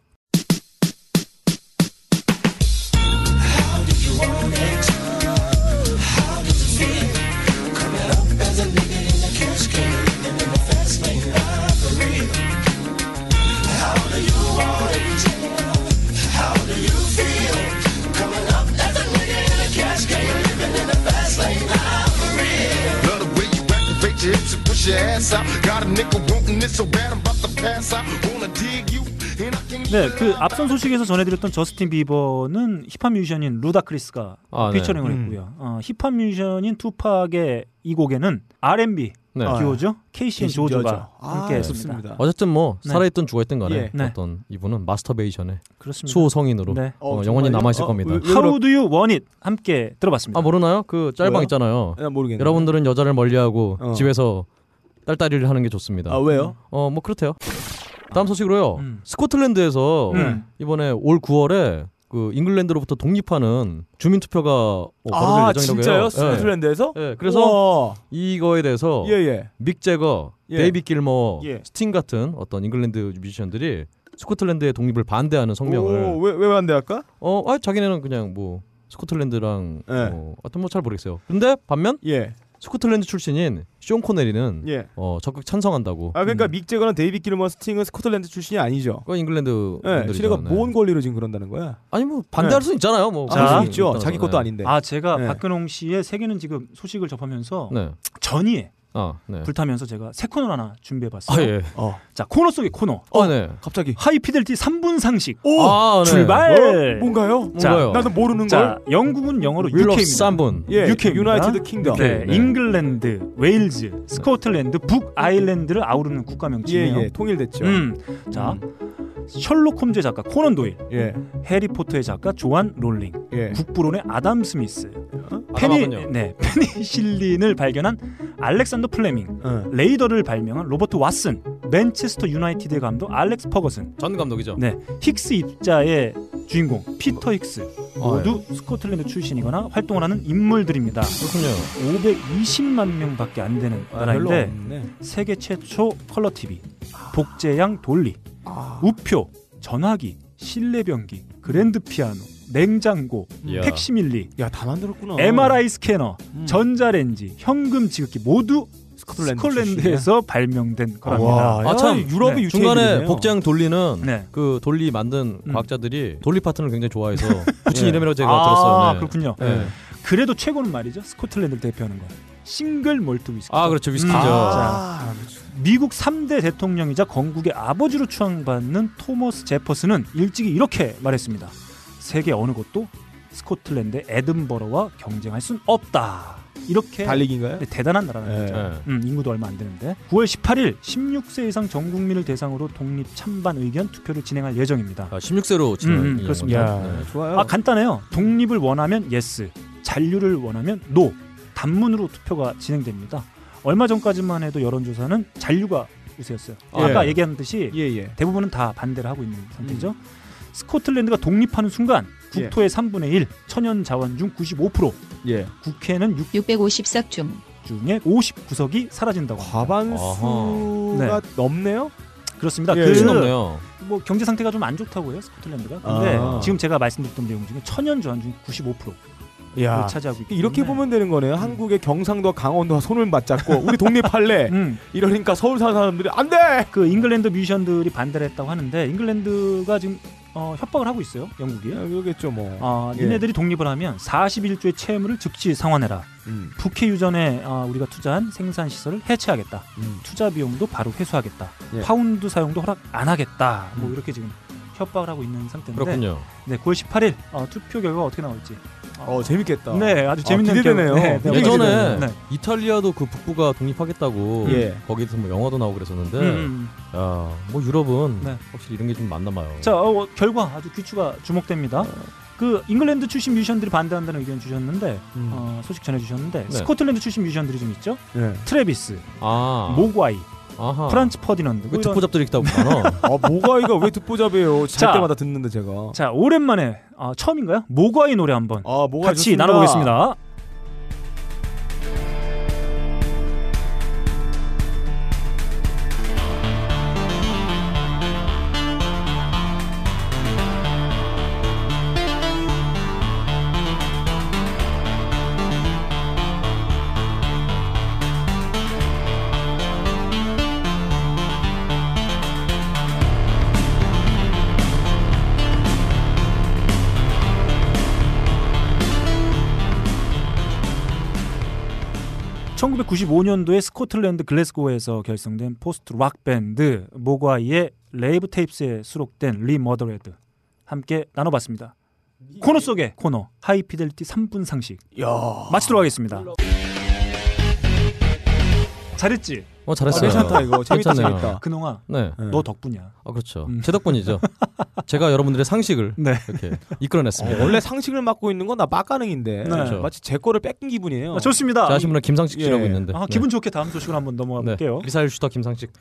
Speaker 5: Love the way you activate your hips and push your ass out. Got a nickel wanting it so bad I'm about to pass out. Wanna dig you, and I can
Speaker 1: 네, 그 앞선 소식에서 전해드렸던 저스틴 비버는 힙합 뮤지션인 루다크리스가
Speaker 3: 아, 네.
Speaker 1: 피처링을
Speaker 2: 음.
Speaker 1: 했고요. 어, 힙합 뮤지션인 투팍의 이 곡에는 R&B
Speaker 3: 네.
Speaker 2: 아.
Speaker 1: 듀오죠. 케이시 앤
Speaker 2: 계신
Speaker 1: 조조가
Speaker 2: 여자.
Speaker 1: 함께
Speaker 2: 아,
Speaker 1: 했습니다.
Speaker 2: 좋습니다.
Speaker 3: 어쨌든 뭐
Speaker 1: 네.
Speaker 3: 살아있던 죽어있던 간에
Speaker 2: 예.
Speaker 1: 네.
Speaker 3: 어떤 이분은 마스터베이션의
Speaker 1: 그렇습니다.
Speaker 3: 수호 성인으로
Speaker 1: 네.
Speaker 3: 어, 영원히
Speaker 2: 정말요?
Speaker 3: 남아있을
Speaker 2: 어,
Speaker 3: 겁니다.
Speaker 2: 왜- 왜
Speaker 1: How do you want it 함께 들어봤습니다.
Speaker 3: 아 모르나요? 그 짤방
Speaker 2: 뭐요?
Speaker 3: 있잖아요.
Speaker 2: 그러- 아, 모르겠네.
Speaker 3: 여러분들은 여자를 멀리하고
Speaker 2: 어.
Speaker 3: 집에서 딸딸이를 하는 게 좋습니다.
Speaker 2: 아 왜요?
Speaker 3: 어 뭐 그렇대요. 다음 소식으로요.
Speaker 1: 음.
Speaker 3: 스코틀랜드에서
Speaker 2: 네.
Speaker 1: 음.
Speaker 3: 이번에 올 9월에 그 잉글랜드로부터 독립하는 주민 투표가 어, 벌어질
Speaker 2: 아
Speaker 3: 예정이라고
Speaker 2: 진짜요?
Speaker 3: 해요.
Speaker 2: 스코틀랜드에서?
Speaker 3: 예. 예, 그래서 어,
Speaker 2: 우와.
Speaker 3: 이거에 대해서
Speaker 2: 예 예.
Speaker 3: 믹 제거,
Speaker 2: 예.
Speaker 3: 데이비 길모,
Speaker 2: 예.
Speaker 3: 스팅 같은 어떤 잉글랜드 뮤지션들이 스코틀랜드의 독립을 반대하는 성명을
Speaker 2: 오왜왜 반대할까?
Speaker 3: 어, 아, 자기네는 그냥 뭐 스코틀랜드랑
Speaker 2: 예.
Speaker 3: 뭐 어떤 뭐 잘 모르겠어요. 근데 반면
Speaker 2: 예
Speaker 3: 스코틀랜드 출신인 쇼 코네리는
Speaker 2: 예.
Speaker 3: 어, 적극 찬성한다고.
Speaker 2: 아 그러니까 믹 제거나 데이비 길머 스팅은 스코틀랜드 출신이 아니죠.
Speaker 3: 그건 잉글랜드
Speaker 2: 예.
Speaker 3: 분들이잖아요.
Speaker 2: 시네가 모은 권리로 지금 그런다는 거야.
Speaker 3: 아니 뭐 반대할 수는 있잖아요. 뭐
Speaker 1: 자.
Speaker 2: 자
Speaker 3: 그럴
Speaker 2: 아,
Speaker 3: 수는
Speaker 2: 있죠.
Speaker 3: 있다는
Speaker 2: 자기
Speaker 3: 거잖아요.
Speaker 2: 것도 아닌데.
Speaker 1: 아 제가
Speaker 2: 네.
Speaker 1: 박근홍 씨의 세계는 지금 소식을 접하면서
Speaker 3: 네.
Speaker 1: 전이에
Speaker 3: 아, 네.
Speaker 1: 불타면서 제가 새 코너를 하나 준비해봤어요.
Speaker 3: 아 예.
Speaker 2: 어.
Speaker 1: 자 코너 속의 코너
Speaker 3: 어, 네.
Speaker 2: 갑자기.
Speaker 1: 하이피델티 3분 상식
Speaker 2: 오.
Speaker 3: 아, 네.
Speaker 1: 출발.
Speaker 2: 어? 뭔가요?
Speaker 1: 예. 자,
Speaker 3: 뭔가요?
Speaker 2: 나도 모르는
Speaker 1: 자
Speaker 2: 걸.
Speaker 1: 영국은 영어로
Speaker 3: 윌러
Speaker 1: UK입니다.
Speaker 3: 쌈분.
Speaker 2: 예.
Speaker 1: UK 입니다.
Speaker 2: 유나이티드 킹덤.
Speaker 1: 네,
Speaker 3: 네.
Speaker 1: 잉글랜드, 웨일즈, 스코틀랜드, 북아일랜드를 아우르는 국가
Speaker 2: 예예.
Speaker 1: 명칭이에요.
Speaker 2: 통일됐죠.
Speaker 1: 음, 자 셜록 홈즈의 작가 코넌 도일,
Speaker 2: 예.
Speaker 1: 해리포터의 작가 조한 롤링,
Speaker 2: 예.
Speaker 1: 국부론의 아담 스미스,
Speaker 3: 아,
Speaker 1: 페니,
Speaker 3: 나갔군요.
Speaker 1: 네, 페니실린을 발견한 알렉산더 플레밍,
Speaker 2: 어.
Speaker 1: 레이더를 발명한 로버트 왓슨, 맨체스터 유나이티드의 감독 알렉스 퍼거슨,
Speaker 3: 전 감독이죠.
Speaker 1: 네, 힉스 입자의 주인공 피터 힉스 모두 스코틀랜드 출신이거나 활동을 하는 인물들입니다.
Speaker 3: 그렇군요.
Speaker 1: 520만 명밖에 안 되는
Speaker 2: 아, 별로
Speaker 1: 나라인데
Speaker 2: 없네.
Speaker 1: 세계 최초 컬러 TV, 복제양 돌리,
Speaker 3: 아.
Speaker 1: 우표, 전화기, 실내변기, 그랜드 피아노, 냉장고,
Speaker 2: 예.
Speaker 3: 이야.
Speaker 1: 택시밀리,
Speaker 2: 야다
Speaker 3: 어.
Speaker 2: 만들었구나.
Speaker 1: MRI 스캐너,
Speaker 2: 음.
Speaker 1: 전자레인지, 현금 지급기 모두
Speaker 2: 스코틀랜드
Speaker 1: 스코틀랜드에서 발명된 거랍니다.
Speaker 2: 와,
Speaker 3: 아, 참.
Speaker 2: 유럽이
Speaker 1: 네.
Speaker 2: 유태인이네요.
Speaker 3: 중간에 복장 돌리는
Speaker 1: 네.
Speaker 3: 그 돌리 만든
Speaker 1: 음.
Speaker 3: 과학자들이 돌리 파트너를 굉장히 좋아해서 붙인
Speaker 2: 예.
Speaker 3: 이름이라고 제가
Speaker 1: 아,
Speaker 3: 들었어요. 네.
Speaker 1: 그렇군요.
Speaker 3: 예.
Speaker 1: 그래도 최고는 말이죠. 스코틀랜드를 대표하는 거. 싱글 몰트 위스키.
Speaker 3: 아, 그렇죠. 위스키죠.
Speaker 1: 아, 미국 3대 대통령이자 건국의 아버지로 추앙받는 토머스 제퍼슨은 일찍이 이렇게 말했습니다. 세계 어느 곳도 스코틀랜드의 에든버러와 경쟁할 순 없다. 이렇게
Speaker 2: 예.
Speaker 1: 네,
Speaker 2: 달리기인가요? 네.
Speaker 1: 대단한 나라는 거죠.
Speaker 3: 예.
Speaker 1: 음, 인구도 얼마 안 되는데 9월 18일 16세 이상 전 국민을 대상으로 독립 찬반 의견 투표를 진행할 예정입니다.
Speaker 3: 아, 16세로 지금
Speaker 1: 음, 음, 그렇습니다.
Speaker 2: 야, 좋아요. 음.
Speaker 1: 아 간단해요. 독립을 원하면 yes, 잔류를 원하면 no. 단문으로 투표가 진행됩니다. 얼마 전까지만 해도 여론조사는 잔류가 우세였어요.
Speaker 2: 예.
Speaker 1: 아까 얘기한 듯이
Speaker 2: 예, 예.
Speaker 1: 대부분은 다 반대를 하고 있는 상태죠. 스코틀랜드가 독립하는 순간
Speaker 2: 예.
Speaker 1: 국토의 3분의 1, 천연 자원 중 95%,
Speaker 2: 예.
Speaker 1: 국회는 6
Speaker 9: 650석 중
Speaker 1: 중에 50구석이 사라진다고 합니다.
Speaker 2: 과반수가 넘네요?
Speaker 1: 그렇습니다.
Speaker 2: 예.
Speaker 1: 그
Speaker 2: 훨씬
Speaker 3: 넘네요.
Speaker 1: 뭐 경제 상태가 좀 안 좋다고 해요 스코틀랜드가. 근데
Speaker 2: 아.
Speaker 1: 지금 제가 말씀드렸던 내용 중에 천연 자원 중 95%를
Speaker 2: 야.
Speaker 1: 차지하고 있기
Speaker 2: 아. 뭐 이렇게
Speaker 1: 때문에.
Speaker 2: 보면 되는 거네요. 한국의 경상도와 강원도가 손을 맞잡고 우리 독립할래.
Speaker 1: 음,
Speaker 2: 이러니까 서울 사는 사람들이 안 돼.
Speaker 1: 그 잉글랜드 뮤지션들이 반대를 했다고 하는데 잉글랜드가 지금 어, 협박을 하고 있어요 영국이.
Speaker 2: 야, 그러겠죠 뭐.
Speaker 1: 아,
Speaker 2: 예.
Speaker 1: 니네들이 독립을 하면 41조의 채무를 즉시 상환해라.
Speaker 2: 음,
Speaker 1: 북해 유전에 아, 우리가 투자한 생산 시설을 해체하겠다.
Speaker 2: 음.
Speaker 1: 투자 비용도 바로 회수하겠다.
Speaker 2: 예.
Speaker 1: 파운드 사용도 허락 안 하겠다. 뭐
Speaker 2: 음.
Speaker 1: 이렇게 지금 협박을 하고 있는 상태인데.
Speaker 3: 그렇군요.
Speaker 1: 네, 9월 18일 어, 투표 결과 가 어떻게 나올지.
Speaker 2: 어 재밌겠다.
Speaker 1: 네, 아주 재밌는
Speaker 2: 기대되네요.
Speaker 1: 결과- 네, 네,
Speaker 3: 예전에
Speaker 1: 네.
Speaker 3: 이탈리아도 그 북부가 독립하겠다고
Speaker 2: 예.
Speaker 3: 거기서 뭐 영화도 나오고 그랬었는데
Speaker 1: 음, 음.
Speaker 3: 야, 뭐 유럽은
Speaker 1: 네.
Speaker 3: 확실히 이런 게 좀 많나 봐요.
Speaker 1: 자, 어, 결과 아주 귀추가
Speaker 2: 네.
Speaker 1: 주목됩니다. 그 잉글랜드 출신 뮤지션들이 반대한다는 의견 주셨는데
Speaker 2: 음.
Speaker 1: 어, 소식 전해주셨는데
Speaker 3: 네.
Speaker 1: 스코틀랜드 출신 뮤지션들이 좀 있죠.
Speaker 2: 예.
Speaker 1: 트래비스,
Speaker 3: 아,
Speaker 1: 모과이,
Speaker 3: 아하.
Speaker 1: 프란츠 퍼디넌드. 뭐
Speaker 2: 그
Speaker 3: 왜
Speaker 1: 이런-
Speaker 3: 듣보잡들이 있다고 많아?
Speaker 2: 아 모가이가 왜 듣보잡이에요? 잘
Speaker 1: 자.
Speaker 2: 때마다 듣는데 제가.
Speaker 1: 자, 오랜만에 아, 처음인가요? 모과이 노래 한번
Speaker 2: 아 모가
Speaker 1: 같이
Speaker 2: 좋습니다. 아,
Speaker 1: 나눠보겠습니다. 천 1995년도에 스코틀랜드 글래스고에서 결성된 포스트 락 밴드 모과이의 레이브 테이프스에 수록된 리 머더레드 함께 나눠봤습니다. 코너 속의 코너 하이 피델리티 3분 상식 마치도록 하겠습니다. 잘했지?
Speaker 3: 어
Speaker 2: 아,
Speaker 3: 잘했어요.
Speaker 2: 괜찮다 이거 재밌다
Speaker 3: 괜찮네요.
Speaker 2: 재밌다.
Speaker 1: 근홍아
Speaker 3: 네.
Speaker 2: 예.
Speaker 1: 너 덕분이야.
Speaker 3: 아 그렇죠.
Speaker 1: 음.
Speaker 3: 제 덕분이죠. 제가 여러분들의 상식을
Speaker 1: 네.
Speaker 3: 이렇게
Speaker 2: 어,
Speaker 3: 이끌어냈습니다.
Speaker 2: 원래 상식을 맡고 있는 건 나 막가능인데
Speaker 1: 그렇죠.
Speaker 2: 마치 제 거를 뺏긴 기분이에요.
Speaker 1: 아, 좋습니다.
Speaker 3: 자, 하신 분은 김상식
Speaker 2: 예.
Speaker 3: 씨라고 있는데.
Speaker 1: 아, 기분 좋게 다음 소식으로 한번 넘어가
Speaker 3: 네.
Speaker 1: 볼게요.
Speaker 3: 미사일 슈터 김상식.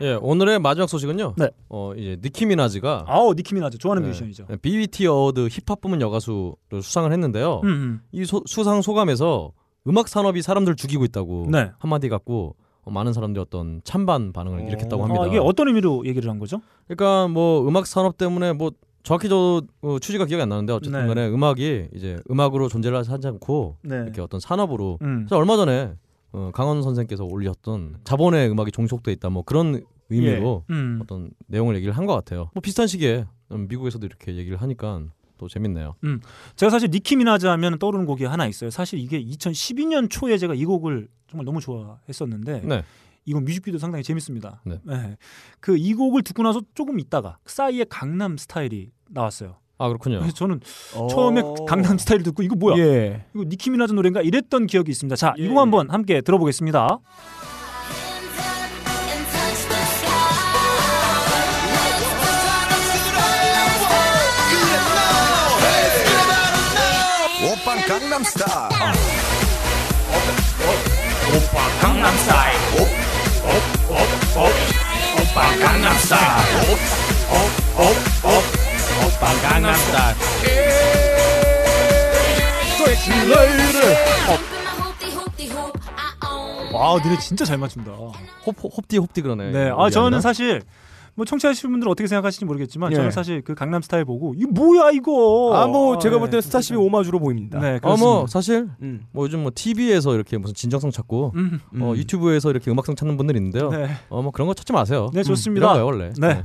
Speaker 3: 예, 오늘의 마지막 소식은요.
Speaker 1: 네.
Speaker 3: 어 이제 니키 미나즈가
Speaker 1: 아우 니키미나즈 좋아하는
Speaker 3: 네.
Speaker 1: 뮤지션이죠.
Speaker 3: 네, BET 어워드 힙합 부문 여가수를 수상을 했는데요.
Speaker 1: 음, 음.
Speaker 3: 이 소- 수상 소감에서 음악 산업이 사람들 죽이고 있다고
Speaker 1: 네.
Speaker 3: 한마디 갖고 어, 많은 사람들이 어떤 찬반 반응을
Speaker 2: 어.
Speaker 3: 일으켰다고 합니다.
Speaker 1: 아, 이게 어떤 의미로 얘기를 한 거죠?
Speaker 3: 그러니까 뭐 음악 산업 때문에 뭐 정확히 저 어, 취지가 기억이 안 나는데 어쨌든
Speaker 1: 네.
Speaker 3: 간에 음악이 이제 음악으로 존재를 하지 않고
Speaker 1: 네.
Speaker 3: 이렇게 어떤 산업으로
Speaker 1: 음.
Speaker 3: 그래서 얼마 전에 어, 강원 선생께서 올렸던 자본의 음악이 종속돼 있다 뭐 그런 의미로
Speaker 1: 음.
Speaker 3: 어떤 내용을 얘기를 한 것 같아요. 뭐 비슷한 시기에 음, 미국에서도 이렇게 얘기를 하니까 또 재밌네요.
Speaker 1: 제가 사실 니키 미나즈 하면 떠오르는 곡이 하나 있어요. 사실 이게 2012년 초에 제가 이 곡을 정말 너무 좋아했었는데
Speaker 3: 네.
Speaker 1: 이건 뮤직비디오 상당히 재밌습니다.
Speaker 3: 네.
Speaker 1: 그 이 곡을 듣고 나서 조금 있다가 싸이의 강남 스타일이 나왔어요.
Speaker 3: 아 그렇군요.
Speaker 1: 그래서 저는
Speaker 2: 어.
Speaker 1: 처음에 강남 스타일 듣고 이거 뭐야?
Speaker 2: 예.
Speaker 1: 이거 니키 미나즈 노래인가 이랬던 기억이 있습니다. 자,
Speaker 2: 예,
Speaker 1: 이곡 한번 함께 들어보겠습니다.
Speaker 7: and touch the sky.
Speaker 8: 오빤 강남스타
Speaker 1: 와, 노래 진짜 잘 맞춘다.
Speaker 3: 홉, 홉디 홉디 그러네.
Speaker 1: 네, 아
Speaker 3: 어디
Speaker 1: 저는
Speaker 3: 아니야?
Speaker 1: 사실 뭐 청취하시는 분들 어떻게 생각하시는지 모르겠지만
Speaker 2: 예.
Speaker 1: 저는 사실 그 강남 스타일 보고 이거 뭐야 이거?
Speaker 2: 아 뭐 제가 볼
Speaker 1: 네.
Speaker 2: 때는 스타쉽이 오마주로 보입니다.
Speaker 1: 네, 그렇습니다.
Speaker 3: 어, 뭐 사실
Speaker 2: 음.
Speaker 3: 뭐 요즘 뭐 TV에서 이렇게 무슨 진정성 찾고
Speaker 1: 음.
Speaker 3: 어,
Speaker 2: 음.
Speaker 3: 유튜브에서 이렇게 음악성 찾는 분들이 있는데요.
Speaker 1: 네.
Speaker 3: 어 뭐 그런 거 찾지 마세요.
Speaker 1: 네, 좋습니다.
Speaker 3: 이런 거예요 원래.
Speaker 1: 네.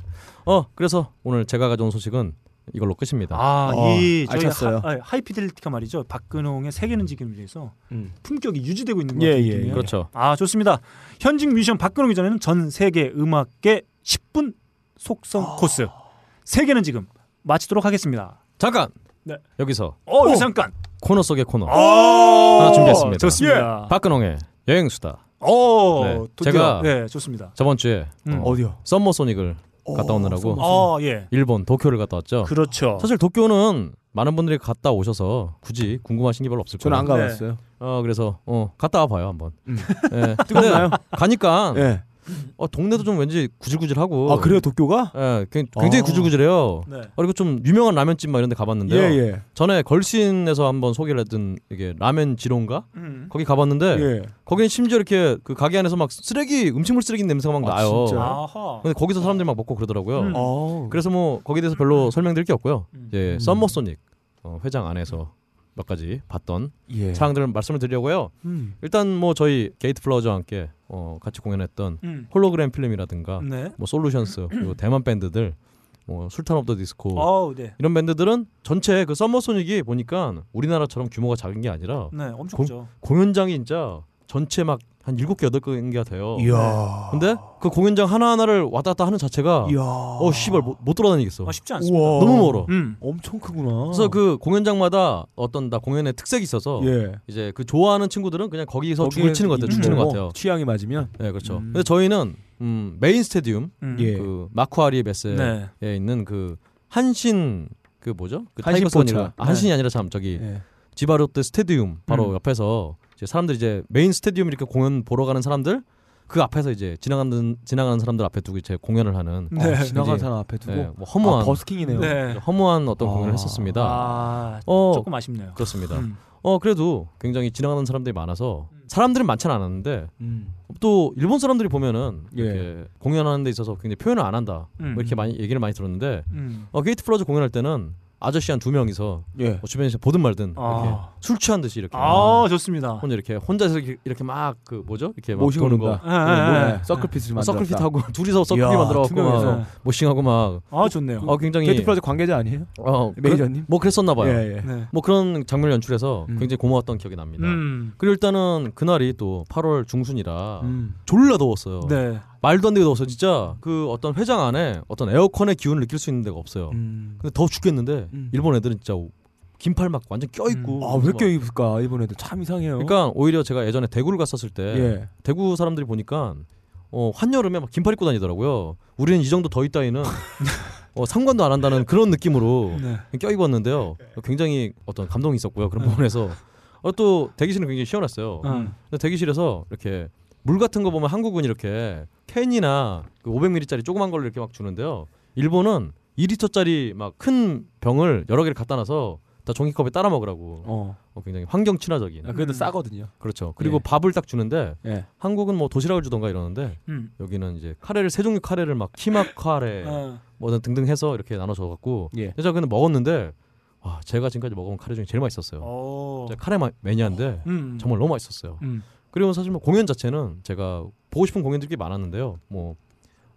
Speaker 3: 어 그래서 오늘 제가 가져온 소식은 이걸로 끝입니다.
Speaker 1: 아,
Speaker 2: 어,
Speaker 1: 이 저희
Speaker 2: 알찼어요.
Speaker 1: 하, 이피델리티가 말이죠. 박근홍의 세계는 지금 위해서
Speaker 2: 음.
Speaker 1: 품격이 유지되고 있는 것
Speaker 2: 예,
Speaker 1: 같은
Speaker 2: 예,
Speaker 1: 느낌이에요.
Speaker 3: 그렇죠.
Speaker 1: 아, 좋습니다. 현직 뮤지션 박근홍 이전에는 전 세계 음악계 10분 속성 코스 세계는 지금 마치도록 하겠습니다.
Speaker 3: 잠깐
Speaker 1: 네.
Speaker 3: 여기서
Speaker 1: 어, 여기 잠깐.
Speaker 3: 코너 속의 코너
Speaker 1: 오!
Speaker 3: 하나 아, 준비했습니다.
Speaker 1: 좋습니다.
Speaker 3: 박근홍의 여행 수다.
Speaker 1: 오,
Speaker 3: 네,
Speaker 1: 드디어.
Speaker 3: 제가-
Speaker 1: 네, 좋습니다.
Speaker 3: 저번 주에
Speaker 1: 음.
Speaker 2: 어디요?
Speaker 3: 썸머 소닉을 갔다 오느라고
Speaker 2: 아.
Speaker 1: 어, 예.
Speaker 3: 일본 도쿄를 갔다 왔죠.
Speaker 1: 그렇죠.
Speaker 3: 사실 도쿄는 많은 분들이 갔다 오셔서 굳이 궁금하신 게 별로 없을
Speaker 2: 저는
Speaker 3: 거예요.
Speaker 2: 안 가봤어요.
Speaker 3: 어 그래서 어 갔다 와 봐요 한번.
Speaker 2: 음.
Speaker 3: 예.
Speaker 2: 뜨겁나요?
Speaker 3: 근데 가니까
Speaker 2: 예.
Speaker 3: 어, 동네도 좀 왠지 구질구질하고.
Speaker 2: 아 그래요 도쿄가?
Speaker 3: 예, 굉- 굉장히
Speaker 2: 아.
Speaker 3: 구질구질해요.
Speaker 1: 네.
Speaker 3: 어, 그리고 좀 유명한 라면집 막 이런 데
Speaker 2: 예
Speaker 3: 가봤는데요.
Speaker 2: 예.
Speaker 3: 전에 걸신에서 한번 소개를 했던 이게 라면 지론가
Speaker 1: 음.
Speaker 3: 거기 가봤는데
Speaker 2: 예.
Speaker 3: 거기는 심지어 이렇게 그 가게 안에서 막 쓰레기 음식물 쓰레기 냄새가 막
Speaker 2: 아,
Speaker 3: 나요.
Speaker 2: 진짜요?
Speaker 1: 아하.
Speaker 3: 근데 거기서 사람들이 막 먹고 그러더라고요.
Speaker 1: 음.
Speaker 2: 어.
Speaker 3: 그래서 뭐 거기에 대해서 별로 설명드릴 게 없고요.
Speaker 1: 음.
Speaker 3: 이제 썸머소닉 어, 회장 안에서 몇 가지 봤던
Speaker 2: 예.
Speaker 3: 사항들을 말씀을 드리려고요.
Speaker 2: 음.
Speaker 3: 일단 뭐 저희 게이트 플라워즈와 함께 어, 같이 공연했던
Speaker 1: 음.
Speaker 3: 홀로그램 필름이라든가
Speaker 2: 음.
Speaker 1: 네.
Speaker 3: 뭐 솔루션스 그리고 대만 밴드들 뭐 술탄 오브 더 디스코
Speaker 2: 아.
Speaker 1: 어, 네.
Speaker 3: 이런 밴드들은 전체 그 썸머소닉이 보니까 우리나라처럼 규모가 작은 게
Speaker 2: 음.
Speaker 3: 아니라
Speaker 1: 네, 엄청 크죠.
Speaker 3: 공연장이 진짜 전체 막 한 일곱 개 여덟 개가 돼요.
Speaker 2: 이야.
Speaker 3: 근데 그 공연장 하나하나를 왔다 갔다 하는 자체가
Speaker 2: 이야.
Speaker 3: 어 씨발 못, 못 돌아다니겠어.
Speaker 1: 아, 쉽지 않습니다.
Speaker 2: 우와.
Speaker 3: 너무 멀어.
Speaker 1: 음.
Speaker 2: 엄청 크구나.
Speaker 3: 그래서 그 공연장마다 어떤 다 공연의 특색이 있어서
Speaker 2: 예.
Speaker 3: 이제 그 좋아하는 친구들은 그냥 거기서
Speaker 2: 거기에
Speaker 3: 춤을 치는 것 같아요.
Speaker 2: 이-
Speaker 3: 춤 추는 것
Speaker 2: 뭐
Speaker 3: 같아요.
Speaker 2: 취향이 맞으면
Speaker 3: 네, 그렇죠.
Speaker 1: 음.
Speaker 3: 근데 저희는 음, 메인 스테디움
Speaker 1: 음.
Speaker 2: 예.
Speaker 3: 그 마쿠아리 베스에
Speaker 1: 네.
Speaker 3: 있는 그 한신 그 뭐죠? 그
Speaker 2: 한신
Speaker 3: 타이거선이라
Speaker 2: 포차.
Speaker 3: 아, 한신이 아니라 참 저기
Speaker 2: 예.
Speaker 3: 지바로테 스테디움 바로
Speaker 1: 음.
Speaker 3: 옆에서 이제 사람들이 이제 메인 스테디움 이렇게 공연 보러 가는 사람들 그 앞에서 이제 지나가는 지나가는 사람들 앞에 두고 이제 공연을 하는
Speaker 1: 네.
Speaker 2: 아, 지나간
Speaker 3: 이제,
Speaker 2: 사람 앞에 두고
Speaker 3: 네, 뭐
Speaker 2: 아,
Speaker 3: 허무한
Speaker 2: 버스킹이네요.
Speaker 1: 네.
Speaker 3: 허무한 어떤
Speaker 2: 아.
Speaker 3: 공연을 했었습니다.
Speaker 1: 아,
Speaker 3: 어
Speaker 1: 조금 아쉽네요.
Speaker 3: 그렇습니다.
Speaker 1: 음.
Speaker 3: 어 그래도 굉장히 지나가는 사람들이 많아서 사람들은 많지는 않았는데
Speaker 2: 음.
Speaker 3: 또 일본 사람들이 보면은
Speaker 2: 예.
Speaker 3: 이렇게 공연하는 데 있어서 굉장히 표현을 안 한다
Speaker 1: 음.
Speaker 3: 뭐 이렇게 많이 얘기를 많이 들었는데
Speaker 1: 음.
Speaker 3: 어, 게이트 플러즈 공연할 때는 아저씨 한 두 명이서
Speaker 2: 예.
Speaker 3: 뭐 주변에서 보든 말든
Speaker 1: 아.
Speaker 3: 이렇게 술 취한 듯이 이렇게
Speaker 1: 아, 좋습니다.
Speaker 3: 혼자 이렇게 혼자서 이렇게, 이렇게 막 그 뭐죠 이렇게 막
Speaker 2: 모시고
Speaker 3: 도는
Speaker 2: 온다.
Speaker 3: 거
Speaker 1: 예, 예, 예.
Speaker 2: 아, 서클핏을
Speaker 3: 어,
Speaker 2: 만들었다.
Speaker 3: 아, 서클핏 하고 둘이서 서클핏
Speaker 2: 이야,
Speaker 3: 만들어
Speaker 2: 두
Speaker 3: 갖고
Speaker 2: 명이서.
Speaker 3: 막 모싱하고 막
Speaker 1: 아, 좋네요.
Speaker 3: 어, 굉장히
Speaker 2: 게이트 플라자 관계자 아니에요?
Speaker 3: 어, 그래-
Speaker 2: 매니저님?
Speaker 3: 뭐 그랬었나 봐요.
Speaker 2: 예, 예.
Speaker 1: 네.
Speaker 3: 뭐 그런 장면을 연출해서
Speaker 2: 음.
Speaker 3: 굉장히 고마웠던 기억이 납니다.
Speaker 1: 음.
Speaker 3: 그리고 일단은 그날이 또 8월 중순이라
Speaker 2: 음.
Speaker 3: 졸라 더웠어요.
Speaker 1: 네.
Speaker 3: 말도 안 되게 더웠어요. 진짜 그 어떤 회장 안에 어떤 에어컨의 기운을 느낄 수 있는 데가 없어요.
Speaker 2: 음.
Speaker 3: 근데 더워 죽겠는데
Speaker 2: 음.
Speaker 3: 일본 애들은 진짜 긴팔 막 완전 껴입고
Speaker 2: 아, 왜 이렇게 입을까? 이번 애들 참 이상해요.
Speaker 3: 그러니까 네. 오히려 제가 예전에 대구를 갔었을 때
Speaker 2: 예.
Speaker 3: 대구 사람들이 보니까 어, 한여름에 막 긴팔 입고 다니더라고요. 우리는 이 정도 더위 따위는 어, 상관도 안 한다는 그런 느낌으로
Speaker 1: 네.
Speaker 3: 껴입었는데요. 굉장히 어떤 감동이 있었고요. 그런 부분에서 어, 또 대기실은 굉장히 시원했어요.
Speaker 2: 네.
Speaker 1: 음.
Speaker 3: 근데 대기실에서 이렇게 물 같은 거 보면 한국은 이렇게 캔이나 그 500ml짜리 조그만 걸로 이렇게 막 주는데요. 일본은 2리터짜리 막 큰 병을 여러 개를 갖다 놔서 다 종이컵에 따라 먹으라고
Speaker 2: 어.
Speaker 3: 어, 굉장히 환경 친화적인
Speaker 2: 아, 그래도 싸거든요.
Speaker 3: 그렇죠. 그리고
Speaker 2: 예.
Speaker 3: 밥을 딱 주는데
Speaker 2: 예.
Speaker 3: 한국은 뭐 도시락을 주던가 이러는데
Speaker 1: 음.
Speaker 3: 여기는 이제 카레를 세 종류 카레를 막 키마 카레
Speaker 1: 어.
Speaker 3: 뭐 등등 해서 이렇게 나눠줘 갖고
Speaker 2: 예.
Speaker 3: 제가 근데 먹었는데 와 제가 지금까지 먹어본 카레 중에 제일 맛있었어요.
Speaker 1: 어.
Speaker 3: 제가 카레 마- 매니아인데
Speaker 1: 음.
Speaker 3: 정말 너무 맛있었어요.
Speaker 1: 음.
Speaker 3: 그리고 사실 뭐 공연 자체는 제가 보고 싶은 공연들이 꽤 많았는데요. 뭐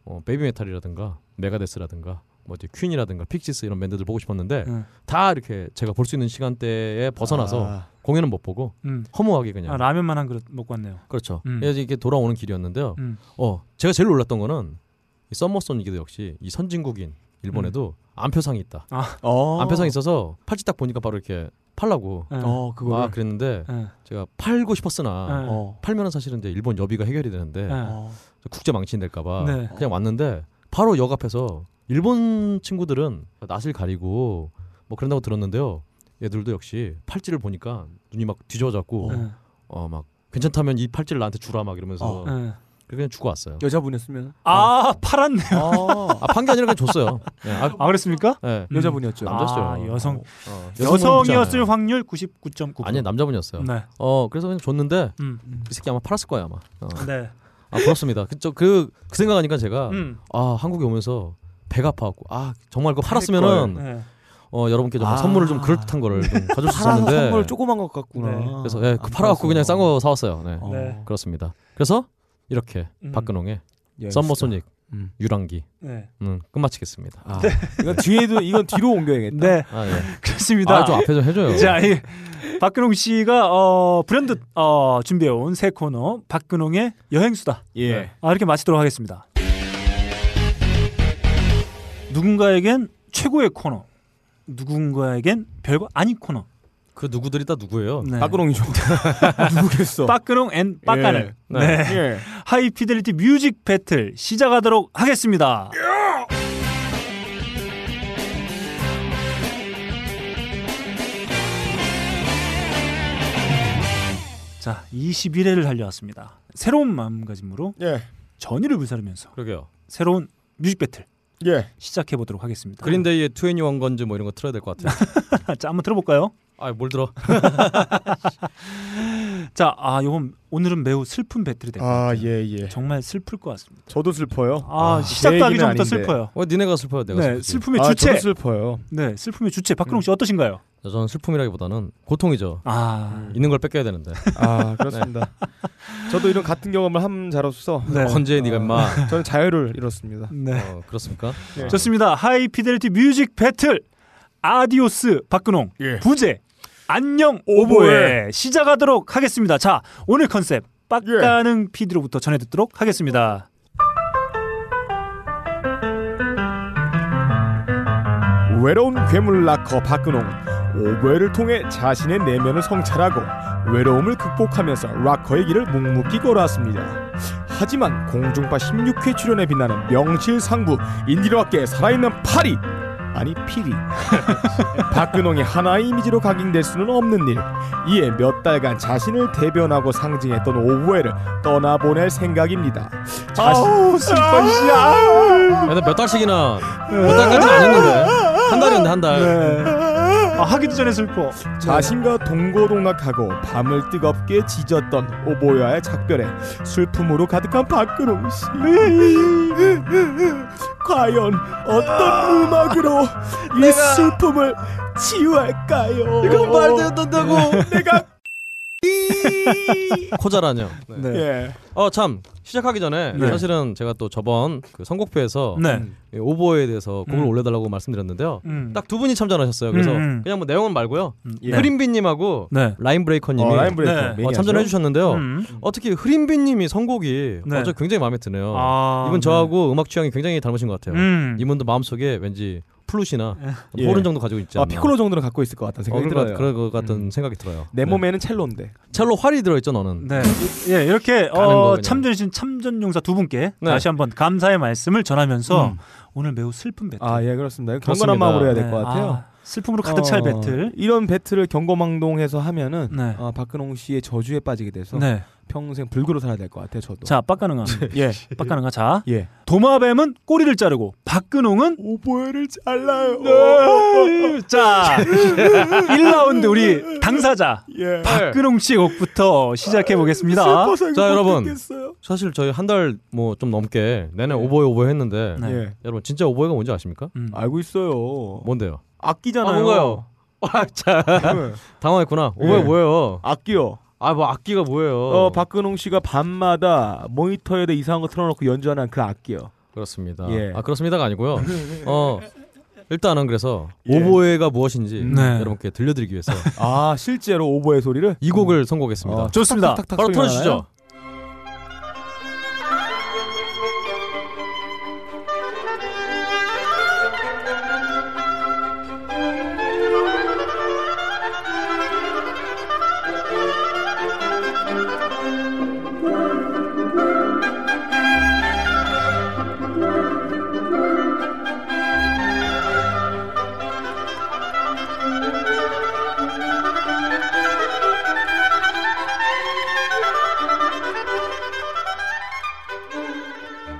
Speaker 3: 어, 베이비 메탈이라든가 메가데스라든가 뭐 이제 퀸이라든가 픽시스 이런 밴드들 보고 싶었는데
Speaker 1: 음.
Speaker 3: 다 이렇게 제가 볼 수 있는 시간대에 벗어나서
Speaker 2: 아.
Speaker 3: 공연은 못 보고
Speaker 1: 음.
Speaker 3: 허무하게 그냥
Speaker 1: 아, 라면만 한 그릇 먹고 왔네요.
Speaker 3: 그렇죠.
Speaker 1: 음.
Speaker 3: 그래서 이렇게 돌아오는 길이었는데요.
Speaker 1: 음.
Speaker 3: 어, 제가 제일 놀랐던 거는 이 썸머소닉이도 역시 이 선진국인 일본에도
Speaker 1: 음.
Speaker 3: 안표상이 있다.
Speaker 1: 아.
Speaker 2: 어.
Speaker 3: 안표상이 있어서 팔찌 딱 보니까 바로 이렇게 팔라고
Speaker 1: 예.
Speaker 2: 어, 그거.
Speaker 3: 아 그랬는데
Speaker 1: 예.
Speaker 3: 제가 팔고 싶었으나
Speaker 1: 예.
Speaker 2: 어.
Speaker 3: 팔면은 사실은 이제 일본 여비가 해결이 되는데
Speaker 1: 예.
Speaker 2: 어.
Speaker 3: 저 국제 망신 될까봐
Speaker 1: 네.
Speaker 3: 그냥 왔는데 바로 역 앞에서 일본 친구들은 낯을 가리고 뭐 그런다고 들었는데요. 얘들도 역시 팔찌를 보니까 눈이 막 뒤져갖고
Speaker 1: 예.
Speaker 3: 어 막 괜찮다면 이 팔찌를 나한테 주라 막 이러면서
Speaker 2: 어.
Speaker 1: 예.
Speaker 3: 그냥 주고 왔어요.
Speaker 2: 여자분이었으면.
Speaker 1: 아, 팔았네.
Speaker 2: 아.
Speaker 3: 아, 판게 아니라 그냥 줬어요. 예. 아,
Speaker 1: 아, 그랬습니까?
Speaker 3: 예.
Speaker 9: 음.
Speaker 2: 여자분이었죠.
Speaker 3: 남- 남자였어요.
Speaker 1: 아, 여성.
Speaker 3: 어, 여성분이지
Speaker 1: 여성이었을
Speaker 3: 않아요.
Speaker 1: 확률 99.9%.
Speaker 3: 아니 남자분이었어요.
Speaker 1: 네.
Speaker 3: 어 그래서 그냥 줬는데
Speaker 1: 음.
Speaker 3: 이 새끼 아마 팔았을 거야 아마. 어.
Speaker 1: 네.
Speaker 3: 아 부럽습니다. 그저그그 생각하니까 제가
Speaker 1: 음.
Speaker 3: 아 한국에 오면서 배가 아파갖고 아 정말 그거 팔았으면은
Speaker 1: 네.
Speaker 3: 어 여러분께 정말
Speaker 2: 아.
Speaker 3: 선물을 좀 그럴듯한 거를 좀 가져올 수
Speaker 2: 팔아서
Speaker 3: 있었는데
Speaker 2: 선물 조그만 것 같구나.
Speaker 1: 네.
Speaker 3: 그래서 예, 그 팔아갖고 그냥 싼 거 사왔어요. 네
Speaker 2: 어.
Speaker 1: 네.
Speaker 3: 그렇습니다. 그래서 이렇게
Speaker 1: 음.
Speaker 3: 박근홍의
Speaker 2: 예,
Speaker 3: 썸머소닉
Speaker 2: 음.
Speaker 3: 유랑기
Speaker 1: 네.
Speaker 3: 음, 끝마치겠습니다.
Speaker 2: 아, 이건 뒤에도 이건 뒤로 옮겨야겠다.
Speaker 1: 네.
Speaker 3: 아 예.
Speaker 1: 그렇습니다.
Speaker 3: 아좀 앞에 좀 해줘요.
Speaker 1: 자, 이 박근홍 씨가 어, 브랜드 어, 준비해 온 새 코너 박근홍의 여행수다.
Speaker 2: 예.
Speaker 1: 아, 이렇게 마치도록 하겠습니다. 누군가에겐 최고의 코너, 누군가에겐 별거 아닌 코너.
Speaker 3: 그 누구들이 다 누구예요?
Speaker 1: 네.
Speaker 2: 박근홍이죠. 누구겠어?
Speaker 1: 빠끄롱 앤 빠까는
Speaker 2: 예.
Speaker 1: 네. 하이 피델리티 뮤직 배틀 시작하도록 하겠습니다. 자, 21회를 달려왔습니다. 새로운 마음가짐으로
Speaker 9: 예.
Speaker 1: 전의를 불사르면서
Speaker 3: 그러게요.
Speaker 1: 새로운 뮤직 배틀
Speaker 9: 예.
Speaker 1: 시작해 보도록 하겠습니다.
Speaker 3: 그린데이의 21 건즈 뭐 이런 거 틀어야 될 것 같아요.
Speaker 1: 자, 한번 들어볼까요?
Speaker 3: 아, 뭘 들어?
Speaker 1: 자, 아, 요건 오늘은 매우 슬픈 배틀이 됩니다.
Speaker 9: 아, 예, 예.
Speaker 1: 정말 슬플 것 같습니다.
Speaker 9: 저도 슬퍼요.
Speaker 1: 아,
Speaker 9: 아, 제
Speaker 1: 시작도 하기
Speaker 9: 얘기는
Speaker 1: 전부터
Speaker 9: 아닌데.
Speaker 1: 슬퍼요.
Speaker 3: 어, 니네가 슬퍼요, 내가
Speaker 1: 네,
Speaker 3: 슬프지.
Speaker 1: 슬픔의
Speaker 9: 아,
Speaker 1: 주체.
Speaker 9: 저도 슬퍼요.
Speaker 1: 네, 슬픔의 주체 박근홍 씨 어떠신가요?
Speaker 3: 저는 슬픔이라기보다는 고통이죠.
Speaker 1: 아,
Speaker 3: 있는 걸 뺏겨야 되는데
Speaker 2: 아,
Speaker 9: 그렇습니다. 저도 이런 같은 경험을 한 자로서 아.
Speaker 1: 네.
Speaker 3: 네. 언제 네가 인마
Speaker 9: 저는 자유를 잃었습니다.
Speaker 1: 네.
Speaker 3: 어, 그렇습니까?
Speaker 9: 네.
Speaker 1: 좋습니다. 하이 피델리티 뮤직 배틀 아디오스 박근홍 부재 안녕 오보에 시작하도록 하겠습니다. 자, 오늘 컨셉 빡가는 피디로부터 전해 듣도록 하겠습니다.
Speaker 9: 외로운 괴물 락커 박근홍은 오버웨를 통해 자신의 내면을 성찰하고 외로움을 극복하면서 락커의 길을 묵묵히 걸어왔습니다. 하지만 공중파 16회 출연에 빛나는 명실상부 인디로학계에 살아있는 파리 아니 피리 박근홍이 하나의 이미지로 각인될 수는 없는 일 이에 몇 달간 자신을 대변하고 상징했던 오브웨를 떠나보낼 생각입니다 자신... 아우 슬퍼 씨야
Speaker 3: 근데 몇 달씩이나
Speaker 2: 네.
Speaker 3: 몇
Speaker 9: 네.
Speaker 3: 달까지는 아니었는데 한 달이었는데 한 달.
Speaker 1: 네. 아, 하기도 전에 슬퍼.
Speaker 9: 자신과 동고동락하고 밤을 뜨겁게 지졌던 오보야의 작별에 슬픔으로 가득한 박근홍 씨. 과연 어떤 음악으로 이 슬픔을 치유할까요?
Speaker 2: 어,
Speaker 9: 이건 말도 안 된다고. 내가
Speaker 3: 코자라뇨.
Speaker 1: 네.
Speaker 9: 예.
Speaker 3: 어 참 시작하기 전에
Speaker 1: 네.
Speaker 3: 사실은 제가 또 저번 그 선곡표에서
Speaker 1: 네.
Speaker 3: 이 오버에 대해서 곡을
Speaker 1: 음.
Speaker 3: 올려달라고 말씀드렸는데요.
Speaker 1: 음.
Speaker 3: 음, 딱 두 분이 참전하셨어요. 그래서
Speaker 1: 음, 음.
Speaker 3: 그냥 뭐 내용은 말고요.
Speaker 9: 예.
Speaker 3: 흐린비님하고
Speaker 1: 네.
Speaker 3: 라인브레이커님이
Speaker 9: 어, 라인 브레이크.
Speaker 1: 네.
Speaker 9: 매니아죠?
Speaker 3: 참전해 주셨는데요.
Speaker 1: 음.
Speaker 3: 어떻게 흐린비님이 선곡이
Speaker 1: 네.
Speaker 3: 어, 저 굉장히 마음에 드네요.
Speaker 1: 아,
Speaker 3: 이분
Speaker 1: 네.
Speaker 3: 저하고 음악 취향이 굉장히 닮으신 것 같아요.
Speaker 1: 음.
Speaker 3: 이분도 마음속에 왠지 플룻이나
Speaker 9: 예.
Speaker 3: 호른 정도 가지고 있지
Speaker 2: 아,
Speaker 3: 않나.
Speaker 2: 피콜로 정도는 갖고 있을 것 같다는
Speaker 3: 어,
Speaker 2: 생각이
Speaker 3: 그런
Speaker 2: 들어요. 음.
Speaker 3: 것, 그런 것 같은 생각이 들어요.
Speaker 2: 내
Speaker 3: 네.
Speaker 2: 몸에는 첼로인데.
Speaker 3: 첼로 활이 들어있죠 너는.
Speaker 1: 네. 예, 이렇게
Speaker 3: 가는 거
Speaker 1: 어,
Speaker 3: 그냥.
Speaker 1: 참전해주신 참전용사 두 분께
Speaker 3: 네.
Speaker 1: 다시 한번 감사의 말씀을 전하면서 오늘 매우 슬픈 배틀.
Speaker 2: 아, 예, 그렇습니다. 이거
Speaker 3: 그렇습니다.
Speaker 2: 경건한 마음으로 해야 될
Speaker 1: 네.
Speaker 2: 것 같아요.
Speaker 1: 아, 슬픔으로 가득 찰
Speaker 2: 어,
Speaker 1: 배틀.
Speaker 2: 이런 배틀을 경거망동해서 하면은
Speaker 1: 네.
Speaker 2: 아, 박근홍 씨의 저주에 빠지게 돼서
Speaker 1: 네.
Speaker 2: 평생 불구로 살아야 될 것 같아요. 저도.
Speaker 1: 자, 빡가능아.
Speaker 9: 예.
Speaker 1: 빡가능아. 자,
Speaker 9: 예.
Speaker 1: 도마뱀은 꼬리를 자르고 박근홍은
Speaker 9: 오보야를 잘라요.
Speaker 2: 네.
Speaker 1: 자, 1라운드 우리 당사자
Speaker 2: 네.
Speaker 9: 예.
Speaker 1: 박근홍 씨의 곡부터 시작해 보겠습니다.
Speaker 9: 슬퍼서 이거
Speaker 3: 자,
Speaker 9: 못
Speaker 3: 여러분.
Speaker 9: 듣겠어요.
Speaker 3: 사실 저희 한 달 뭐 좀 넘게 내내 오버에 오버에 했는데
Speaker 1: 네.
Speaker 9: 예.
Speaker 2: 음,
Speaker 3: 여러분 진짜 오버에가 뭔지 아십니까?
Speaker 1: 음.
Speaker 9: 알고 있어요.
Speaker 3: 뭔데요?
Speaker 9: 악기잖아요.
Speaker 3: 뭐, 아, 뭔가요?
Speaker 2: 어.
Speaker 3: 아, 자,
Speaker 9: 네.
Speaker 3: 당황했구나. 오버에
Speaker 9: 예.
Speaker 3: 뭐예요?
Speaker 9: 악기요.
Speaker 3: 아 뭐 악기가 뭐예요?
Speaker 2: 어, 박근홍 씨가 밤마다 모니터에다 이상한 거 틀어놓고 연주하는 그 악기요.
Speaker 3: 그렇습니다.
Speaker 2: 예.
Speaker 3: 아 그렇습니다가 아니고요. 어 일단은 그래서
Speaker 9: 예.
Speaker 3: 오버에가 무엇인지
Speaker 1: 네.
Speaker 3: 여러분께 들려드리기 위해서
Speaker 2: 아, 실제로 오버의 소리를
Speaker 3: 이 곡을 선곡했습니다.
Speaker 2: 어,
Speaker 1: 좋습니다.
Speaker 2: 탁탁탁
Speaker 3: 바로
Speaker 2: 소리가
Speaker 3: 틀어주시죠.
Speaker 2: 나나요?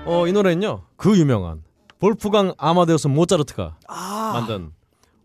Speaker 3: 어, 이 노래는요. 그 유명한 볼프강 아마데우스 모차르트가
Speaker 2: 아.
Speaker 3: 만든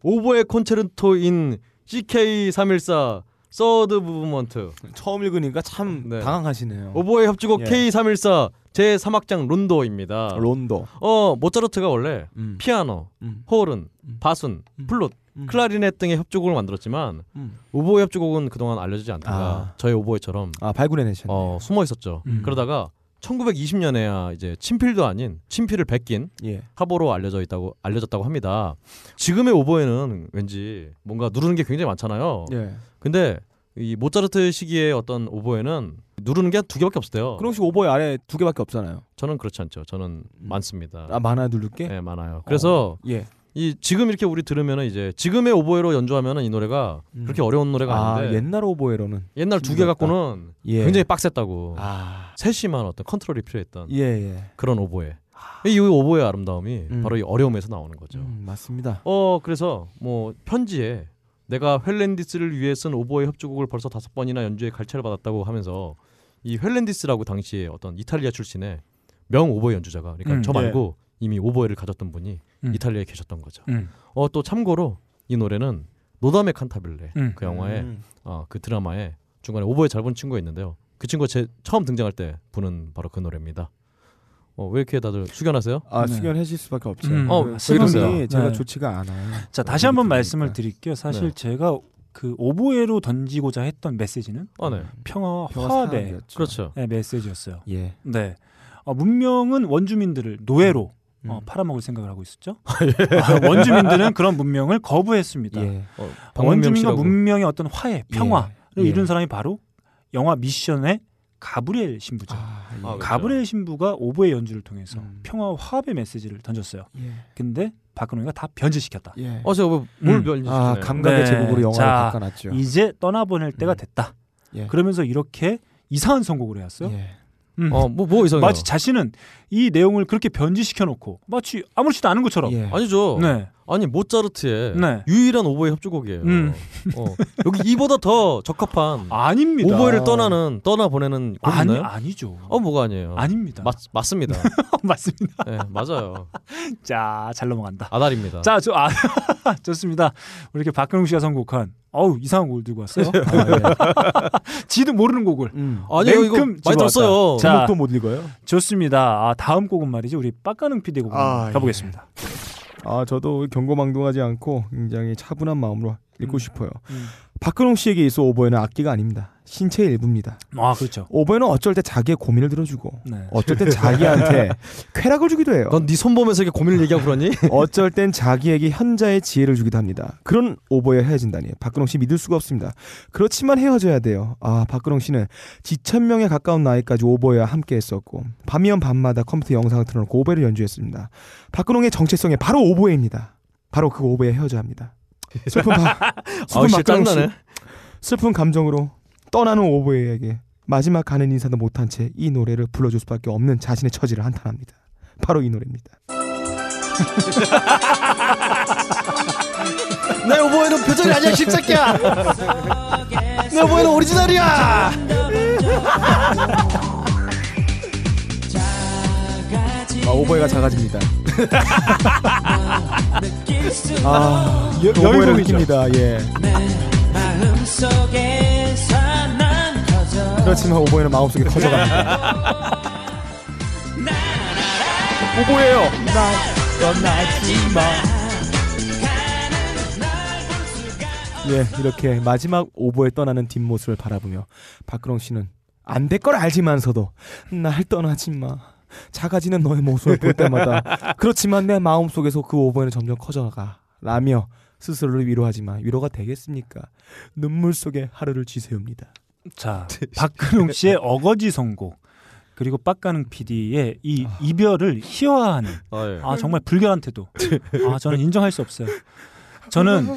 Speaker 3: 오버의 콘체르토인 CK314 서드 무브먼트
Speaker 2: 처음 읽으니까 참
Speaker 3: 네.
Speaker 2: 당황하시네요.
Speaker 3: 오버의 협주곡
Speaker 2: 예.
Speaker 3: K314 제3악장 론도입니다.
Speaker 2: 론도.
Speaker 3: 어, 모차르트가 원래
Speaker 2: 음.
Speaker 3: 아. 피아노,
Speaker 2: 음.
Speaker 3: 호른,
Speaker 2: 음.
Speaker 3: 바순,
Speaker 2: 음.
Speaker 3: 플룻,
Speaker 2: 음.
Speaker 3: 클라리넷 등의 협주곡을 만들었지만
Speaker 2: 음.
Speaker 3: 오버의 협주곡은 그동안 알려지지 않다가
Speaker 2: 아.
Speaker 3: 저희 오버의처럼
Speaker 2: 아, 발굴해내셨네.
Speaker 3: 어, 숨어 있었죠.
Speaker 1: 음.
Speaker 3: 그러다가 1920년에야 이제 친필도 아닌 친필을 베낀
Speaker 2: 예.
Speaker 3: 화보로 알려져 있다고 알려졌다고 합니다. 지금의 오버에는 왠지 뭔가 누르는 게 굉장히 많잖아요.
Speaker 2: 예.
Speaker 3: 근데 이 모차르트 시기의 어떤 오버에는 누르는 게 두 개밖에 없었대요.
Speaker 2: 근홍 씨 오버의 아래 두 개밖에 없잖아요.
Speaker 10: 음. 아,
Speaker 3: 저는 그렇지 않죠. 저는 많습니다.
Speaker 10: 예?
Speaker 2: 아, 많아 누를 게?
Speaker 10: 어.
Speaker 3: 네, 많아요. 그래서
Speaker 2: 예.
Speaker 3: 이 지금 이렇게 우리 들으면은 이제 지금의 오보에로 연주하면은 이 노래가
Speaker 10: 음.
Speaker 3: 그렇게 어려운 노래가
Speaker 10: 아,
Speaker 3: 아닌데
Speaker 10: 옛날 오보에로는
Speaker 3: 옛날 두 개
Speaker 10: 힘들었다.
Speaker 3: 갖고는
Speaker 10: 예.
Speaker 3: 굉장히 빡셌다고
Speaker 10: 아,
Speaker 3: 세심한 어떤 컨트롤이 필요했던
Speaker 10: 예, 예.
Speaker 3: 그런 오보에 이 오보의 아름다움이
Speaker 10: 음.
Speaker 3: 바로 이 어려움에서 나오는 거죠.
Speaker 10: 음, 맞습니다.
Speaker 3: 어 그래서 뭐 편지에 내가 헬렌디스를 위해 쓴 오보의 협주곡을 벌써 다섯 번이나 연주에 갈채를 받았다고 하면서 이 헬렌디스라고 당시에 어떤 이탈리아 출신의 명 오보의 연주자가 그러니까
Speaker 1: 음,
Speaker 3: 저
Speaker 1: 예.
Speaker 3: 말고 이미 오보에를 가졌던 분이
Speaker 1: 음.
Speaker 3: 이탈리아에 계셨던 거죠.
Speaker 1: 음.
Speaker 3: 어 또 참고로 이 노래는 노담의 칸타빌레
Speaker 1: 음.
Speaker 3: 그 영화에
Speaker 10: 음.
Speaker 3: 어, 그 드라마에 중간에 오버에 잘 본 친구가 있는데요. 그 친구가 제 처음 등장할 때 부는 바로 그 노래입니다. 어, 왜 이렇게 다들 숙연하세요?
Speaker 10: 아,
Speaker 1: 네.
Speaker 10: 숙연해질 수밖에 없죠.
Speaker 1: 음.
Speaker 3: 어,
Speaker 10: 그
Speaker 1: 심합니다.
Speaker 10: 이름이 제가
Speaker 1: 네.
Speaker 10: 좋지가 않아요.
Speaker 1: 자 다시 한번
Speaker 10: 그러니까.
Speaker 1: 말씀을 드릴게요. 사실
Speaker 3: 네.
Speaker 1: 제가 그 오보에로 던지고자 했던 메시지는
Speaker 3: 아, 네.
Speaker 2: 어,
Speaker 1: 평화와
Speaker 10: 평화
Speaker 1: 화합의
Speaker 10: 사항이었죠.
Speaker 3: 그렇죠.
Speaker 1: 메시지였어요.
Speaker 10: 예.
Speaker 1: 네. 어, 문명은 원주민들을 노예로
Speaker 10: 음.
Speaker 1: 어, 팔아먹을 생각을 하고 있었죠. 아, 원주민들은 그런 문명을 거부했습니다.
Speaker 2: 어,
Speaker 1: 어,
Speaker 10: 예.
Speaker 3: 박문명
Speaker 1: 원주민과
Speaker 3: 씨라고.
Speaker 1: 문명의 어떤 화해, 평화를
Speaker 10: 예.
Speaker 1: 이룬 사람이 바로 영화 미션의 가브리엘 신부죠.
Speaker 10: 아, 예.
Speaker 3: 아, 그렇죠.
Speaker 1: 가브리엘 신부가 오보의 연주를 통해서
Speaker 10: 음.
Speaker 1: 평화와 화합의 메시지를 던졌어요.
Speaker 10: 예.
Speaker 1: 근데 박근홍이가 다 변질시켰다.
Speaker 10: 예.
Speaker 3: 어, 제가 뭘
Speaker 1: 음.
Speaker 3: 면
Speaker 10: 아, 감각의
Speaker 1: 네.
Speaker 10: 제국으로 영화를
Speaker 1: 자,
Speaker 10: 바꿔놨죠.
Speaker 3: 예.
Speaker 1: 이제 떠나보낼 때가
Speaker 10: 음.
Speaker 1: 됐다.
Speaker 10: 예.
Speaker 1: 그러면서 이렇게 이상한 선곡을 해왔어요.
Speaker 10: 예.
Speaker 1: 음.
Speaker 3: 어, 뭐, 뭐 이상해요.
Speaker 1: 마치 자신은 이 내용을 그렇게 변질시켜 놓고 마치 아무렇지도 않은 것처럼.
Speaker 10: 예.
Speaker 3: 아니죠.
Speaker 1: 네.
Speaker 3: 아니 모차르트의
Speaker 1: 네.
Speaker 3: 유일한 오버의 협주곡이에요.
Speaker 1: 음.
Speaker 3: 어, 여기 이보다 더 적합한
Speaker 1: 아닙니다.
Speaker 3: 오버를 떠나는 떠나 보내는 곡
Speaker 1: 아니
Speaker 3: 있나요?
Speaker 1: 아니죠.
Speaker 3: 어 뭐가 아니에요.
Speaker 1: 아닙니다.
Speaker 3: 맞 맞습니다.
Speaker 1: 맞습니다.
Speaker 3: 네, 맞아요.
Speaker 1: 자, 잘 넘어간다.
Speaker 3: 아달입니다.
Speaker 1: 자, 저 아, 좋습니다. 우리 이렇게 박근홍 씨가 선곡한 어우 이상한 곡을 들고 왔어요. 네.
Speaker 10: 아,
Speaker 1: 지도 모르는 곡을.
Speaker 10: 음.
Speaker 3: 아니요 이거
Speaker 1: 냉큼
Speaker 3: 많이
Speaker 1: 집어왔다.
Speaker 3: 들었어요.
Speaker 1: 자.
Speaker 10: 제목도 못 읽어요.
Speaker 1: 좋습니다. 아, 다음 곡은 말이죠. 우리 빡가능 PD 곡
Speaker 2: 아,
Speaker 1: 아, 가보겠습니다.
Speaker 2: 아 저도 경고망동하지 않고 굉장히 차분한 마음으로 읽고
Speaker 1: 음.
Speaker 2: 싶어요.
Speaker 1: 음.
Speaker 2: 박근홍 씨에게 있어 오보에는 악기가 아닙니다. 신체의 일부입니다.
Speaker 1: 아 그렇죠.
Speaker 2: 오보에는 어쩔 때 자기의 고민을 들어주고
Speaker 1: 네.
Speaker 2: 어쩔 땐 자기한테 쾌락을 주기도 해요.
Speaker 3: 넌네 손범에서 이렇게 고민을 얘기하고 그러니?
Speaker 2: 어쩔 땐 자기에게 현자의 지혜를 주기도 합니다. 그런 오보에 헤어진다니 박근홍 씨 믿을 수가 없습니다. 그렇지만 헤어져야 돼요. 아 박근홍 씨는 지천명에 가까운 나이까지 오보에와 함께했었고 밤이면 밤마다 컴퓨터 영상을 틀어놓고 오보를 연주했습니다. 박근홍의 정체성이 바로 오보에입니다. 바로 그 오보에 헤어져야 합니다. 슬픈 바,
Speaker 3: 아우
Speaker 2: 슬픈
Speaker 3: 씨
Speaker 2: 박근홍
Speaker 3: 짱나네.
Speaker 2: 씨 슬픈 감정으로 떠나는 오보에에게 마지막 가는 인사도 못한 채 이 노래를 불러줄 수밖에 없는 자신의 처지를 한탄합니다. 바로 이 노래입니다.
Speaker 3: 내 오버에는 표절이 아니야 십새끼야 내 오버에는 오리지널이야
Speaker 2: 아, 오버헤가 작아집니다. 아, 여, 오버헤를 느낍니다. 예. 그렇지만 오버헤는 마음속에 커져갑니다. 오버헤요. 예, 이렇게 마지막 오버에 떠나는 뒷모습을 바라보며 박근홍 씨는 안 될 걸 알지만서도 날 떠나지 마. 작아지는 너의 모습을 볼 때마다 그렇지만 내 마음 속에서 그 오버에는 점점 커져가 라며 스스로를 위로하지만 위로가 되겠습니까? 눈물 속에 하루를 지새웁니다.
Speaker 1: 자, 박근홍 씨의 어거지 선곡 그리고 빡가능 PD의 이 이별을 희화하는
Speaker 3: 아, 예.
Speaker 1: 아 정말 불결한 태도. 아 저는 인정할 수 없어요. 저는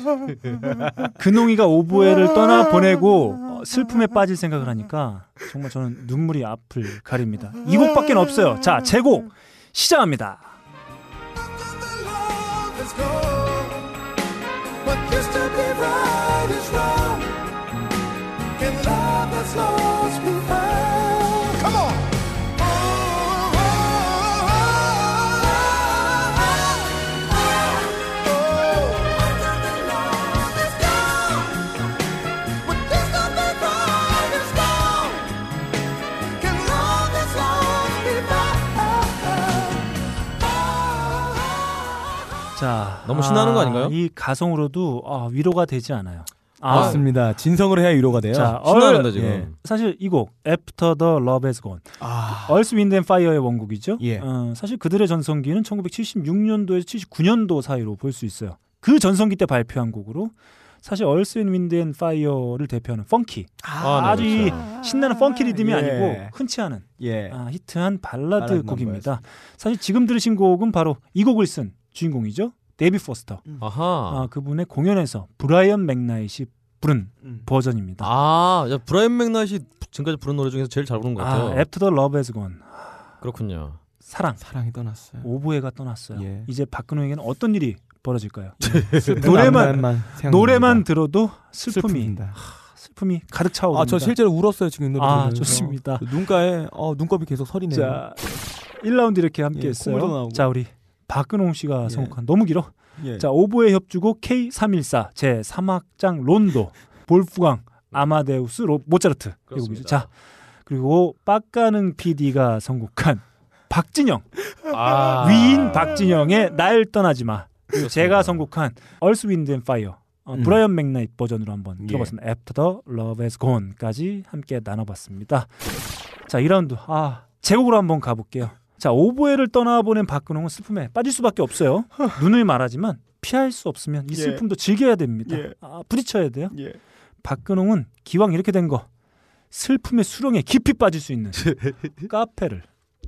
Speaker 1: 근홍이가 오보에를 떠나 보내고 슬픔에 빠질 생각을 하니까 정말 저는 눈물이 앞을 가립니다. 이 곡밖에 없어요. 자, 제곡 시작합니다. 자,
Speaker 3: 너무 신나는 거 아닌가요?
Speaker 1: 이 가성으로도 아, 위로가 되지 않아요. 아,
Speaker 10: 맞습니다. 진성으로 해야 위로가 돼요.
Speaker 1: 자,
Speaker 3: 신나는데
Speaker 1: 얼-
Speaker 3: 지금
Speaker 10: 예.
Speaker 1: 사실 이 곡 After the Love Has Gone,
Speaker 10: 아,
Speaker 1: 얼스 윈드 앤 파이어의 원곡이죠.
Speaker 10: 예.
Speaker 1: 어, 사실 그들의 전성기는 1976년도에서 79년도 사이로 볼 수 있어요. 그 전성기 때 발표한 곡으로 사실 얼스 윈드 앤 파이어를 대표하는 펑키,
Speaker 3: 아, 네,
Speaker 1: 아주 이
Speaker 3: 그렇죠.
Speaker 1: 신나는 펑키 리듬이
Speaker 10: 예.
Speaker 1: 아니고 흔치 않은
Speaker 10: 예.
Speaker 1: 아, 히트한 발라드
Speaker 10: 발라드
Speaker 1: 곡입니다. 사실 지금 들으신 곡은 바로 이 곡을 쓴 주인공이죠. 데이비 포스터
Speaker 3: 아하.
Speaker 1: 아, 그분의 공연에서 브라이언 맥나잇이 부른
Speaker 2: 음.
Speaker 1: 버전입니다.
Speaker 3: 아, 야, 브라이언 맥나잇이 지금까지 부른 노래 중에서 제일 잘 부른 것
Speaker 1: 아,
Speaker 3: 같아요.
Speaker 1: After the Love Has Gone
Speaker 3: 그렇군요.
Speaker 1: 사랑
Speaker 2: 사랑이 떠났어요.
Speaker 1: 오보에가 떠났어요.
Speaker 2: 예.
Speaker 1: 이제 박근홍에게는 어떤 일이 벌어질까요?
Speaker 2: 노래만
Speaker 1: 노래만
Speaker 2: 생각납니다.
Speaker 1: 노래만 들어도 그러니까 슬픔이
Speaker 2: 슬픕니다.
Speaker 1: 슬픔이 가득 차오릅니다.
Speaker 2: 아저 실제로 울었어요 지금 이 노래
Speaker 1: 아,
Speaker 2: 들으면서.
Speaker 1: 좋습니다.
Speaker 2: 눈가에 어, 눈곱이 계속 서리네요.
Speaker 1: 자, 1라운드 이렇게
Speaker 2: 예, 콧물도
Speaker 1: 함께 했어요.
Speaker 2: 나오고.
Speaker 1: 자, 우리 박근홍 씨가
Speaker 2: 예.
Speaker 1: 선곡한 너무 길어.
Speaker 2: 예.
Speaker 1: 자, 오보의 협주곡 K314 제 3악장 론도 볼프강 아마데우스 로, 모차르트 그리고
Speaker 3: 그렇습니다.
Speaker 1: 자, 그리고 빡가능 PD가 선곡한 박진영
Speaker 3: 아.
Speaker 1: 위인 박진영의 날 떠나지 마. 그리고
Speaker 3: 그렇습니다.
Speaker 1: 제가 선곡한 얼스 윈드 앤 파이어
Speaker 2: 음.
Speaker 1: 브라이언 맥나잇 버전으로 한번
Speaker 9: 예.
Speaker 1: 들어봤습니다. After the Love Has Gone까지 함께 나눠봤습니다. 자, 2라운드 아 제곡으로 한번 가볼게요. 자, 오보에를 떠나보낸 박근홍은 슬픔에 빠질 수밖에 없어요. 눈을 말하지만 피할 수 없으면 이
Speaker 9: 예.
Speaker 1: 슬픔도 즐겨야 됩니다.
Speaker 9: 예.
Speaker 1: 아, 부딪혀야 돼요.
Speaker 9: 예.
Speaker 1: 박근홍은 기왕 이렇게 된 거 슬픔의 수렁에 깊이 빠질 수 있는 카페를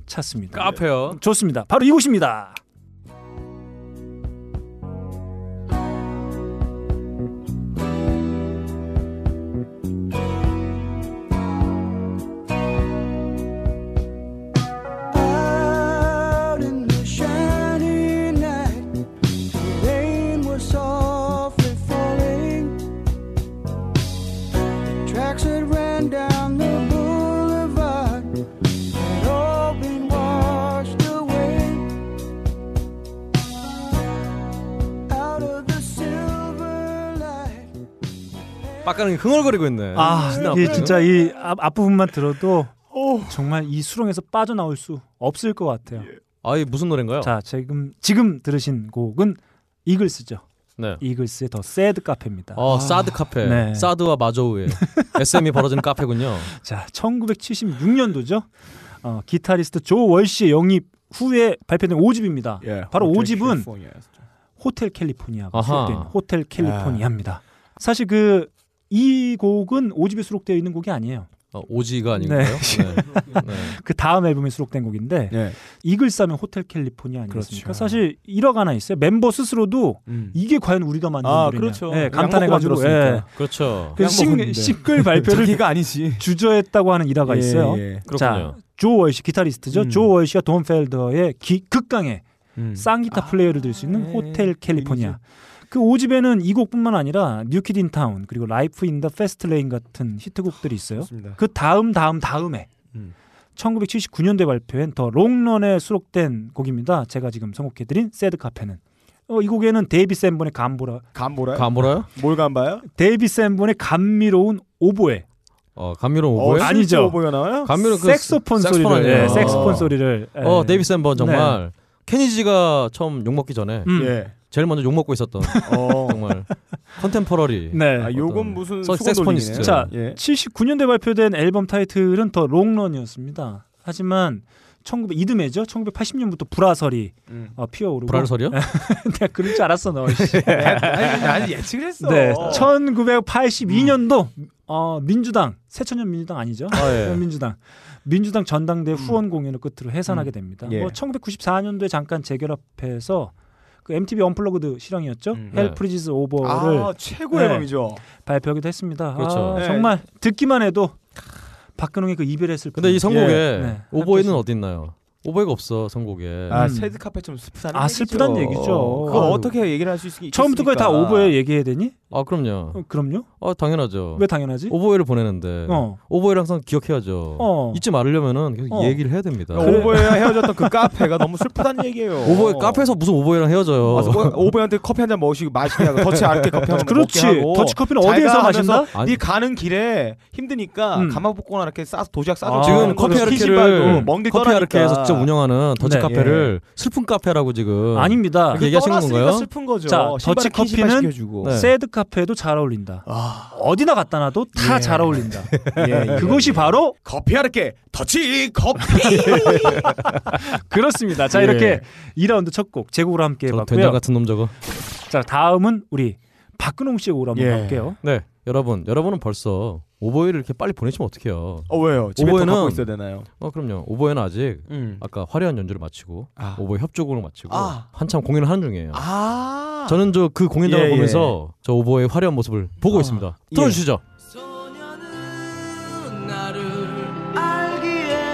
Speaker 1: 찾습니다. 예.
Speaker 3: 카페요.
Speaker 1: 좋습니다. 바로 이곳입니다.
Speaker 11: Out in the shining night, the rain was softly falling. The tracks that ran down the boulevard had all been washed away. Out of the silver light.
Speaker 3: 빡가는 흥얼거리고 있네.
Speaker 1: 아,
Speaker 3: 신나,
Speaker 1: 예,
Speaker 3: 지금?
Speaker 1: 진짜 이 앞, 앞부분만 들어도 정말 이 수렁에서 빠져나올 수 없을 것 같아요.
Speaker 9: 예.
Speaker 3: 아, 이 무슨 노래인가요?
Speaker 1: 자, 지금 지금 들으신 곡은 이글스죠.
Speaker 3: 네.
Speaker 1: 이글스의 더 새드 카페입니다.
Speaker 3: 어, 사드 카페.
Speaker 1: 네.
Speaker 3: 사드와 마저우의 SM이 벌어지는 카페군요.
Speaker 1: 자, 1976년도죠. 어, 기타리스트 조 월시의 영입 후에 발표된 5집입니다.
Speaker 2: 예,
Speaker 1: 바로 5집은 호텔 캘리포니아가
Speaker 3: 아하.
Speaker 1: 수록된 호텔 캘리포니아입니다.
Speaker 2: 예.
Speaker 1: 사실 그 이 곡은 5집에 수록되어 있는 곡이 아니에요.
Speaker 3: 어, 오지가 아닌가요? 네. 네.
Speaker 1: 그 다음 앨범에 수록된 곡인데
Speaker 2: 네.
Speaker 1: 이글스하면 호텔 캘리포니아 아니겠습니까?
Speaker 2: 그렇죠.
Speaker 1: 사실 1억 하나 있어요. 멤버 스스로도
Speaker 2: 음.
Speaker 1: 이게 과연 우리가 만든
Speaker 2: 아,
Speaker 1: 노래냐.
Speaker 2: 그렇죠.
Speaker 1: 예,
Speaker 2: 약 먹고
Speaker 1: 감탄해가지고. 예.
Speaker 2: 만들었으니까.
Speaker 3: 그래서
Speaker 1: 그래서
Speaker 2: 약 먹었는데.
Speaker 1: 싱, 싱글 발표를
Speaker 2: 자기가 아니지.
Speaker 1: 주저했다고 하는 일화가
Speaker 2: 예,
Speaker 1: 있어요.
Speaker 2: 예.
Speaker 1: 자,
Speaker 3: 그렇군요.
Speaker 1: 조 월시 기타리스트죠.
Speaker 2: 음.
Speaker 1: 조 월시가 돈 펠더의 기- 극강의
Speaker 2: 음.
Speaker 3: 아,
Speaker 1: 쌍기타 플레이어를 들 수 있는
Speaker 3: 네,
Speaker 2: 예,
Speaker 1: 호텔
Speaker 2: 예.
Speaker 1: 캘리포니아. 그 5집에는 이 곡뿐만 아니라 뉴키드 인 타운 그리고 라이프 인 더 페스트 레인 같은 히트곡들이 있어요.
Speaker 2: 좋습니다.
Speaker 1: 그 다음 다음 다음에
Speaker 2: 음.
Speaker 1: 1979년도에 발표한 더 롱런에 수록된 곡입니다. 제가 지금 선곡해드린 새드 카페는 어, 이 곡에는 데이비 샌본의 감보라
Speaker 9: 간보라?
Speaker 3: 간 뭐라요?
Speaker 9: 뭘 간봐요?
Speaker 1: 데이비 샌본의 감미로운 오보에
Speaker 3: 어, 감미로운 오보에?
Speaker 1: 어,
Speaker 3: 어,
Speaker 1: 아니죠.
Speaker 9: 보여 나와요?
Speaker 3: 감미로운 그
Speaker 1: 색소폰
Speaker 3: 색소폰
Speaker 1: 소리를
Speaker 3: 아니에요?
Speaker 1: 예,
Speaker 3: 아.
Speaker 1: 색소폰 소리를 예.
Speaker 3: 데이비 샌번 정말 케니지가 처음 욕 먹기 전에
Speaker 1: 음,
Speaker 9: 예.
Speaker 3: 제일 먼저 욕 먹고 있었던
Speaker 9: 어.
Speaker 3: 정말 컨템퍼러리.
Speaker 1: 네.
Speaker 9: 아,
Speaker 3: 어떤-
Speaker 9: 요건 무슨
Speaker 3: 서-
Speaker 9: 수건
Speaker 3: 색소포니스트.
Speaker 9: 돌리네.
Speaker 1: 자,
Speaker 9: 예.
Speaker 1: 79년대 발표된 앨범 타이틀은 더 롱런이었습니다. 하지만 1900 이듬해죠. 1980년부터 불화설이
Speaker 9: 음.
Speaker 1: 어, 피어오르고
Speaker 3: 브랄설이요?
Speaker 1: 내가 그럴 줄 알았어 너. 씨.
Speaker 2: 네. 난 예측을 했어.
Speaker 1: 네, 1982년도 어, 민주당 새천년 민주당 아니죠?
Speaker 3: 아, 예.
Speaker 1: 민주당 민주당 전당대 후원 공연을 끝으로 해산하게 됩니다.
Speaker 2: 예.
Speaker 1: 뭐 1994년도에 잠깐 재결합해서 그 MTV 언플러그드 실황이었죠.
Speaker 2: 음.
Speaker 1: 헬
Speaker 3: 네.
Speaker 1: 프리지스 오버를
Speaker 9: 아, 최고
Speaker 1: 네.
Speaker 9: 앨범이죠.
Speaker 1: 발표하기도 했습니다.
Speaker 3: 그렇죠.
Speaker 1: 아,
Speaker 9: 네.
Speaker 1: 정말 듣기만 해도 박근홍의 그 이별의 슬픔.
Speaker 3: 근데 이 선곡에
Speaker 1: 예, 네.
Speaker 3: 오보에는 어디 있나요? 오보에가 없어 선곡에.
Speaker 9: 아,
Speaker 1: 음.
Speaker 9: 새드 카페처럼 슬프다는
Speaker 1: 아, 슬프단 얘기죠.
Speaker 2: 그거
Speaker 1: 아유.
Speaker 2: 어떻게 얘기를 할 수 있으니까.
Speaker 1: 처음부터까지 다 오버에 얘기해야 되니?
Speaker 3: 아 그럼요.
Speaker 1: 어, 그럼요.
Speaker 3: 아 당연하죠.
Speaker 1: 왜 당연하지?
Speaker 3: 오보에를 보내는데
Speaker 1: 어.
Speaker 3: 오보에를 항상 기억해야죠.
Speaker 1: 어.
Speaker 3: 잊지 말으려면은 계속
Speaker 1: 어.
Speaker 3: 얘기를 해야 됩니다.
Speaker 1: 그래.
Speaker 9: 오버에 헤어졌던 그 카페가 너무 슬프다는 얘기예요.
Speaker 3: 오보에 카페에서 무슨 오보에랑 헤어져요.
Speaker 9: 아,
Speaker 2: 뭐,
Speaker 9: 저 오버한테 커피 한 잔 마시고 마시게 하고 더치 아르케 커피 한잔
Speaker 1: 그렇지.
Speaker 9: 먹게 하고
Speaker 1: 더치커피는
Speaker 9: 자기가
Speaker 1: 어디에서
Speaker 9: 하면서
Speaker 1: 마신다?
Speaker 3: 아니,
Speaker 9: 네 가는 길에 힘드니까
Speaker 1: 음.
Speaker 9: 가마복고나 이렇게 싸서 도시락 싸서
Speaker 1: 아,
Speaker 3: 지금 커피 아르케를
Speaker 9: 먼길
Speaker 3: 커피 아르케에서 직접 운영하는 더치
Speaker 1: 네,
Speaker 3: 카페를 슬픈 카페라고 지금
Speaker 1: 아닙니다.
Speaker 3: 어. 그게 얘기하시는 건가요?
Speaker 9: 슬픈 거죠.
Speaker 1: 자,
Speaker 9: 신발에 키 신발
Speaker 1: 더치커피는
Speaker 9: 시켜주고.
Speaker 3: 네.
Speaker 1: 그 새드 카페에도 잘 어울린다. 어디나 갖다 놔도 다 잘 어울린다.
Speaker 9: 예, 예.
Speaker 1: 그것이 바로
Speaker 9: 커피 아르케 더치 커피.
Speaker 1: 그렇습니다. 자
Speaker 9: 예.
Speaker 1: 이렇게 2라운드 첫 곡 제곡으로 함께
Speaker 3: 저 된장
Speaker 1: 해봤고요.
Speaker 3: 같은 놈 저거.
Speaker 1: 자 다음은 우리 박근홍 씨의 곡으로 한번
Speaker 9: 예.
Speaker 1: 볼게요.
Speaker 3: 네. 여러분, 여러분은 벌써 오버웨이를 이렇게 빨리 보내시면 어떡해요?
Speaker 9: 어 왜요? 집에 더
Speaker 3: 오후에는-
Speaker 9: 갖고 있어야 되나요?
Speaker 3: 어, 그럼요. 오버웨이는 아직
Speaker 2: 음.
Speaker 3: 아까 화려한 연주를 마치고
Speaker 2: 아.
Speaker 3: 오버웨이 협조곡을 마치고
Speaker 2: 아.
Speaker 3: 한참 공연을 하는 중이에요.
Speaker 2: 아.
Speaker 3: 저는 저 그 공연장을
Speaker 9: 예,
Speaker 3: 보면서 저 오버웨이 화려한 모습을 보고
Speaker 2: 아.
Speaker 3: 있습니다.
Speaker 2: 예.
Speaker 3: 틀어주시죠.
Speaker 11: 소녀는 나를 알기에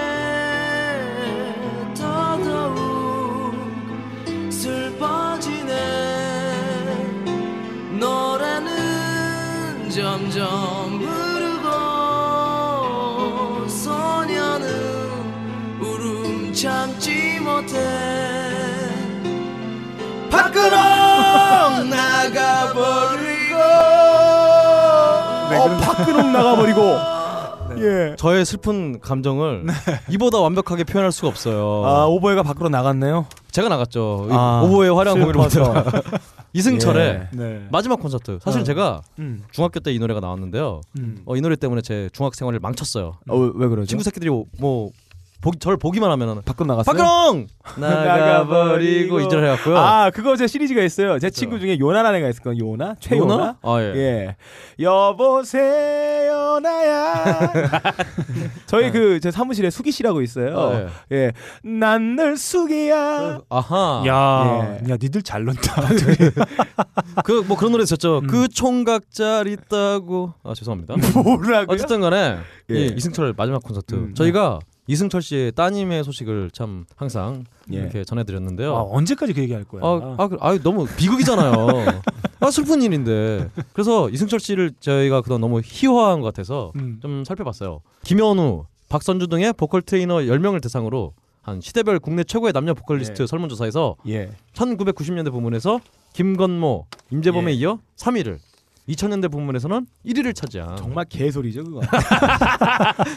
Speaker 11: 더더욱 슬퍼지네 노래는 점점 부르고 소녀는 울음 참지 못해 밖으로 나가버리고
Speaker 2: 네,
Speaker 9: 어 파크농 나가버리고 예.
Speaker 3: 저의 슬픈 감정을 이보다 완벽하게 표현할 수가 없어요.
Speaker 2: 네. 아 오버웨이가 밖으로 나갔네요.
Speaker 3: 제가 나갔죠.
Speaker 2: 아, 예.
Speaker 3: 오버웨이 화려한 공연을
Speaker 2: 슬퍼서.
Speaker 3: 보면서 이승철의
Speaker 9: 예.
Speaker 1: 네.
Speaker 3: 마지막 콘서트. 사실 제가
Speaker 2: 음.
Speaker 3: 중학교 때 이 노래가 나왔는데요.
Speaker 9: 음.
Speaker 3: 어, 이 노래 때문에 제 중학 생활을 망쳤어요.
Speaker 2: 어, 왜, 왜 그러죠?
Speaker 3: 친구 새끼들이 뭐 보기, 저를 보기만 하면은
Speaker 2: 밖으로 나갔어요.
Speaker 3: 박근홍 나가버리고 이절 해갖고요.
Speaker 2: 아 그거 제 시리즈가 있어요. 제 친구 중에 요나라는 애가 있었거든요. 요나 최요나.
Speaker 3: 요나? 아
Speaker 9: 네.
Speaker 3: 예.
Speaker 2: 예. 여보세요, 나야.
Speaker 9: 네.
Speaker 2: 저희 그 제 사무실에 수기 씨라고 있어요.
Speaker 3: 아, 예.
Speaker 2: 예. 난 늘 수기야.
Speaker 3: 아하.
Speaker 1: 야, 야, 니들 잘
Speaker 3: 아,
Speaker 1: 논다.
Speaker 3: 그 뭐 그런 노래 있었죠.
Speaker 2: 음.
Speaker 3: 그 총각 잘 있다고. 아 죄송합니다.
Speaker 2: 뭐라고요?
Speaker 3: 어쨌든 간에
Speaker 2: 예.
Speaker 3: 이 이승철 마지막 콘서트
Speaker 2: 음.
Speaker 3: 저희가 이승철 씨의 따님의 소식을 참 항상
Speaker 2: 예.
Speaker 3: 이렇게
Speaker 1: 아,
Speaker 3: 전해드렸는데요.
Speaker 1: 언제까지 그 얘기할 거야?
Speaker 3: 아, 아, 그- 아유, 너무 비극이잖아요. 아 슬픈 일인데. 그래서 이승철 씨를 저희가 그동안 너무 희화한 것 같아서
Speaker 1: 음.
Speaker 3: 좀 살펴봤어요. 김현우, 박선주 등의 보컬 트레이너 10명을 대상으로 한 시대별 국내 최고의 남녀 보컬리스트
Speaker 2: 예.
Speaker 3: 설문조사에서
Speaker 2: 예.
Speaker 3: 1990년대 부문에서 김건모, 임재범에
Speaker 2: 예.
Speaker 3: 이어 3위를 2000년대 부문에서는 1위를 차지한
Speaker 2: 정말 개소리죠 그거.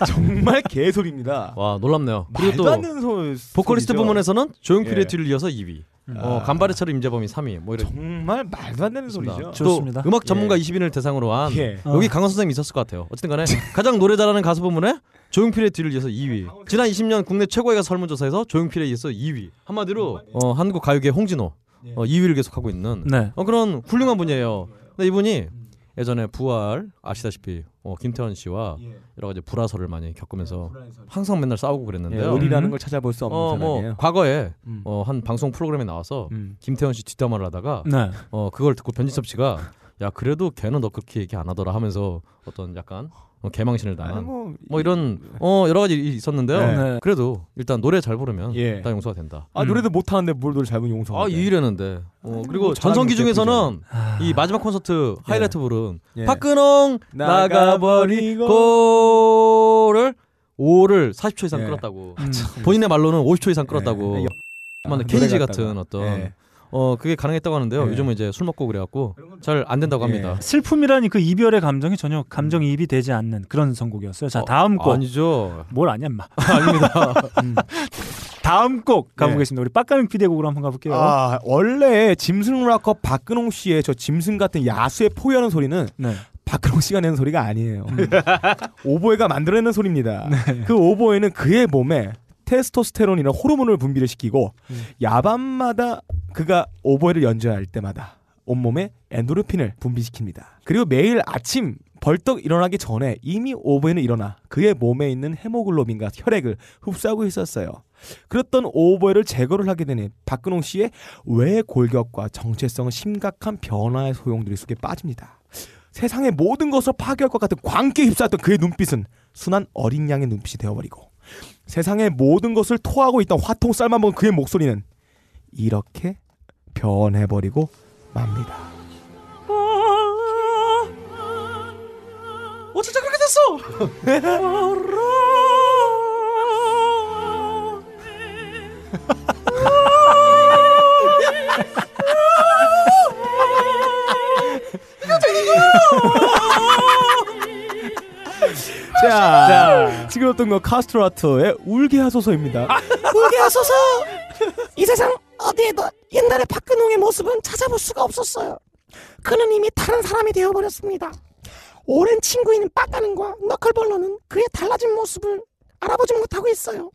Speaker 2: 정말 개소리입니다.
Speaker 3: 와 놀랍네요. 그리고
Speaker 2: 말도 안
Speaker 3: 또
Speaker 2: 되는 소
Speaker 3: 보컬리스트
Speaker 2: 소리죠.
Speaker 3: 부문에서는
Speaker 2: 예.
Speaker 3: 조용필의 뒤를 이어서 2위, 어,
Speaker 2: 아.
Speaker 3: 간바레처럼 임재범이 3위, 뭐 이런.
Speaker 2: 정말 말도 안 되는 소리죠.
Speaker 1: 저-
Speaker 3: 또
Speaker 1: 좋습니다.
Speaker 3: 음악 전문가 20인을 대상으로 한
Speaker 2: 예.
Speaker 3: 여기 강원 선생님 있었을 것 같아요. 어쨌든 간에 가장 노래 잘하는 가수 부문에 조용필의 뒤를 이어서 2위. 지난 20년 국내 최고의 가수 설문조사에서 조용필에 이어서 2위. 한마디로 어, 한국 가요계 홍진호 어, 2위를 계속하고 있는
Speaker 1: 네.
Speaker 3: 어, 그런 훌륭한 분이에요. 근데 이분이 예전에 부활 아시다시피 어, 김태원 씨와 여러 가지 불화설을 많이 겪으면서 항상 맨날 싸우고
Speaker 2: 예,
Speaker 3: 그랬는데요.
Speaker 2: 의리라는
Speaker 1: 음.
Speaker 2: 걸 찾아볼 수 없는
Speaker 3: 어,
Speaker 2: 사람이에요.
Speaker 3: 뭐 과거에
Speaker 2: 음.
Speaker 3: 어, 한 방송 프로그램에 나와서
Speaker 2: 음.
Speaker 3: 김태원 씨 뒷담화를 하다가
Speaker 1: 네.
Speaker 3: 어 그걸 듣고 변진섭 씨가 야 그래도 걔는 너 그렇게 얘기 안 하더라 하면서 어떤 약간 어, 개망신을
Speaker 2: 아니
Speaker 3: 당한 뭐,
Speaker 2: 뭐
Speaker 3: 이런 어 여러 가지 일이 있었는데요.
Speaker 2: 네.
Speaker 1: 네.
Speaker 3: 그래도 일단 노래 잘 부르면
Speaker 2: 예.
Speaker 3: 일단 용서가 된다.
Speaker 2: 아 노래도 못 하는데 뭘 노래 잘 부르는 용서가.
Speaker 3: 음. 아
Speaker 2: 돼.
Speaker 3: 유일했는데 어, 그리고
Speaker 2: 뭐 잘하는
Speaker 3: 전성기
Speaker 2: 것도
Speaker 3: 중에서는 이 마지막 콘서트 하이라이트 부른
Speaker 2: 아. 예.
Speaker 3: 박근홍 나가버리고를 5를 40초 이상
Speaker 2: 예.
Speaker 3: 끌었다고
Speaker 1: 음.
Speaker 3: 본인의 말로는 50초 이상
Speaker 2: 예.
Speaker 3: 끌었다고
Speaker 2: 노래
Speaker 3: 만뭐 케이지
Speaker 2: 같다가.
Speaker 3: 같은 어떤
Speaker 2: 예.
Speaker 3: 어 그게 가능했다고 하는데요.
Speaker 2: 예.
Speaker 3: 요즘은 이제 술 먹고 그래갖고 잘 안
Speaker 2: 예.
Speaker 3: 된다고 합니다.
Speaker 1: 슬픔이라니 그 이별의 감정이
Speaker 2: 음.
Speaker 1: 전혀 감정 이입이 되지 않는 그런 선곡이었어요. 자,
Speaker 3: 어,
Speaker 1: 다음 곡.
Speaker 3: 아니죠.
Speaker 1: 뭘 아냐, 마. 아닙니다. 다음 곡 가보겠습니다. 우리 빡가는 피디의 곡으로 한번 가볼게요.
Speaker 2: 네. 아 원래 짐승 락커 박근홍 씨의 저 짐승 같은 야수의 포효하는 소리는
Speaker 1: 네. 음.
Speaker 2: 박근홍 씨가 내는 소리가 아니에요. 오보에가 만들어내는 소리입니다.
Speaker 1: 네.
Speaker 2: 그 오보에는 그의 몸에 테스토스테론이나 호르몬을 분비를 시키고
Speaker 1: 음.
Speaker 2: 야밤마다 그가 오보에를 연주할 때마다 온몸에 엔도르핀을 분비시킵니다. 그리고 매일 아침 벌떡 일어나기 전에 이미 오보에는 일어나 그의 몸에 있는 헤모글로빈과 혈액을 흡수하고 있었어요. 그랬던 오보에를 제거를 하게 되는 박근홍 씨의 외 골격과 정체성은 심각한 변화의 소용돌이 속에 빠집니다. 세상의 모든 것을 파괴할 것 같은 광기에 휩싸였던 그의 눈빛은 순한 어린 양의 눈빛이 되어버리고 세상의 모든 것을 토하고 있던 화통 삶아먹은 그의 목소리는 이렇게 변해버리고 맙니다. 어쩌자 그렇게 됐어? 자, 지금 어떤 거 카스트로아트의 울게 하소서입니다.
Speaker 11: 아, 울게 하소서 이 세상 어디에도 옛날의 박근홍의 모습은 찾아볼 수가 없었어요 그는 이미 다른 사람이 되어버렸습니다 오랜 친구인 빡가는과 너클볼러는 그의 달라진 모습을 알아보지 못하고 있어요.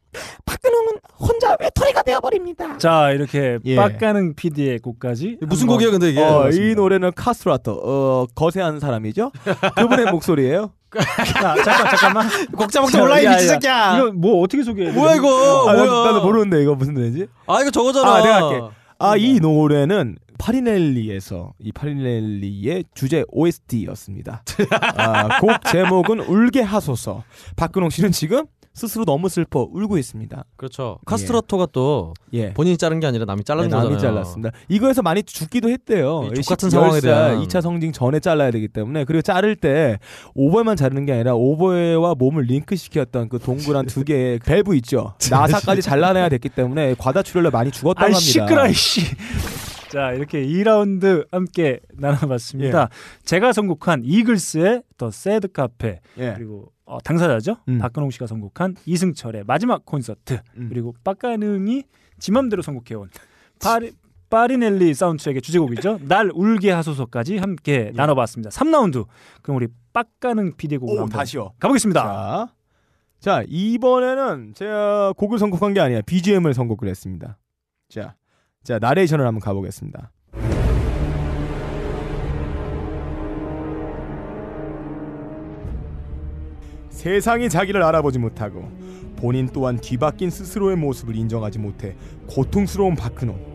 Speaker 11: 박근홍은 혼자 외톨이가 되어버립니다.
Speaker 1: 자 이렇게
Speaker 2: 예.
Speaker 1: 빡가는 PD의 곡까지
Speaker 3: 무슨
Speaker 1: 한번-
Speaker 3: 곡이에요, 근데 이게?
Speaker 2: 어, 이
Speaker 1: 예, 맞습니다.
Speaker 2: 노래는 카스트라터, 어, 거세한 사람이죠? 그분의 목소리예요
Speaker 1: 자, 잠깐 잠깐만
Speaker 2: 곡자
Speaker 1: 먹자, 몰라, 이 미친
Speaker 2: 새끼야!
Speaker 1: 이거 뭐 어떻게 소개해?
Speaker 3: 뭐야 이거?
Speaker 2: 아,
Speaker 3: 뭐야?
Speaker 2: 나도, 나도 모르는데, 이거 무슨 노래지?
Speaker 3: 아 이거 저거잖아.
Speaker 2: 아, 내가 할게. 아, 이 노래는 파리넬리에서, 이 파리넬리의 주제 OST였습니다. 아, 곡 제목은 울게 하소서. 박근홍 씨는 지금 스스로 너무 슬퍼 울고 있습니다.
Speaker 3: 그렇죠. 카스트라토가 또
Speaker 2: 예.
Speaker 3: 본인이 자른 게 아니라 남이 잘라준
Speaker 2: 네, 남이
Speaker 3: 거잖아요.
Speaker 2: 잘랐습니다. 이거에서 많이 죽기도 했대요.
Speaker 3: 이족 같은 상황에 대한.
Speaker 2: 2차 성징 전에 잘라야 되기 때문에 그리고 자를 때 오버만 자르는 게 아니라 오버와 몸을 링크시켰던 그 동그란 두 개의 밸브 있죠. 나사까지 잘라내야 됐기 때문에 과다출혈로 많이 죽었다고
Speaker 1: 아이
Speaker 2: 합니다.
Speaker 1: 시끄러 이씨. 자 이렇게 2라운드 함께
Speaker 2: 예.
Speaker 1: 나눠봤습니다. 제가 선곡한 이글스의 더 새드 카페
Speaker 2: 예.
Speaker 1: 그리고 어, 당사자죠
Speaker 2: 음.
Speaker 1: 박근홍 씨가 선곡한 이승철의 마지막 콘서트
Speaker 2: 음.
Speaker 1: 그리고 빡가능이 지맘대로 선곡해온 파리 파리넬리 사운드트랙의 주제곡이죠. 날 울게 하소서까지
Speaker 2: 예.
Speaker 1: 함께 나눠봤습니다. 3라운드 그럼 우리 빡가능 PD
Speaker 2: 오
Speaker 1: 곡으로 한번
Speaker 2: 다시요.
Speaker 1: 가보겠습니다.
Speaker 2: 자, 자 이번에는 제가 곡을 선곡한 게 아니라 BGM을 선곡을 했습니다. 자, 자 나레이션을 한번 가보겠습니다. 세상이 자기를 알아보지 못하고 본인 또한 뒤바뀐 스스로의 모습을 인정하지 못해 고통스러운 박근홍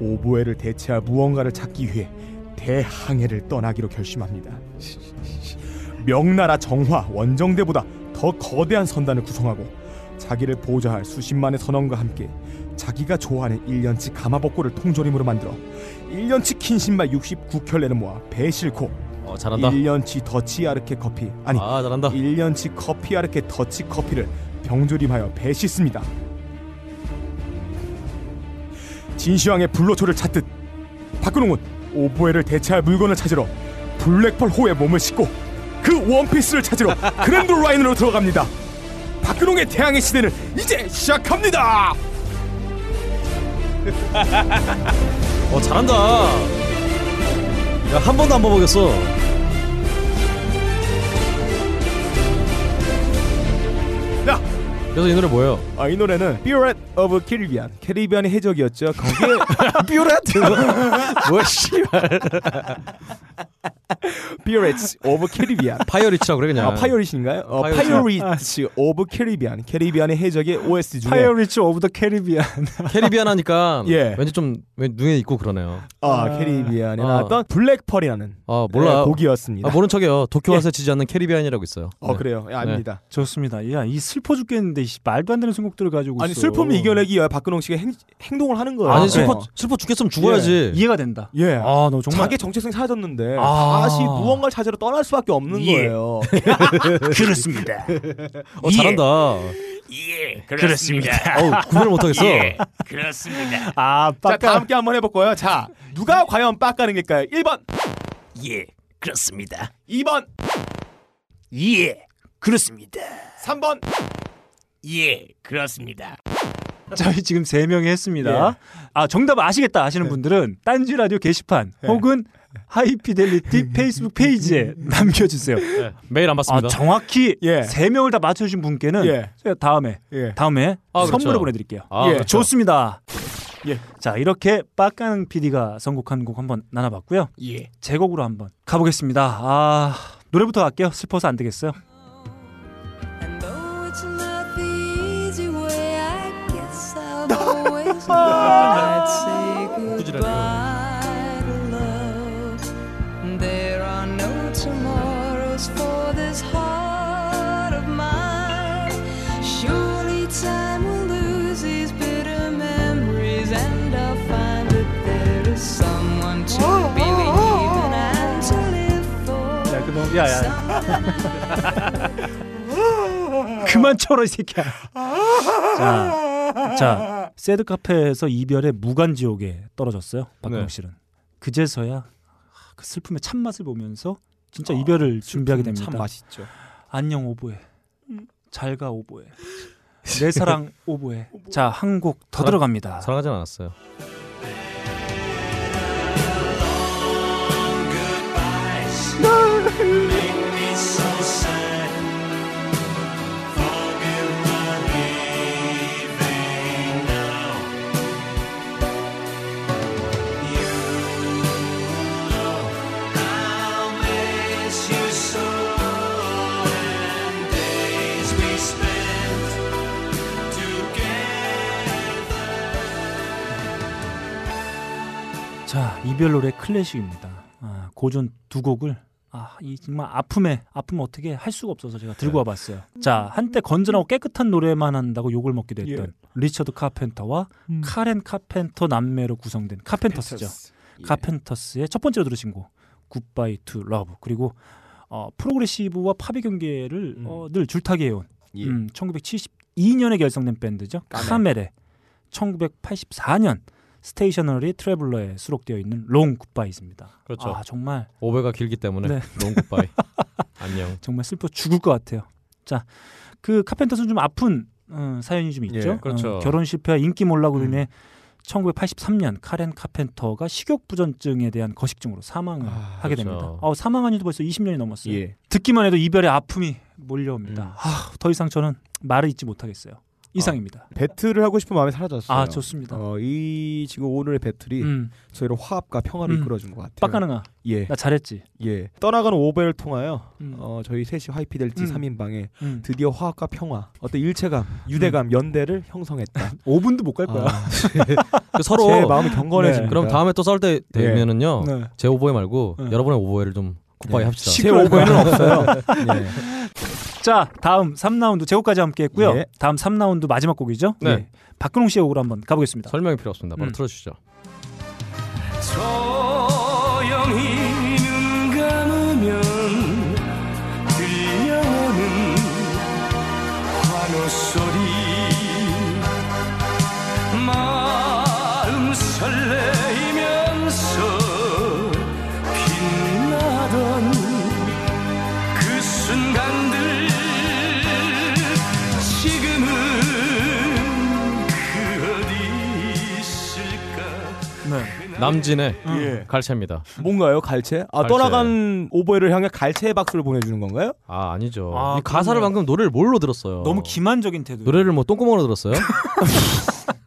Speaker 2: 오보에를 대체할 무언가를 찾기 위해 대항해를 떠나기로 결심합니다. 명나라 정화 원정대보다 더 거대한 선단을 구성하고 자기를 보호할 수십만의 선원과 함께 자기가 좋아하는 1년치 가마복고를 통조림으로 만들어 1년치 킨신마 69켤레를 모아 배에 싣고
Speaker 3: 어, 잘한다.
Speaker 2: 1년치 더치아르케 커피 아니
Speaker 3: 아 잘한다.
Speaker 2: 1년치 커피 아르케 더치 커피를 병조림하여 배 씻습니다. 진시황의 불로초를 찾듯 박근홍은 오보에를 대체할 물건을 찾으러 블랙펄 호의 몸을 씻고 그 원피스를 찾으러 그랜드 라인으로 들어갑니다. 박근홍의 태양의 시대는 이제 시작합니다.
Speaker 3: 어 잘한다. 야 한 번도 안 먹어보겠어.
Speaker 2: 야,
Speaker 3: 그래서 이 노래 뭐예요?
Speaker 2: 아, 이 노래는 뷰렛 오브 캐리비안 캐리비안의 해적이었죠. 거기에 뷰렛 뭐 씨발 뷰렛 오브 캐리비안
Speaker 3: 파이어리치라고 그래 그냥.
Speaker 2: 아, 파이어릿인가요? 어,
Speaker 3: 파이어릿.
Speaker 2: 파이어릿 오브 캐리비안 캐리비안의 해적의 OST 중에
Speaker 1: 파이어리치 오브 더 캐리비안
Speaker 3: 캐리비안 하니까
Speaker 2: 예.
Speaker 3: 왠지 좀 왠- 눈에 익고 그러네요.
Speaker 2: 아, 캐리비안에
Speaker 3: 아.
Speaker 2: 나왔던 블랙펄이라는
Speaker 3: 아 몰라.
Speaker 2: 네, 곡이었습니다.
Speaker 3: 아 모른 척해요. 도쿄 와서 지지 않는 캐리비안이라고 있어요.
Speaker 2: 어
Speaker 3: 네.
Speaker 2: 그래요. 예, 아닙니다.
Speaker 1: 좋습니다. 야 이 슬퍼 죽겠는데 이 말도 안 되는 선곡들을 가지고
Speaker 2: 아니
Speaker 1: 있어.
Speaker 2: 슬픔을 이겨내기야 박근홍 씨가 행, 행동을 하는 거예요.
Speaker 3: 아니
Speaker 2: 네.
Speaker 3: 슬퍼 슬퍼 죽겠으면 죽어야지.
Speaker 1: 이해가 된다.
Speaker 2: 예.
Speaker 1: 아, 너 정말
Speaker 2: 자기 정체성이 사라졌는데
Speaker 3: 아.
Speaker 2: 다시 무언가를 찾으러 떠날 수밖에 없는
Speaker 1: 예.
Speaker 2: 거예요.
Speaker 1: 그렇습니다.
Speaker 3: 어 잘한다.
Speaker 11: 예,
Speaker 1: 그렇습니다.
Speaker 3: 어우 구별 못하겠어.
Speaker 1: 아,
Speaker 2: 자, 다
Speaker 1: 빡가
Speaker 2: 함께 한번 해볼 거예요. 자, 누가 과연 빡가는 걸까요? 1번,
Speaker 11: 예, 그렇습니다.
Speaker 2: 2번,
Speaker 11: 예, 그렇습니다.
Speaker 2: 3번.
Speaker 11: 예, 그렇습니다.
Speaker 1: 저희 지금 세 명이 했습니다.
Speaker 3: 예.
Speaker 1: 아, 정답 아시겠다
Speaker 3: 네.
Speaker 1: 하시는 분들은 딴지 라디오 게시판 혹은 하이피델리티 페이스북 페이지에 남겨 주세요.
Speaker 3: 음, 네, 메일 안
Speaker 1: 아,
Speaker 3: 받습니다.
Speaker 1: 정확히
Speaker 2: 예.
Speaker 1: 세 명을 다 맞춰 주신 분께는
Speaker 2: 예.
Speaker 1: 제가 다음에
Speaker 2: 예.
Speaker 1: 다음에
Speaker 3: 아, 그렇죠.
Speaker 1: 선물을 보내 드릴게요. 네,
Speaker 3: 아,
Speaker 2: 예.
Speaker 3: 그렇죠.
Speaker 1: 좋습니다.
Speaker 2: 예.
Speaker 1: 자, 이렇게 빡가능 PD가 선곡한 곡 한번 나눠 봤고요.
Speaker 2: 예.
Speaker 1: 제 곡으로 한번 가보겠습니다. 아, 노래부터 갈게요. 슬퍼서 안 되겠어요.
Speaker 7: And though it's not the easy way, I guess I've always known I'd say goodbye to love. There are no tomorrows for this heart of mine. Surely time will lose these bitter memories, and I'll find that there is someone to believe in and to live for.
Speaker 1: 야, 그놈, 야, 야. 그만 쳐라 이 새끼야. 자, 자, 새드 카페에서 이별의 무간 지옥에 떨어졌어요. 박근홍
Speaker 3: 네.
Speaker 1: 씨는 그제서야 아, 그 슬픔의 찬 맛을 보면서 진짜 이별을 준비하게 됩니다.
Speaker 2: 참 맛있죠.
Speaker 1: 안녕 오보에, 잘 가 오보에, 내 사랑 오보에. 자, 한 곡 더
Speaker 3: 사랑-
Speaker 1: 들어갑니다.
Speaker 3: 사랑하진 않았어요.
Speaker 7: Forgive my
Speaker 1: 자 이별 노래 클래식입니다. 아, 고전 두 곡을 아, 이 정말 아픔에 아픔 어떻게 할 수가 없어서 제가 들고 와봤어요. 자 한때 건전하고 깨끗한 노래만 한다고 욕을 먹기도 했던 리처드 카펜터와 카렌 카펜터 남매로 구성된 음. 카펜터스죠. 예. 카펜터스의 첫 번째로 들으신 곡 굿바이 투 러브 그리고 어, 프로그레시브와 팝의 경계를 어, 늘 줄타기해온
Speaker 2: 예.
Speaker 1: 음, 1972년에 결성된 밴드죠. 카멜의 1984년 스테이셔너리 트래블러에 수록되어 있는 롱 굿바이즈입니다.
Speaker 3: 그렇죠.
Speaker 1: 아 정말
Speaker 3: 오배가 길기 때문에
Speaker 1: 네.
Speaker 3: 롱굿바이 안녕.
Speaker 1: 정말 슬퍼 죽을 것 같아요. 자, 그 카펜터스는 좀 아픈 어, 사연이 좀 있죠.
Speaker 2: 예,
Speaker 3: 그렇죠.
Speaker 1: 어, 결혼 실패와 인기 몰락으로 인해 1983년 카렌 카펜터가 식욕 부전증에 대한 거식증으로 사망을
Speaker 3: 아,
Speaker 1: 하게
Speaker 3: 그렇죠.
Speaker 1: 됩니다. 어, 사망한 지도 벌써 20년이 넘었어요.
Speaker 2: 예.
Speaker 1: 듣기만 해도 이별의 아픔이 몰려옵니다. 아, 더 이상 저는 말을 잊지 못하겠어요. 이상입니다.
Speaker 2: 배틀을 하고 싶은 마음이 사라졌어요.
Speaker 1: 아, 좋습니다.
Speaker 2: 어, 이 지금 오늘의 배틀이
Speaker 1: 음,
Speaker 2: 저희를 화합과 평화를
Speaker 1: 음.
Speaker 2: 이끌어준 것 같아요.
Speaker 1: 빡가능아,
Speaker 2: 예,
Speaker 1: 나 잘했지.
Speaker 2: 예. 떠나가는 오베를 통하여
Speaker 1: 음.
Speaker 2: 어, 저희 셋이 하이피델티
Speaker 1: 음.
Speaker 2: 삼 3인방에
Speaker 1: 음.
Speaker 2: 드디어 화합과 평화, 어떤 일체감, 유대감, 연대를 형성했다.
Speaker 1: 5분도 못 갈
Speaker 2: 아,
Speaker 3: 그 서로
Speaker 2: 제 마음이 경건해집니다.
Speaker 3: 그럼 다음에 또 싸울 때
Speaker 2: 예.
Speaker 3: 되면은요.
Speaker 1: 네.
Speaker 3: 제 오버에 말고
Speaker 1: 네.
Speaker 3: 여러분의 오버에를 좀 굿바이
Speaker 2: 네.
Speaker 3: 합시다.
Speaker 2: 제 오버에는 없어요. 네.
Speaker 1: 자, 다음 3라운드 제곡까지 함께 했고요.
Speaker 2: 예.
Speaker 1: 다음 3라운드 마지막 곡이죠. 예.
Speaker 3: 네.
Speaker 1: 박근홍 씨의 곡으로 한번 가보겠습니다.
Speaker 3: 설명이 필요 없습니다. 바로
Speaker 1: 음.
Speaker 3: 틀어주시죠.
Speaker 6: 조용히 눈 감으면 들려오는 환호 소리 마음 설레이면서 빛나던 그 순간들 지금은 그 어디 있을까
Speaker 3: 남진의 갈채입니다.
Speaker 12: 뭔가요? 갈채? 아
Speaker 3: 갈채.
Speaker 12: 떠나간 오버웨를 향해 갈채의 박수를 보내주는 건가요?
Speaker 3: 아 아니죠.
Speaker 1: 아,
Speaker 3: 이 가사를
Speaker 1: 그럼요.
Speaker 3: 방금 노래를 뭘로 들었어요?
Speaker 1: 너무 기만적인 태도.
Speaker 3: 노래를 뭐 똥구멍으로 들었어요?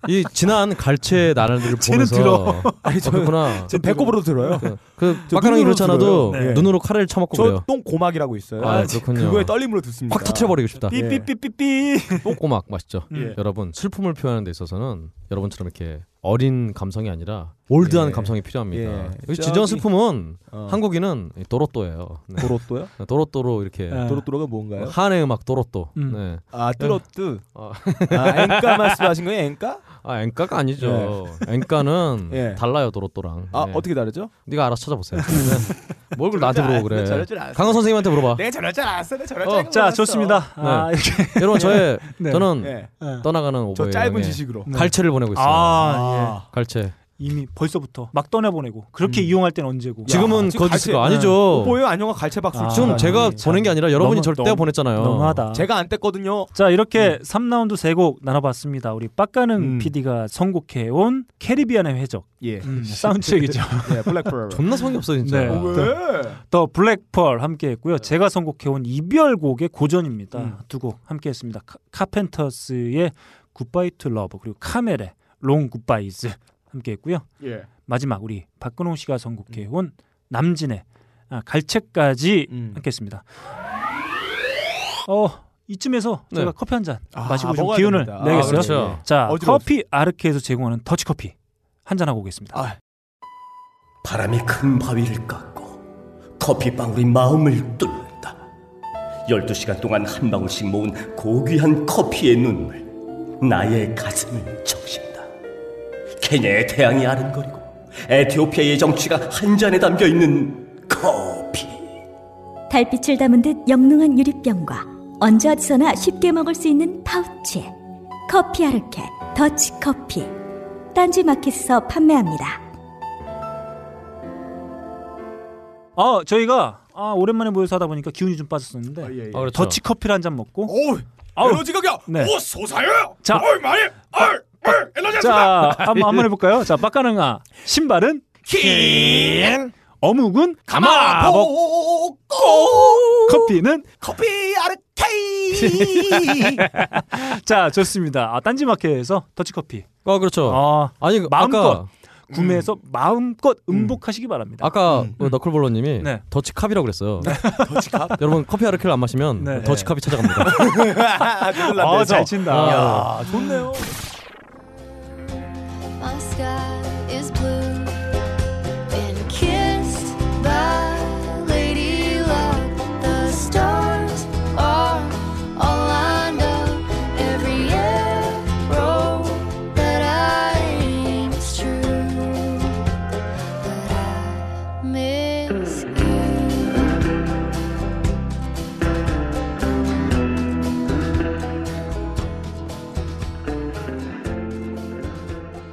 Speaker 3: 이 지난 갈채 나날들을
Speaker 1: 쟤는
Speaker 3: 보면서
Speaker 1: 들어.
Speaker 3: 아니 저 그렇구나.
Speaker 12: 전 배꼽으로도 들어요.
Speaker 3: 그- 그
Speaker 12: 저
Speaker 3: 빡가랑이
Speaker 12: 눈으로
Speaker 3: 그렇잖아도
Speaker 12: 들어요. 네.
Speaker 3: 눈으로 칼을 쳐먹고
Speaker 12: 저
Speaker 3: 그래요.
Speaker 12: 똥고막이라고 있어요.
Speaker 3: 아, 그렇군요.
Speaker 12: 거에 떨림으로 듣습니다.
Speaker 3: 확 터트려버리고 싶다.
Speaker 2: 예.
Speaker 1: 삐삐삐삐삐
Speaker 3: 네. 똥꼬막 맛있죠.
Speaker 1: 예.
Speaker 3: 여러분 슬픔을 표현하는 데 있어서는 여러분처럼 이렇게 어린 감성이 아니라 올드한
Speaker 2: 예.
Speaker 3: 감성이 필요합니다.
Speaker 2: 예.
Speaker 3: 여기 진정한
Speaker 2: 저기-
Speaker 3: 슬픔은
Speaker 2: 어.
Speaker 3: 한국인은 이 도로또예요. 네. 어.
Speaker 2: 도로또요?
Speaker 3: 도로또로 이렇게
Speaker 1: 예.
Speaker 2: 도로또로가 뭔가요?
Speaker 3: 한의 음악 도로또.
Speaker 1: 음.
Speaker 3: 네.
Speaker 2: 아, 뚜로뚜.
Speaker 3: 어.
Speaker 2: 아, 앵까 말씀하신 거예요, 앵까?
Speaker 3: 아 엔카가 아니죠. 엔카는
Speaker 2: 예.
Speaker 3: 달라요 도로또랑.
Speaker 2: 아,
Speaker 3: 예.
Speaker 2: 어떻게 다르죠?
Speaker 3: 네가 알아서 찾아보세요. 네. 뭘 그걸 나한테 물어보고
Speaker 2: 내가
Speaker 3: 그래.
Speaker 2: 저럴 줄 알았어.
Speaker 3: 강원 선생님한테 물어봐.
Speaker 1: 네.
Speaker 2: 내가 저럴 줄 알았어. 내가 저럴
Speaker 3: 어,
Speaker 2: 줄 알고
Speaker 1: 자,
Speaker 2: 몰랐어.
Speaker 1: 좋습니다. 아, 이렇게.
Speaker 3: 여러분 저의
Speaker 1: 네.
Speaker 3: 저는
Speaker 2: 예.
Speaker 3: 떠나가는 오버에
Speaker 2: 저 짧은 지식으로.
Speaker 3: 갈채를 보내고 있어요.
Speaker 1: 아, 예.
Speaker 3: 갈채.
Speaker 1: 이미 벌써부터 막 떠내보내고
Speaker 2: 음.
Speaker 1: 그렇게 이용할 때는 언제고.
Speaker 3: 지금은
Speaker 2: 지금 갈채-
Speaker 3: 거짓이가 아니죠.
Speaker 2: 오보요 안녕과 갈채 박수.
Speaker 1: 아,
Speaker 3: 지금 제가
Speaker 1: 예.
Speaker 3: 보낸 게 아니라
Speaker 1: 너무-
Speaker 3: 여러분이 절대
Speaker 1: 너무-
Speaker 3: 보냈잖아요.
Speaker 1: 너무하다.
Speaker 2: 제가 안 뗐거든요.
Speaker 1: 자 이렇게 3라운드 세 곡 나눠봤습니다. 우리 빡가는
Speaker 2: 음.
Speaker 1: PD가 선곡해온 캐리비안의 회적
Speaker 2: 예.
Speaker 1: 음, 사운드트랙이죠.
Speaker 2: 예, 블랙 프로브.
Speaker 3: 존나 성의 없어 진짜.
Speaker 1: 네.
Speaker 3: 아,
Speaker 1: 왜? 더 블랙펄 함께했고요.
Speaker 2: 네.
Speaker 1: 제가 선곡해온 이별곡의 고전입니다.
Speaker 12: 음.
Speaker 1: 두 곡 함께했습니다. 카, 카펜터스의 굿바이 투 러브 그리고 카멜의 롱 굿바이즈 함께했고요.
Speaker 2: 예.
Speaker 1: 마지막 우리 박근홍 씨가 선곡해온 남진의 아, 갈채까지
Speaker 2: 음.
Speaker 1: 함께했습니다. 어 이쯤에서
Speaker 3: 네.
Speaker 1: 제가 커피 한 잔
Speaker 2: 아,
Speaker 1: 마시고 좀
Speaker 2: 먹어야
Speaker 1: 기운을
Speaker 2: 됩니다. 아,
Speaker 1: 내겠어요.
Speaker 3: 그렇죠.
Speaker 1: 자
Speaker 2: 어지러웠어.
Speaker 1: 커피 아르케에서 제공하는 더치커피 한 잔하고 오겠습니다.
Speaker 6: 바람이 큰 바위를 깎고 커피방울이 마음을 뚫는다. 12시간 동안 한 방울씩 모은 고귀한 커피의 눈물, 나의 가슴을 적신다. 케냐의 태양이 아른거리고 에티오피아의 정취가 한 잔에 담겨 있는 커피.
Speaker 5: 달빛을 담은 듯 영롱한 유리병과 언제 어디서나 쉽게 먹을 수 있는 파우치에 커피 아르케 더치커피 딴지 마켓에서 판매합니다.
Speaker 1: 아 저희가 아, 오랜만에 모여서 하다 보니까 기운이 좀 빠졌었는데
Speaker 2: 예, 예.
Speaker 3: 그렇죠.
Speaker 1: 더치 커피를 한 잔 먹고
Speaker 2: 오!
Speaker 1: 아우.
Speaker 2: 에너지가 야.
Speaker 1: 네.
Speaker 2: 오, 소사요.
Speaker 1: 자.
Speaker 2: 어이, 많이. 어이, 어이, 에너지
Speaker 1: 자 한번 한번 해볼까요? 자 빡가능아 신발은
Speaker 2: 킹.
Speaker 1: 어묵은 어. 가마복
Speaker 2: 가마복. 고.
Speaker 1: 커피는
Speaker 2: 커피 아르케이.
Speaker 1: 자 좋습니다. 아, 딴지마켓에서 더치커피
Speaker 3: 아
Speaker 13: 어.
Speaker 3: 그렇죠.
Speaker 1: 아,
Speaker 3: 아니
Speaker 1: 마음껏.
Speaker 3: 아까
Speaker 1: 구매해서 마음껏 음복하시기 바랍니다.
Speaker 3: 아까 그 너클볼러님이
Speaker 1: 네.
Speaker 3: 더치캅이라고 그랬어요. 더치캅? 여러분 커피 아르케를 안 마시면
Speaker 1: 네.
Speaker 3: 더치캅이 찾아갑니다.
Speaker 1: 아, 잘 친다.
Speaker 3: 아.
Speaker 2: 아, 좋네요.
Speaker 5: My sky is blue.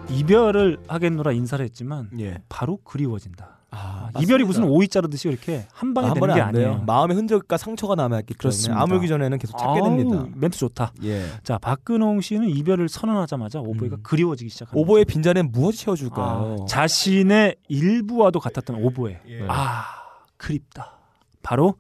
Speaker 1: 이별을 하겠노라 인사를 했지만
Speaker 13: 예.
Speaker 1: 바로 그리워진다.
Speaker 13: 아,
Speaker 1: 이별이
Speaker 13: 맞습니다.
Speaker 1: 무슨 오이 자르듯이 이렇게 한 방에
Speaker 13: 한 번에
Speaker 1: 되는 게
Speaker 13: 안 돼요.
Speaker 1: 아니에요.
Speaker 13: 마음의 흔적과 상처가 남아있기 때문에
Speaker 1: 그렇습니다.
Speaker 13: 아물기 전에는 계속 찾게
Speaker 1: 아우,
Speaker 13: 됩니다.
Speaker 1: 멘트 좋다.
Speaker 13: 예.
Speaker 1: 자 박근홍 씨는 이별을 선언하자마자 오보이가
Speaker 13: 음.
Speaker 1: 그리워지기 시작합니다.
Speaker 13: 오보의 빈자리에 무엇이
Speaker 1: 아,
Speaker 13: 채워줄까요?
Speaker 1: 자신의 일부와도 같았던 오보에 아 그립다. 바로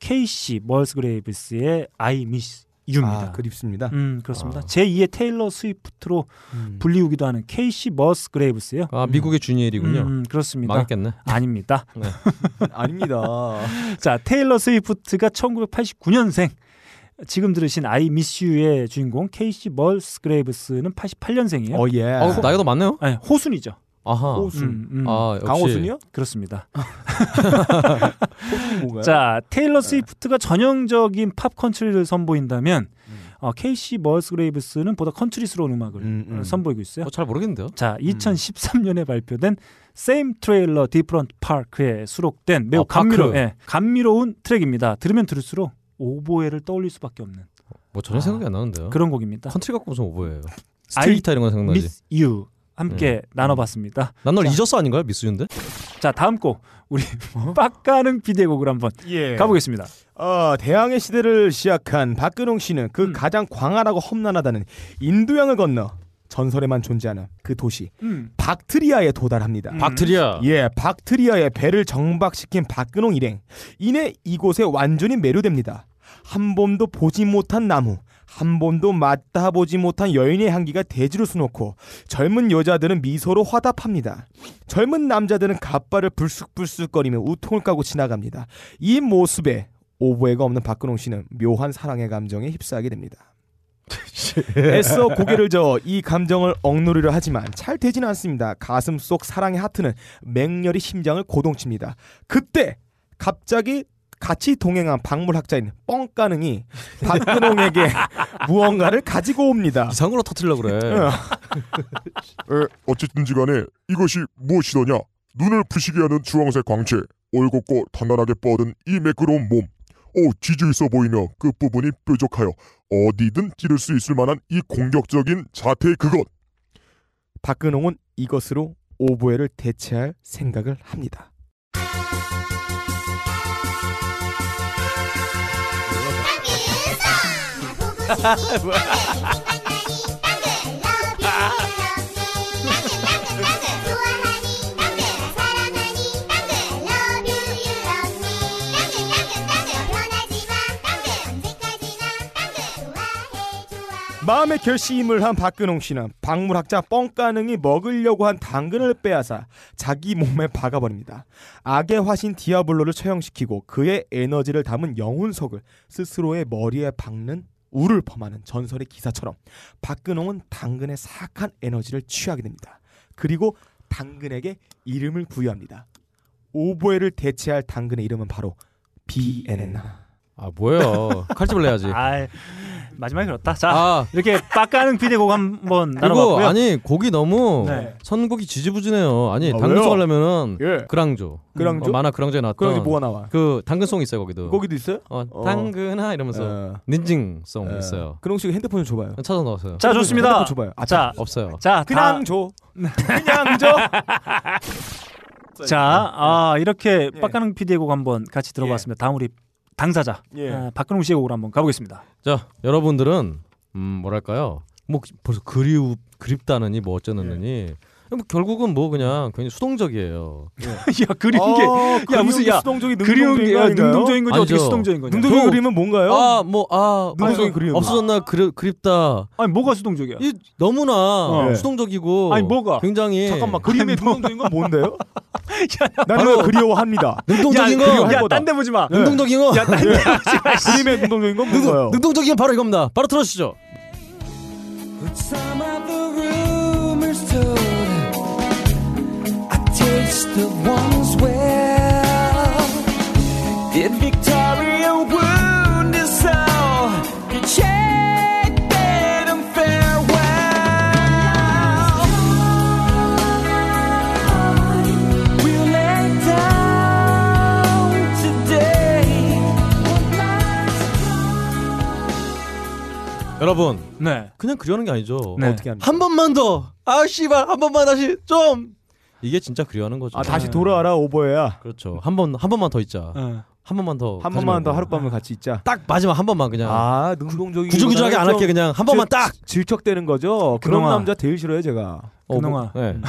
Speaker 1: KC 멀스그레이브스의 I Miss You입니다.
Speaker 13: 아, 그립습니다.
Speaker 1: 음 그렇습니다.
Speaker 3: 아.
Speaker 1: 제2의 테일러 스위프트로
Speaker 13: 음.
Speaker 1: 불리우기도 하는 KC 머스그레이브스요.
Speaker 3: 아 미국의 주니엘이군요.
Speaker 1: 음, 그렇습니다.
Speaker 3: 망했겠네.
Speaker 1: 아닙니다.
Speaker 2: 음,
Speaker 13: 아닙니다.
Speaker 2: 어,
Speaker 1: 자, 테일러 스위프트가 1989년생. 지금 들으신 아이 미스유의 주인공 케이시 멀스그레이브스는 88년생이에요.
Speaker 13: 어 예.
Speaker 3: 어, 나이가 더 많네요.
Speaker 1: 아니, 호순이죠.
Speaker 3: 아하.
Speaker 2: 어,
Speaker 13: 호수.
Speaker 1: 음, 음.
Speaker 3: 아, 역시.
Speaker 13: 강호순이요?
Speaker 1: 그렇습니다.
Speaker 13: 뭔가요?
Speaker 1: 자, 테일러
Speaker 3: 네.
Speaker 1: 스위프트가 전형적인 팝 컨트리를 선보인다면
Speaker 3: 음.
Speaker 1: 어, 케이시 멀스그레이브스는 보다 컨트리스러운 음악을
Speaker 13: 음, 음.
Speaker 1: 어, 선보이고 있어요.
Speaker 3: 어, 잘 모르겠는데요.
Speaker 1: 자, 2013년에 발표된 Same Trailer Different Park에 수록된 매우
Speaker 3: 아,
Speaker 1: 감미로,
Speaker 3: 파크.
Speaker 1: 예, 감미로운 트랙입니다. 들으면 들을수록 오보에를 떠올릴 수밖에 없는
Speaker 3: 뭐 전혀 생각이 안 나는데요.
Speaker 1: 그런 곡입니다.
Speaker 3: 컨트리 갖고 무슨 오버예요.
Speaker 1: 아이-
Speaker 3: 스트리기타 이런 건 생각나지. 네.
Speaker 1: Miss You 함께 나눠봤습니다.
Speaker 3: 난 널
Speaker 1: 자.
Speaker 3: 잊었어 아닌가요, 미스윤데?
Speaker 1: 자, 다음 곡 우리
Speaker 3: 어?
Speaker 1: 빡가는 비디의 곡을 한번
Speaker 3: 네.
Speaker 2: 예.
Speaker 1: 가보겠습니다.
Speaker 2: 어, 대항해 시대를 시작한 박근홍 씨는 그
Speaker 1: 음.
Speaker 2: 가장 광활하고 험난하다는 인도양을 건너 전설에만 존재하는 그 도시
Speaker 1: 음.
Speaker 2: 박트리아에 도달합니다.
Speaker 3: 박트리아.
Speaker 2: 예, 박트리아에 배를 정박시킨 박근홍 일행. 이내 이곳에 완전히 매료됩니다. 한 번도 보지 못한 나무, 한 번도 맡아보지 못한 여인의 향기가 대지로 수놓고 젊은 여자들은 미소로 화답합니다. 젊은 남자들은 갓발을 불쑥불쑥거리며 우통을 까고 지나갑니다. 이 모습에 오보애가 없는 박근홍 씨는 묘한 사랑의 감정에 휩싸이게 됩니다. 애써 고개를 저어 이 감정을 억누르려 하지만 잘 되지는 않습니다. 가슴 속 사랑의 하트는 맹렬히 심장을 고동칩니다. 그때 갑자기 같이 동행한 박물학자인 뻥가능이 박근홍에게 무언가를 가지고 옵니다.
Speaker 3: 이상한 걸로 터트리려고 그래.
Speaker 6: 에, 어쨌든지 간에 이것이 무엇이더냐? 눈을 부시게 하는 주황색 광채, 올곧고 단단하게 뻗은 이 매끄러운 몸. 오, 쥐주 있어 보이며 그 끝부분이 뾰족하여 어디든 찌를 수 있을 만한 이 공격적인 자태의 그것.
Speaker 2: 박근홍은 이것으로 오보에를 대체할 생각을 합니다. 마음의 결심을 한 박근홍 씨는 박물학자 뻥가능이 먹으려고 한 당근을 빼앗아 자기 몸에 박아버립니다. 악의 화신 디아블로를 처형시키고 그의 에너지를 담은 영혼석을 스스로의 머리에 박는 우를 범하는 전설의 기사처럼 박근홍은 당근의 사악한 에너지를 취하게 됩니다. 그리고 당근에게 이름을 부여합니다. 오보에를 대체할 당근의 이름은 바로 비에네나.
Speaker 3: 아 뭐예요? 칼집을 내야지.
Speaker 1: 아, 마지막에 그렇다. 자,
Speaker 3: 아
Speaker 1: 이렇게 빡가는 비디의 곡 한번
Speaker 3: 그리고
Speaker 1: 나눠봤고요.
Speaker 3: 아니 곡이 너무
Speaker 1: 네.
Speaker 3: 선곡이 지지부진해요. 아니
Speaker 2: 아, 왜요?
Speaker 3: 당근송 하려면은
Speaker 2: 예.
Speaker 3: 그랑조.
Speaker 2: 그랑조?
Speaker 3: 어, 만화 그랑조에 나왔던.
Speaker 2: 그러지 뭐가 나와?
Speaker 3: 그 당근송 있어요 거기도.
Speaker 2: 거기도 있어요?
Speaker 3: 어,
Speaker 2: 어.
Speaker 3: 당근아 이러면서
Speaker 2: 어.
Speaker 3: 닌징송
Speaker 2: 예.
Speaker 3: 있어요.
Speaker 2: 그럼 혹시 핸드폰 좀 줘봐요.
Speaker 3: 찾아 넣었어요.
Speaker 1: 자, 좋습니다.
Speaker 2: 핸드폰 줘봐요. 아,
Speaker 1: 자, 아.
Speaker 3: 없어요.
Speaker 1: 자,
Speaker 2: 그냥
Speaker 1: 다-
Speaker 2: 줘. 그냥 줘.
Speaker 1: 자, 아, 이렇게
Speaker 2: 예.
Speaker 1: 빡가는 피디의 곡 한번 같이 들어봤습니다. 다음 우리 당사자
Speaker 2: 예.
Speaker 1: 아, 박근홍 씨의 곡으로 한번 가보겠습니다.
Speaker 3: 자 여러분들은 음 뭐랄까요? 뭐 벌써 그리우 그립다느니 뭐
Speaker 2: 예.
Speaker 3: 어쩌느니. 뭐 결국은 뭐 그냥 굉장히 수동적이에요.
Speaker 1: 야 그린 게, 야 무슨 야
Speaker 2: 수동적이
Speaker 1: 그리운 게 야, 어, 능동적인 거지
Speaker 3: 아니죠.
Speaker 1: 어떻게 수동적인 거냐?
Speaker 2: 능동적인
Speaker 3: 그-
Speaker 2: 그림은 뭔가요?
Speaker 3: 아 뭐 아
Speaker 2: 능동적인 그리움.
Speaker 3: 없어졌나 그리, 그립다.
Speaker 1: 아니 뭐가 수동적이야?
Speaker 3: 이 너무나
Speaker 1: 어.
Speaker 3: 수동적이고
Speaker 1: 아니, 뭐가?
Speaker 3: 굉장히
Speaker 2: 예. 잠깐만 그림의 능동적인 건 뭔데요? 나는
Speaker 3: 바로-
Speaker 2: 그리워합니다.
Speaker 3: 능동적인 거
Speaker 2: 할 거다. 예.
Speaker 1: 야딴 데 보지 마.
Speaker 3: 능동적인 거
Speaker 2: 그림의 능동적인 건 뭔가요?
Speaker 3: 능동적인 건 바로 이겁니다 바로 틀어주시죠
Speaker 5: Some of the rumors told I taste the ones well Did Victoria wound us all Check bid and farewell We'll lay down today
Speaker 3: 여러분
Speaker 1: 네.
Speaker 3: 그냥 그리워하는 게 아니죠.
Speaker 1: 네. 어떻게
Speaker 3: 합니까? 한 번만 더. 아 씨발 한 번만 다시 좀. 이게 진짜 그리워하는 거죠.
Speaker 2: 아 다시 돌아와라 오버야.
Speaker 3: 그렇죠. 한 번 한 번만 더 있자. 한 번만 더.
Speaker 2: 한
Speaker 3: 가지
Speaker 2: 번만 더
Speaker 3: 말고. 아.
Speaker 2: 하룻밤을 같이 있자.
Speaker 3: 딱 마지막 한 번만 그냥.
Speaker 2: 아 능동적인
Speaker 3: 구질구질하게 안 할게 그냥 한 번만 딱.
Speaker 2: 질척대는 거죠. 그런
Speaker 3: 그놈아.
Speaker 2: 남자 제일 싫어요 제가.
Speaker 3: 어,
Speaker 1: 그놈아. 음.
Speaker 3: 뭐, 네.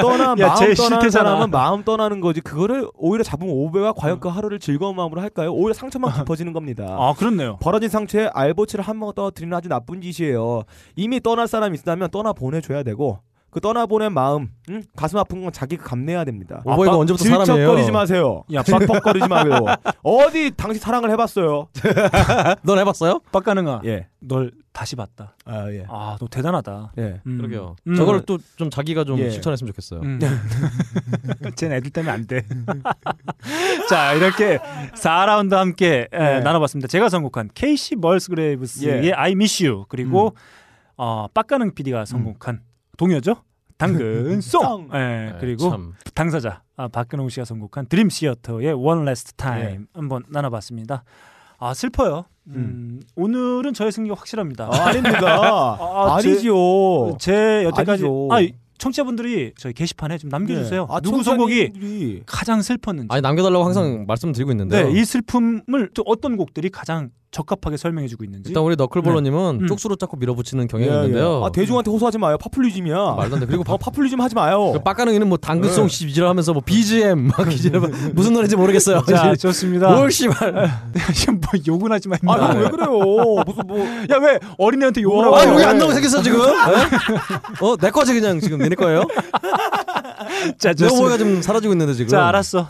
Speaker 2: 떠나
Speaker 1: 야,
Speaker 2: 마음
Speaker 1: 제일
Speaker 2: 떠나는
Speaker 1: 싫대잖아.
Speaker 2: 사람은 마음 떠나는 거지. 그거를 오히려 잡으면 오배가 과연 그 하루를 즐거운 마음으로 할까요? 오히려 상처만 깊어지는 겁니다.
Speaker 1: 아 그렇네요.
Speaker 2: 벌어진 상처에 알보치를 한 번 떨어뜨리는 아주 나쁜 짓이에요. 이미 떠날 사람이 있다면 떠나 보내줘야 되고 그 떠나보낸 마음, 음? 가슴 아픈 건 자기가 감내해야 됩니다.
Speaker 3: 오버이가
Speaker 2: 아빠,
Speaker 3: 어, 언제부터
Speaker 2: 질척거리지
Speaker 3: 사람이에요?
Speaker 2: 마세요.
Speaker 1: 야, 빡-
Speaker 2: 질척거리지 마세요. 어디 당신 사랑을 해봤어요?
Speaker 3: 넌 해봤어요?
Speaker 1: 빡가능아.
Speaker 2: 예.
Speaker 1: 널 다시 봤다.
Speaker 2: 아 예.
Speaker 1: 아, 너 대단하다.
Speaker 2: 예.
Speaker 1: 음.
Speaker 3: 그러게요.
Speaker 1: 음.
Speaker 3: 저걸 또 좀 자기가 좀
Speaker 2: 예.
Speaker 3: 실천했으면 좋겠어요.
Speaker 1: 음. 쟤는 애들 때문에 안 돼. 자, 이렇게 4라운드 함께 에,
Speaker 2: 네.
Speaker 1: 나눠봤습니다. 제가 선곡한 케이시 멀스그레이브스의
Speaker 2: 예. 음.
Speaker 1: I Miss You 그리고 어, 빡가능 PD가 선곡한 동요죠. 당근 송. 예,
Speaker 3: 네,
Speaker 1: 그리고
Speaker 3: 참.
Speaker 1: 당사자 아, 박근홍 씨가 선곡한 드림 시어터의 One Last
Speaker 2: 예.
Speaker 1: Time 한번 나눠봤습니다. 아 슬퍼요. 음, 오늘은 저의 승리가 확실합니다.
Speaker 2: 아, 아닙니다.
Speaker 1: 아,
Speaker 2: 아, 니지요
Speaker 1: 제 여태까지
Speaker 2: 아니죠.
Speaker 1: 아, 청취자분들이 저희 게시판에 좀 남겨주세요.
Speaker 2: 아, 예,
Speaker 1: 누구 선곡이
Speaker 2: 청자님들이.
Speaker 1: 가장 슬펐는지.
Speaker 3: 아니 남겨달라고 항상 말씀드리고 있는데.
Speaker 1: 네,
Speaker 3: 요
Speaker 1: 이 슬픔을 또 어떤 곡들이 가장 적합하게 설명해주고 있는지.
Speaker 3: 일단 우리 너클볼러님은
Speaker 1: 음.
Speaker 3: 쪽수로 자꾸 밀어붙이는
Speaker 2: 예,
Speaker 3: 경향이 있는데요.
Speaker 2: 예. 아 대중한테 호소하지 마요. 파퓰리즘이야.
Speaker 1: 아.
Speaker 3: 말도 안 돼. 그리고
Speaker 2: 어, 파퓰리즘 하지 마요.
Speaker 3: 그 빡가능이는 뭐
Speaker 1: 네.
Speaker 3: 당근송 씨지랄 하면서 뭐 BGM 막 이지랄 무슨 노래인지 모르겠어요.
Speaker 1: 자, 네, 좋습니다.
Speaker 3: 뭘 씨발.
Speaker 1: 지금 뭐 욕은 하지 마.
Speaker 2: 아,
Speaker 1: 임마.
Speaker 2: 그럼 왜 그래요? 무슨 뭐
Speaker 1: 야, 왜 어린애한테 욕을 하고?
Speaker 3: 아 여기 안 나오고 생겼어 지금. 에? 어? 내 거지 그냥 지금 내네 거예요?
Speaker 1: 자,
Speaker 3: 내
Speaker 1: 좋습니다.
Speaker 3: 오해가 좀 사라지고 있는데 지금.
Speaker 1: 자, 알았어.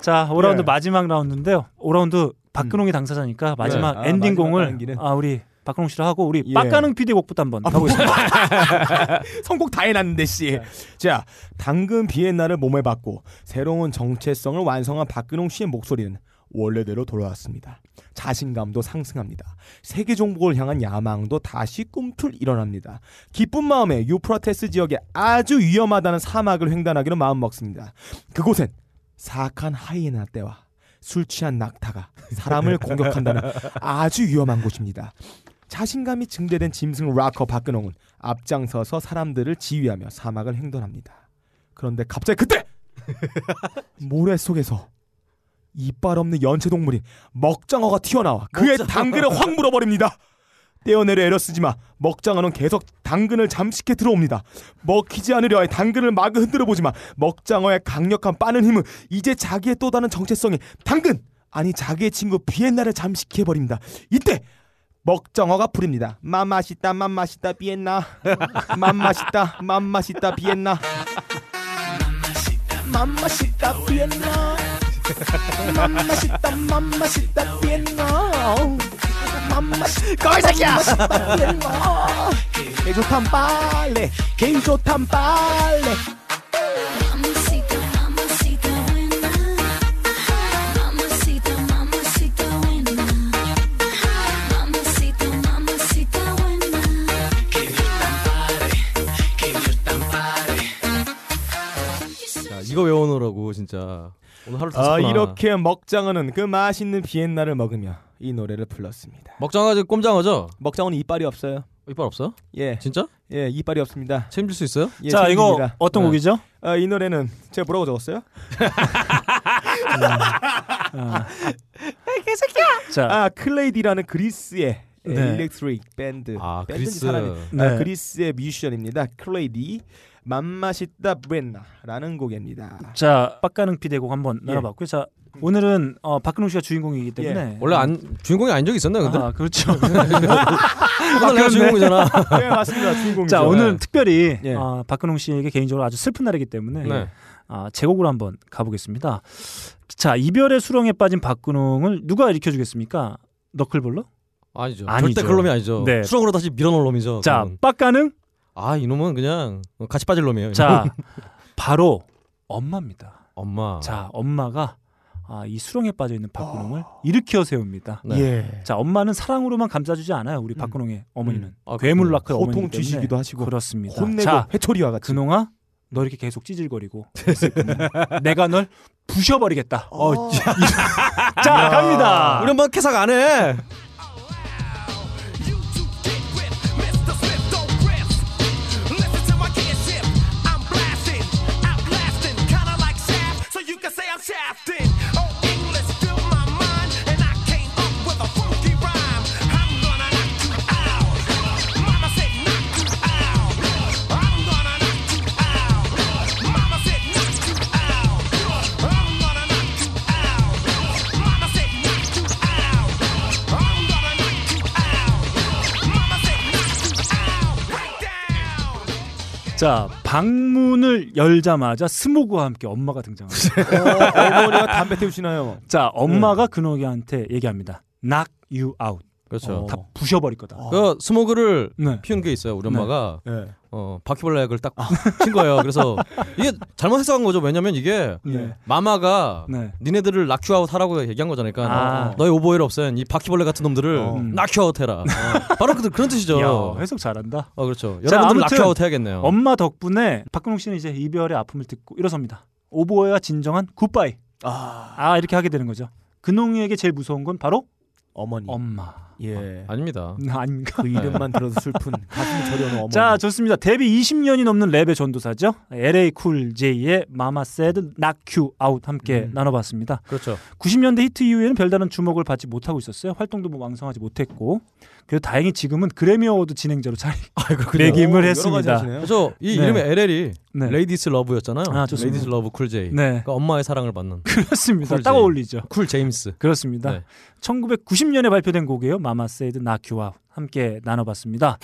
Speaker 1: 자, 5라운드
Speaker 2: 예. 음.
Speaker 1: 마지막 라운드인데요. 5라운드 박근홍이 당사자니까 마지막
Speaker 2: 예. 아, 마지막
Speaker 1: 엔딩공을
Speaker 2: 남기는.
Speaker 1: 아, 우리 박근홍 씨로 하고 우리
Speaker 2: 예. 아,
Speaker 1: 빡가능 PD 곡부터 한번 가보겠습니다.
Speaker 2: 성공 다 해놨는데
Speaker 1: 네.
Speaker 2: 씨. 자, 당근 비엔나를 몸에 받고 새로운 정체성을 완성한 박근홍 씨의 목소리는 원래대로 돌아왔습니다. 자신감도 상승합니다. 세계 정복을 향한 야망도 다시 꿈틀 일어납니다. 기쁜 마음에 유프라테스 지역의 아주 위험하다는 사막을 횡단하기로 마음먹습니다. 그곳엔 사악한 하이에나 떼와 술 취한 낙타가 사람을 공격한다는 아주 위험한 곳입니다. 자신감이 증대된 짐승 락커 박근홍은 앞장서서 사람들을 지휘하며 사막을 횡단합니다. 그런데 갑자기 그때 모래 속에서 이빨 없는 연체 동물인 먹장어가 튀어나와 그의 당근을 확 물어버립니다. 떼어내려 애려 쓰지마 먹장어는 계속 당근을 잠식해 들어옵니다. 먹히지 않으려 해 당근을 마구 흔들어 보지만 먹장어의 강력한 빠는 힘은 이제 자기의 또 다른 정체성인 당근 아니 자기의 친구 비엔나를 잠식해 버립니다. 이때 먹정어가 부릅니다. 맘 맛있다, 맘 맛있다, 비엔나. 맘 맛있다, 맘 맛있다, 비엔나. 맘 맛있다, 비엔나. 맘 맛있다, 맘 맛있다, 비엔나. 맘 맛있다, 거기 새끼야. 비엔나. 개조탄 빨래, 개조탄 빨래.
Speaker 7: Mamacita, mamacita buena. Mamacita, mamacita buena. Mamacita, mamacita buena.
Speaker 3: 자, 이거 외워놓으라고 진짜. 오늘 하루 다
Speaker 2: 아,
Speaker 3: 썼구나.
Speaker 2: 이렇게 먹장어는 그 맛있는 비엔나를 먹으며 이 노래를 불렀습니다.
Speaker 3: 먹장아 지금 꼼장어죠?
Speaker 2: 먹장어는 이빨이 없어요.
Speaker 3: 이빨 없어?
Speaker 2: 예,
Speaker 3: 진짜?
Speaker 2: 예, 이빨이 없습니다.
Speaker 3: 책임질 수 있어요?
Speaker 2: 예,
Speaker 1: 자, 이거
Speaker 2: 책임집니다.
Speaker 1: 어떤
Speaker 3: 네.
Speaker 1: 곡이죠?
Speaker 2: 아, 이 노래는 제가 뭐라고 적었어요?
Speaker 1: 자,
Speaker 2: 아 클레이디라는 그리스의
Speaker 1: 네.
Speaker 2: 일렉트릭 밴드
Speaker 3: 아
Speaker 2: 밴드인지
Speaker 3: 그리스.
Speaker 2: 사람이-
Speaker 1: 네.
Speaker 2: 아, 그리스의 뮤지션입니다 클레이디 맘마시다 브렌나라는 곡입니다
Speaker 1: 자, 빡가능 PD 곡 한번
Speaker 2: 예.
Speaker 1: 나눠봤고요. 자, 오늘은 어, 박근홍 씨가 주인공이기 때문에
Speaker 3: 원래 안 주인공이 아닌 적이 있었나요? 근데
Speaker 1: 아, 그렇죠.
Speaker 3: 오늘 내가 주인공이잖아.
Speaker 2: 네 맞습니다 주인공이죠
Speaker 1: 자, 오늘
Speaker 3: 네.
Speaker 1: 특별히
Speaker 2: 예.
Speaker 1: 어, 박근홍 씨에게 개인적으로 아주 슬픈 날이기 때문에
Speaker 3: 네.
Speaker 1: 아, 제곡으로 한번 가보겠습니다. 자, 이별의 수렁에 빠진 박근홍을 누가 일으켜주겠습니까? 너클볼러?
Speaker 3: 아니죠.
Speaker 1: 아니죠.
Speaker 3: 절대 그런 놈이 아니죠.
Speaker 1: 네.
Speaker 3: 수렁으로 다시 밀어넣을 놈이죠.
Speaker 1: 자,
Speaker 3: 그건.
Speaker 1: 빡가능?
Speaker 3: 아 이놈은 그냥 같이 빠질 놈이에요.
Speaker 2: 네.
Speaker 1: 자, 바로 엄마입니다.
Speaker 2: 아.
Speaker 3: 엄마.
Speaker 1: 자, 엄마가 아, 이 수렁에 빠져 있는 박근홍을
Speaker 2: 아.
Speaker 1: 일으켜 세웁니다.
Speaker 3: 네.
Speaker 2: 예
Speaker 1: 자, 엄마는 사랑으로만 감싸주지 않아요.
Speaker 2: 음.
Speaker 1: 우리 박근홍의 어머니는
Speaker 3: 아,
Speaker 1: 괴물 락커의 어머니
Speaker 2: 고통 주시기도 하시고
Speaker 1: 그렇습니다.
Speaker 2: 네. 혼내고
Speaker 1: 자,
Speaker 2: 회초리와 같이
Speaker 1: 근홍아, 너 이렇게 계속 찌질거리고 있을 거면 내가 널 부셔버리겠다. 어, 자, 갑니다.
Speaker 3: 우리 엄마 캐삭 안 해.
Speaker 7: You
Speaker 8: Oh,
Speaker 1: 자 방문을 열자마자 스모그와 함께 엄마가 등장합니다.
Speaker 2: 어머니가 담배 태우시나요?
Speaker 1: 자 엄마가 근호기한테 얘기합니다. Knock you out. 어,
Speaker 3: 그렇죠.
Speaker 1: 다 부셔버릴 거다.
Speaker 3: 그 스모그를
Speaker 1: 네.
Speaker 3: 피운 게 있어요. 우리
Speaker 1: 네.
Speaker 3: 엄마가
Speaker 1: 네.
Speaker 3: 어, 바퀴벌레 약을 딱 친 거예요. 그래서 이게 잘못 해석한 거죠. 왜냐면 이게
Speaker 1: 네.
Speaker 3: 마마가
Speaker 1: 네.
Speaker 3: 니네들을 락큐아웃 하라고 얘기한 거잖아요. 그러니까
Speaker 1: 아.
Speaker 3: 너의 오버웨이를 없앤 이 바퀴벌레 같은 놈들을
Speaker 1: 음.
Speaker 3: 락큐아웃 해라. 바로 그, 그런 뜻이죠.
Speaker 1: 야, 해석 잘한다.
Speaker 3: 어, 그렇죠.
Speaker 1: 자,
Speaker 3: 여러분들
Speaker 1: 아무튼
Speaker 3: 락큐아웃 해야겠네요.
Speaker 1: 엄마 덕분에 박근홍 씨는 이제 이별의 아픔을 듣고 일어섭니다. 오보에와 진정한 굿바이. 아, 이렇게 하게 되는 거죠. 근홍이에게 제일 무서운 건 바로
Speaker 2: 어머니.
Speaker 1: 엄마. 네.
Speaker 2: 예.
Speaker 3: 아닙니다.
Speaker 1: 음. 아닌가?
Speaker 2: 그 이름만 들어도 슬픈 가슴이 저려오는 어머니.
Speaker 1: 자 좋습니다. 데뷔 20년이 넘는 랩의 전도사죠. LA 쿨 J의 마마 세드 낙큐 아웃 함께 나눠봤습니다.
Speaker 3: 그렇죠.
Speaker 1: 90년대 히트 이후에는 별다른 주목을 받지 못하고 있었어요. 활동도 뭐 왕성하지 못했고 그래도 다행히 지금은 그래미 어워드 진행자로 자리 매김을 했습니다.
Speaker 3: 그래서 이
Speaker 1: 네.
Speaker 3: 이름의 LL이
Speaker 1: 네.
Speaker 3: 레이디스 러브였잖아요.
Speaker 1: 아, 좋습니다.
Speaker 3: 레이디스 러브 쿨제이.
Speaker 1: 네.
Speaker 3: 그러니까 엄마의 사랑을 받는
Speaker 1: 그렇습니다.
Speaker 3: 쿨제이.
Speaker 1: 딱 어울리죠.
Speaker 3: 쿨 제임스.
Speaker 1: 그렇습니다.
Speaker 3: 네.
Speaker 1: 1990년에 발표된 곡이에요. 마마 세드 나큐와 함께 나눠봤습니다.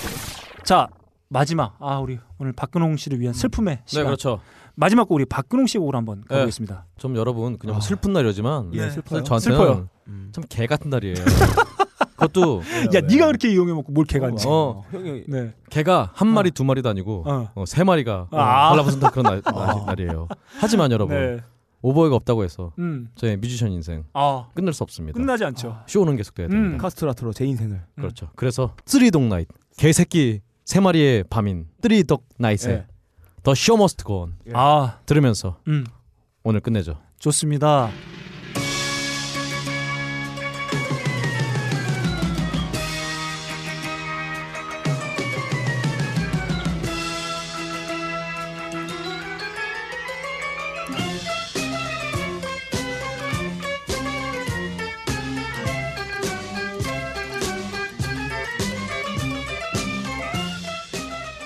Speaker 1: 자 마지막 아 우리 오늘 박근홍 씨를 위한 슬픔의 시간.
Speaker 3: 네, 그렇죠. 네. 아,
Speaker 1: 마지막 곡 우리 박근홍 씨 곡으로 한번 가보겠습니다.
Speaker 3: 좀 여러분 그냥 뭐 슬픈 날이지만
Speaker 2: 예, 슬퍼요.
Speaker 3: 저한테는
Speaker 1: 아. 네. 슬퍼요.
Speaker 3: 참 개 같은 날이에요. 그것도
Speaker 1: 야 네가 그렇게 이용해 먹고 뭘 개간지.
Speaker 3: 어
Speaker 2: 형이
Speaker 1: 네.
Speaker 3: 개가 한 마리 두 마리도 아니고
Speaker 1: 어.
Speaker 3: 어, 세 마리가
Speaker 1: 아.
Speaker 3: 달라붙은 그런 날, 이에요 하지만 여러분
Speaker 1: 네.
Speaker 3: 오버웨이가 없다고 해서
Speaker 1: 음.
Speaker 3: 저의 뮤지션 인생
Speaker 1: 아
Speaker 3: 끝날 수 없습니다.
Speaker 1: 끝나지 음, 않죠.
Speaker 3: 쇼는 계속돼야 됩니다.
Speaker 1: 음.
Speaker 2: 카스트라트로 제 인생을.
Speaker 3: 그렇죠. 그래서 쓰리독 나이트 개새끼 세 마리의 밤인 쓰리독 나이트의
Speaker 1: 네.
Speaker 2: 예.
Speaker 3: 더 쇼 머스트 고온
Speaker 1: 아
Speaker 3: 들으면서
Speaker 1: 음.
Speaker 3: 오늘 끝내죠.
Speaker 1: 좋습니다.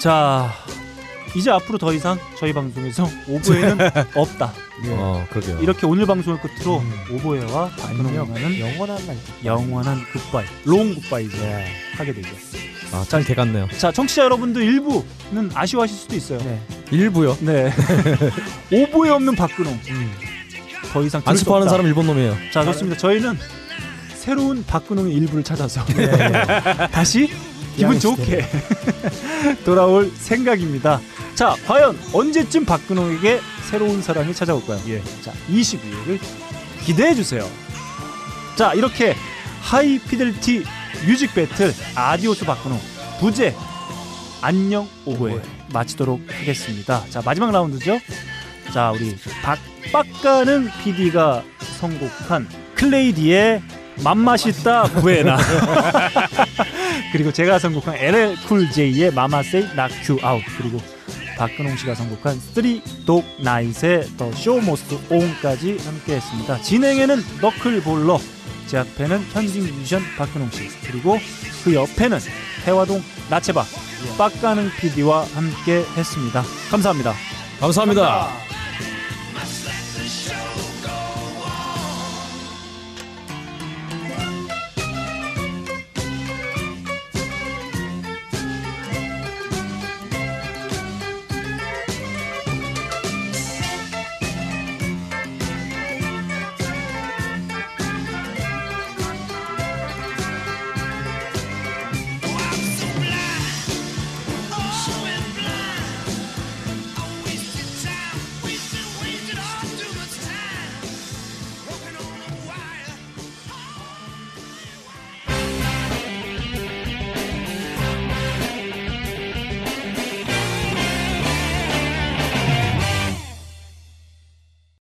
Speaker 1: 자, 이제 앞으로 더 이상 저희 방송에서 오브에는 없다.
Speaker 3: 어, 그러게요.
Speaker 1: 예. 이렇게 오늘 방송을 끝으로 오보에와 박근홍과는
Speaker 2: 영원한 날.
Speaker 1: 음. 영원한 굿바이, 네. 롱 굿바이죠. 하게 되죠.
Speaker 3: 아, 참 개 같네요.
Speaker 1: 자, 청취자 여러분들 일부는 아쉬워하실 수도 있어요.
Speaker 2: 네.
Speaker 3: 일부요.
Speaker 1: 네. 음. 오보에 없는 박근홍. 더 이상 들을
Speaker 3: 안
Speaker 1: 수
Speaker 3: 슬퍼하는
Speaker 1: 없다.
Speaker 3: 사람 일본 놈이에요.
Speaker 1: 자, 좋습니다. 저희는 새로운 박근홍의 일부를 찾아서 다시 기분 좋게 돌아올 생각입니다. 자, 과연 언제쯤 박근홍에게 새로운 사랑이 찾아올까요? 자, 22일을 기대해 주세요. 자, 이렇게 하이 피델티 뮤직 배틀 아디오스 박근홍 부제 안녕 오고에 마치도록 하겠습니다. 자, 마지막 라운드죠. 자, 우리 박박가는 PD가 선곡한 클레이디의 맘맛있다 구에나 그리고 제가 선곡한 LL 쿨 J의 마마세이 낙큐 아웃 그리고 박근홍 씨가 선곡한 쓰리 독 나잇의 더 쇼모스트 온까지 함께했습니다. 진행에는 너클 볼러 제 앞에는 현진 뮤지션 박근홍 씨 그리고 그 옆에는 태화동 나체바 빡가는 PD와 함께했습니다. 감사합니다.
Speaker 3: 감사합니다.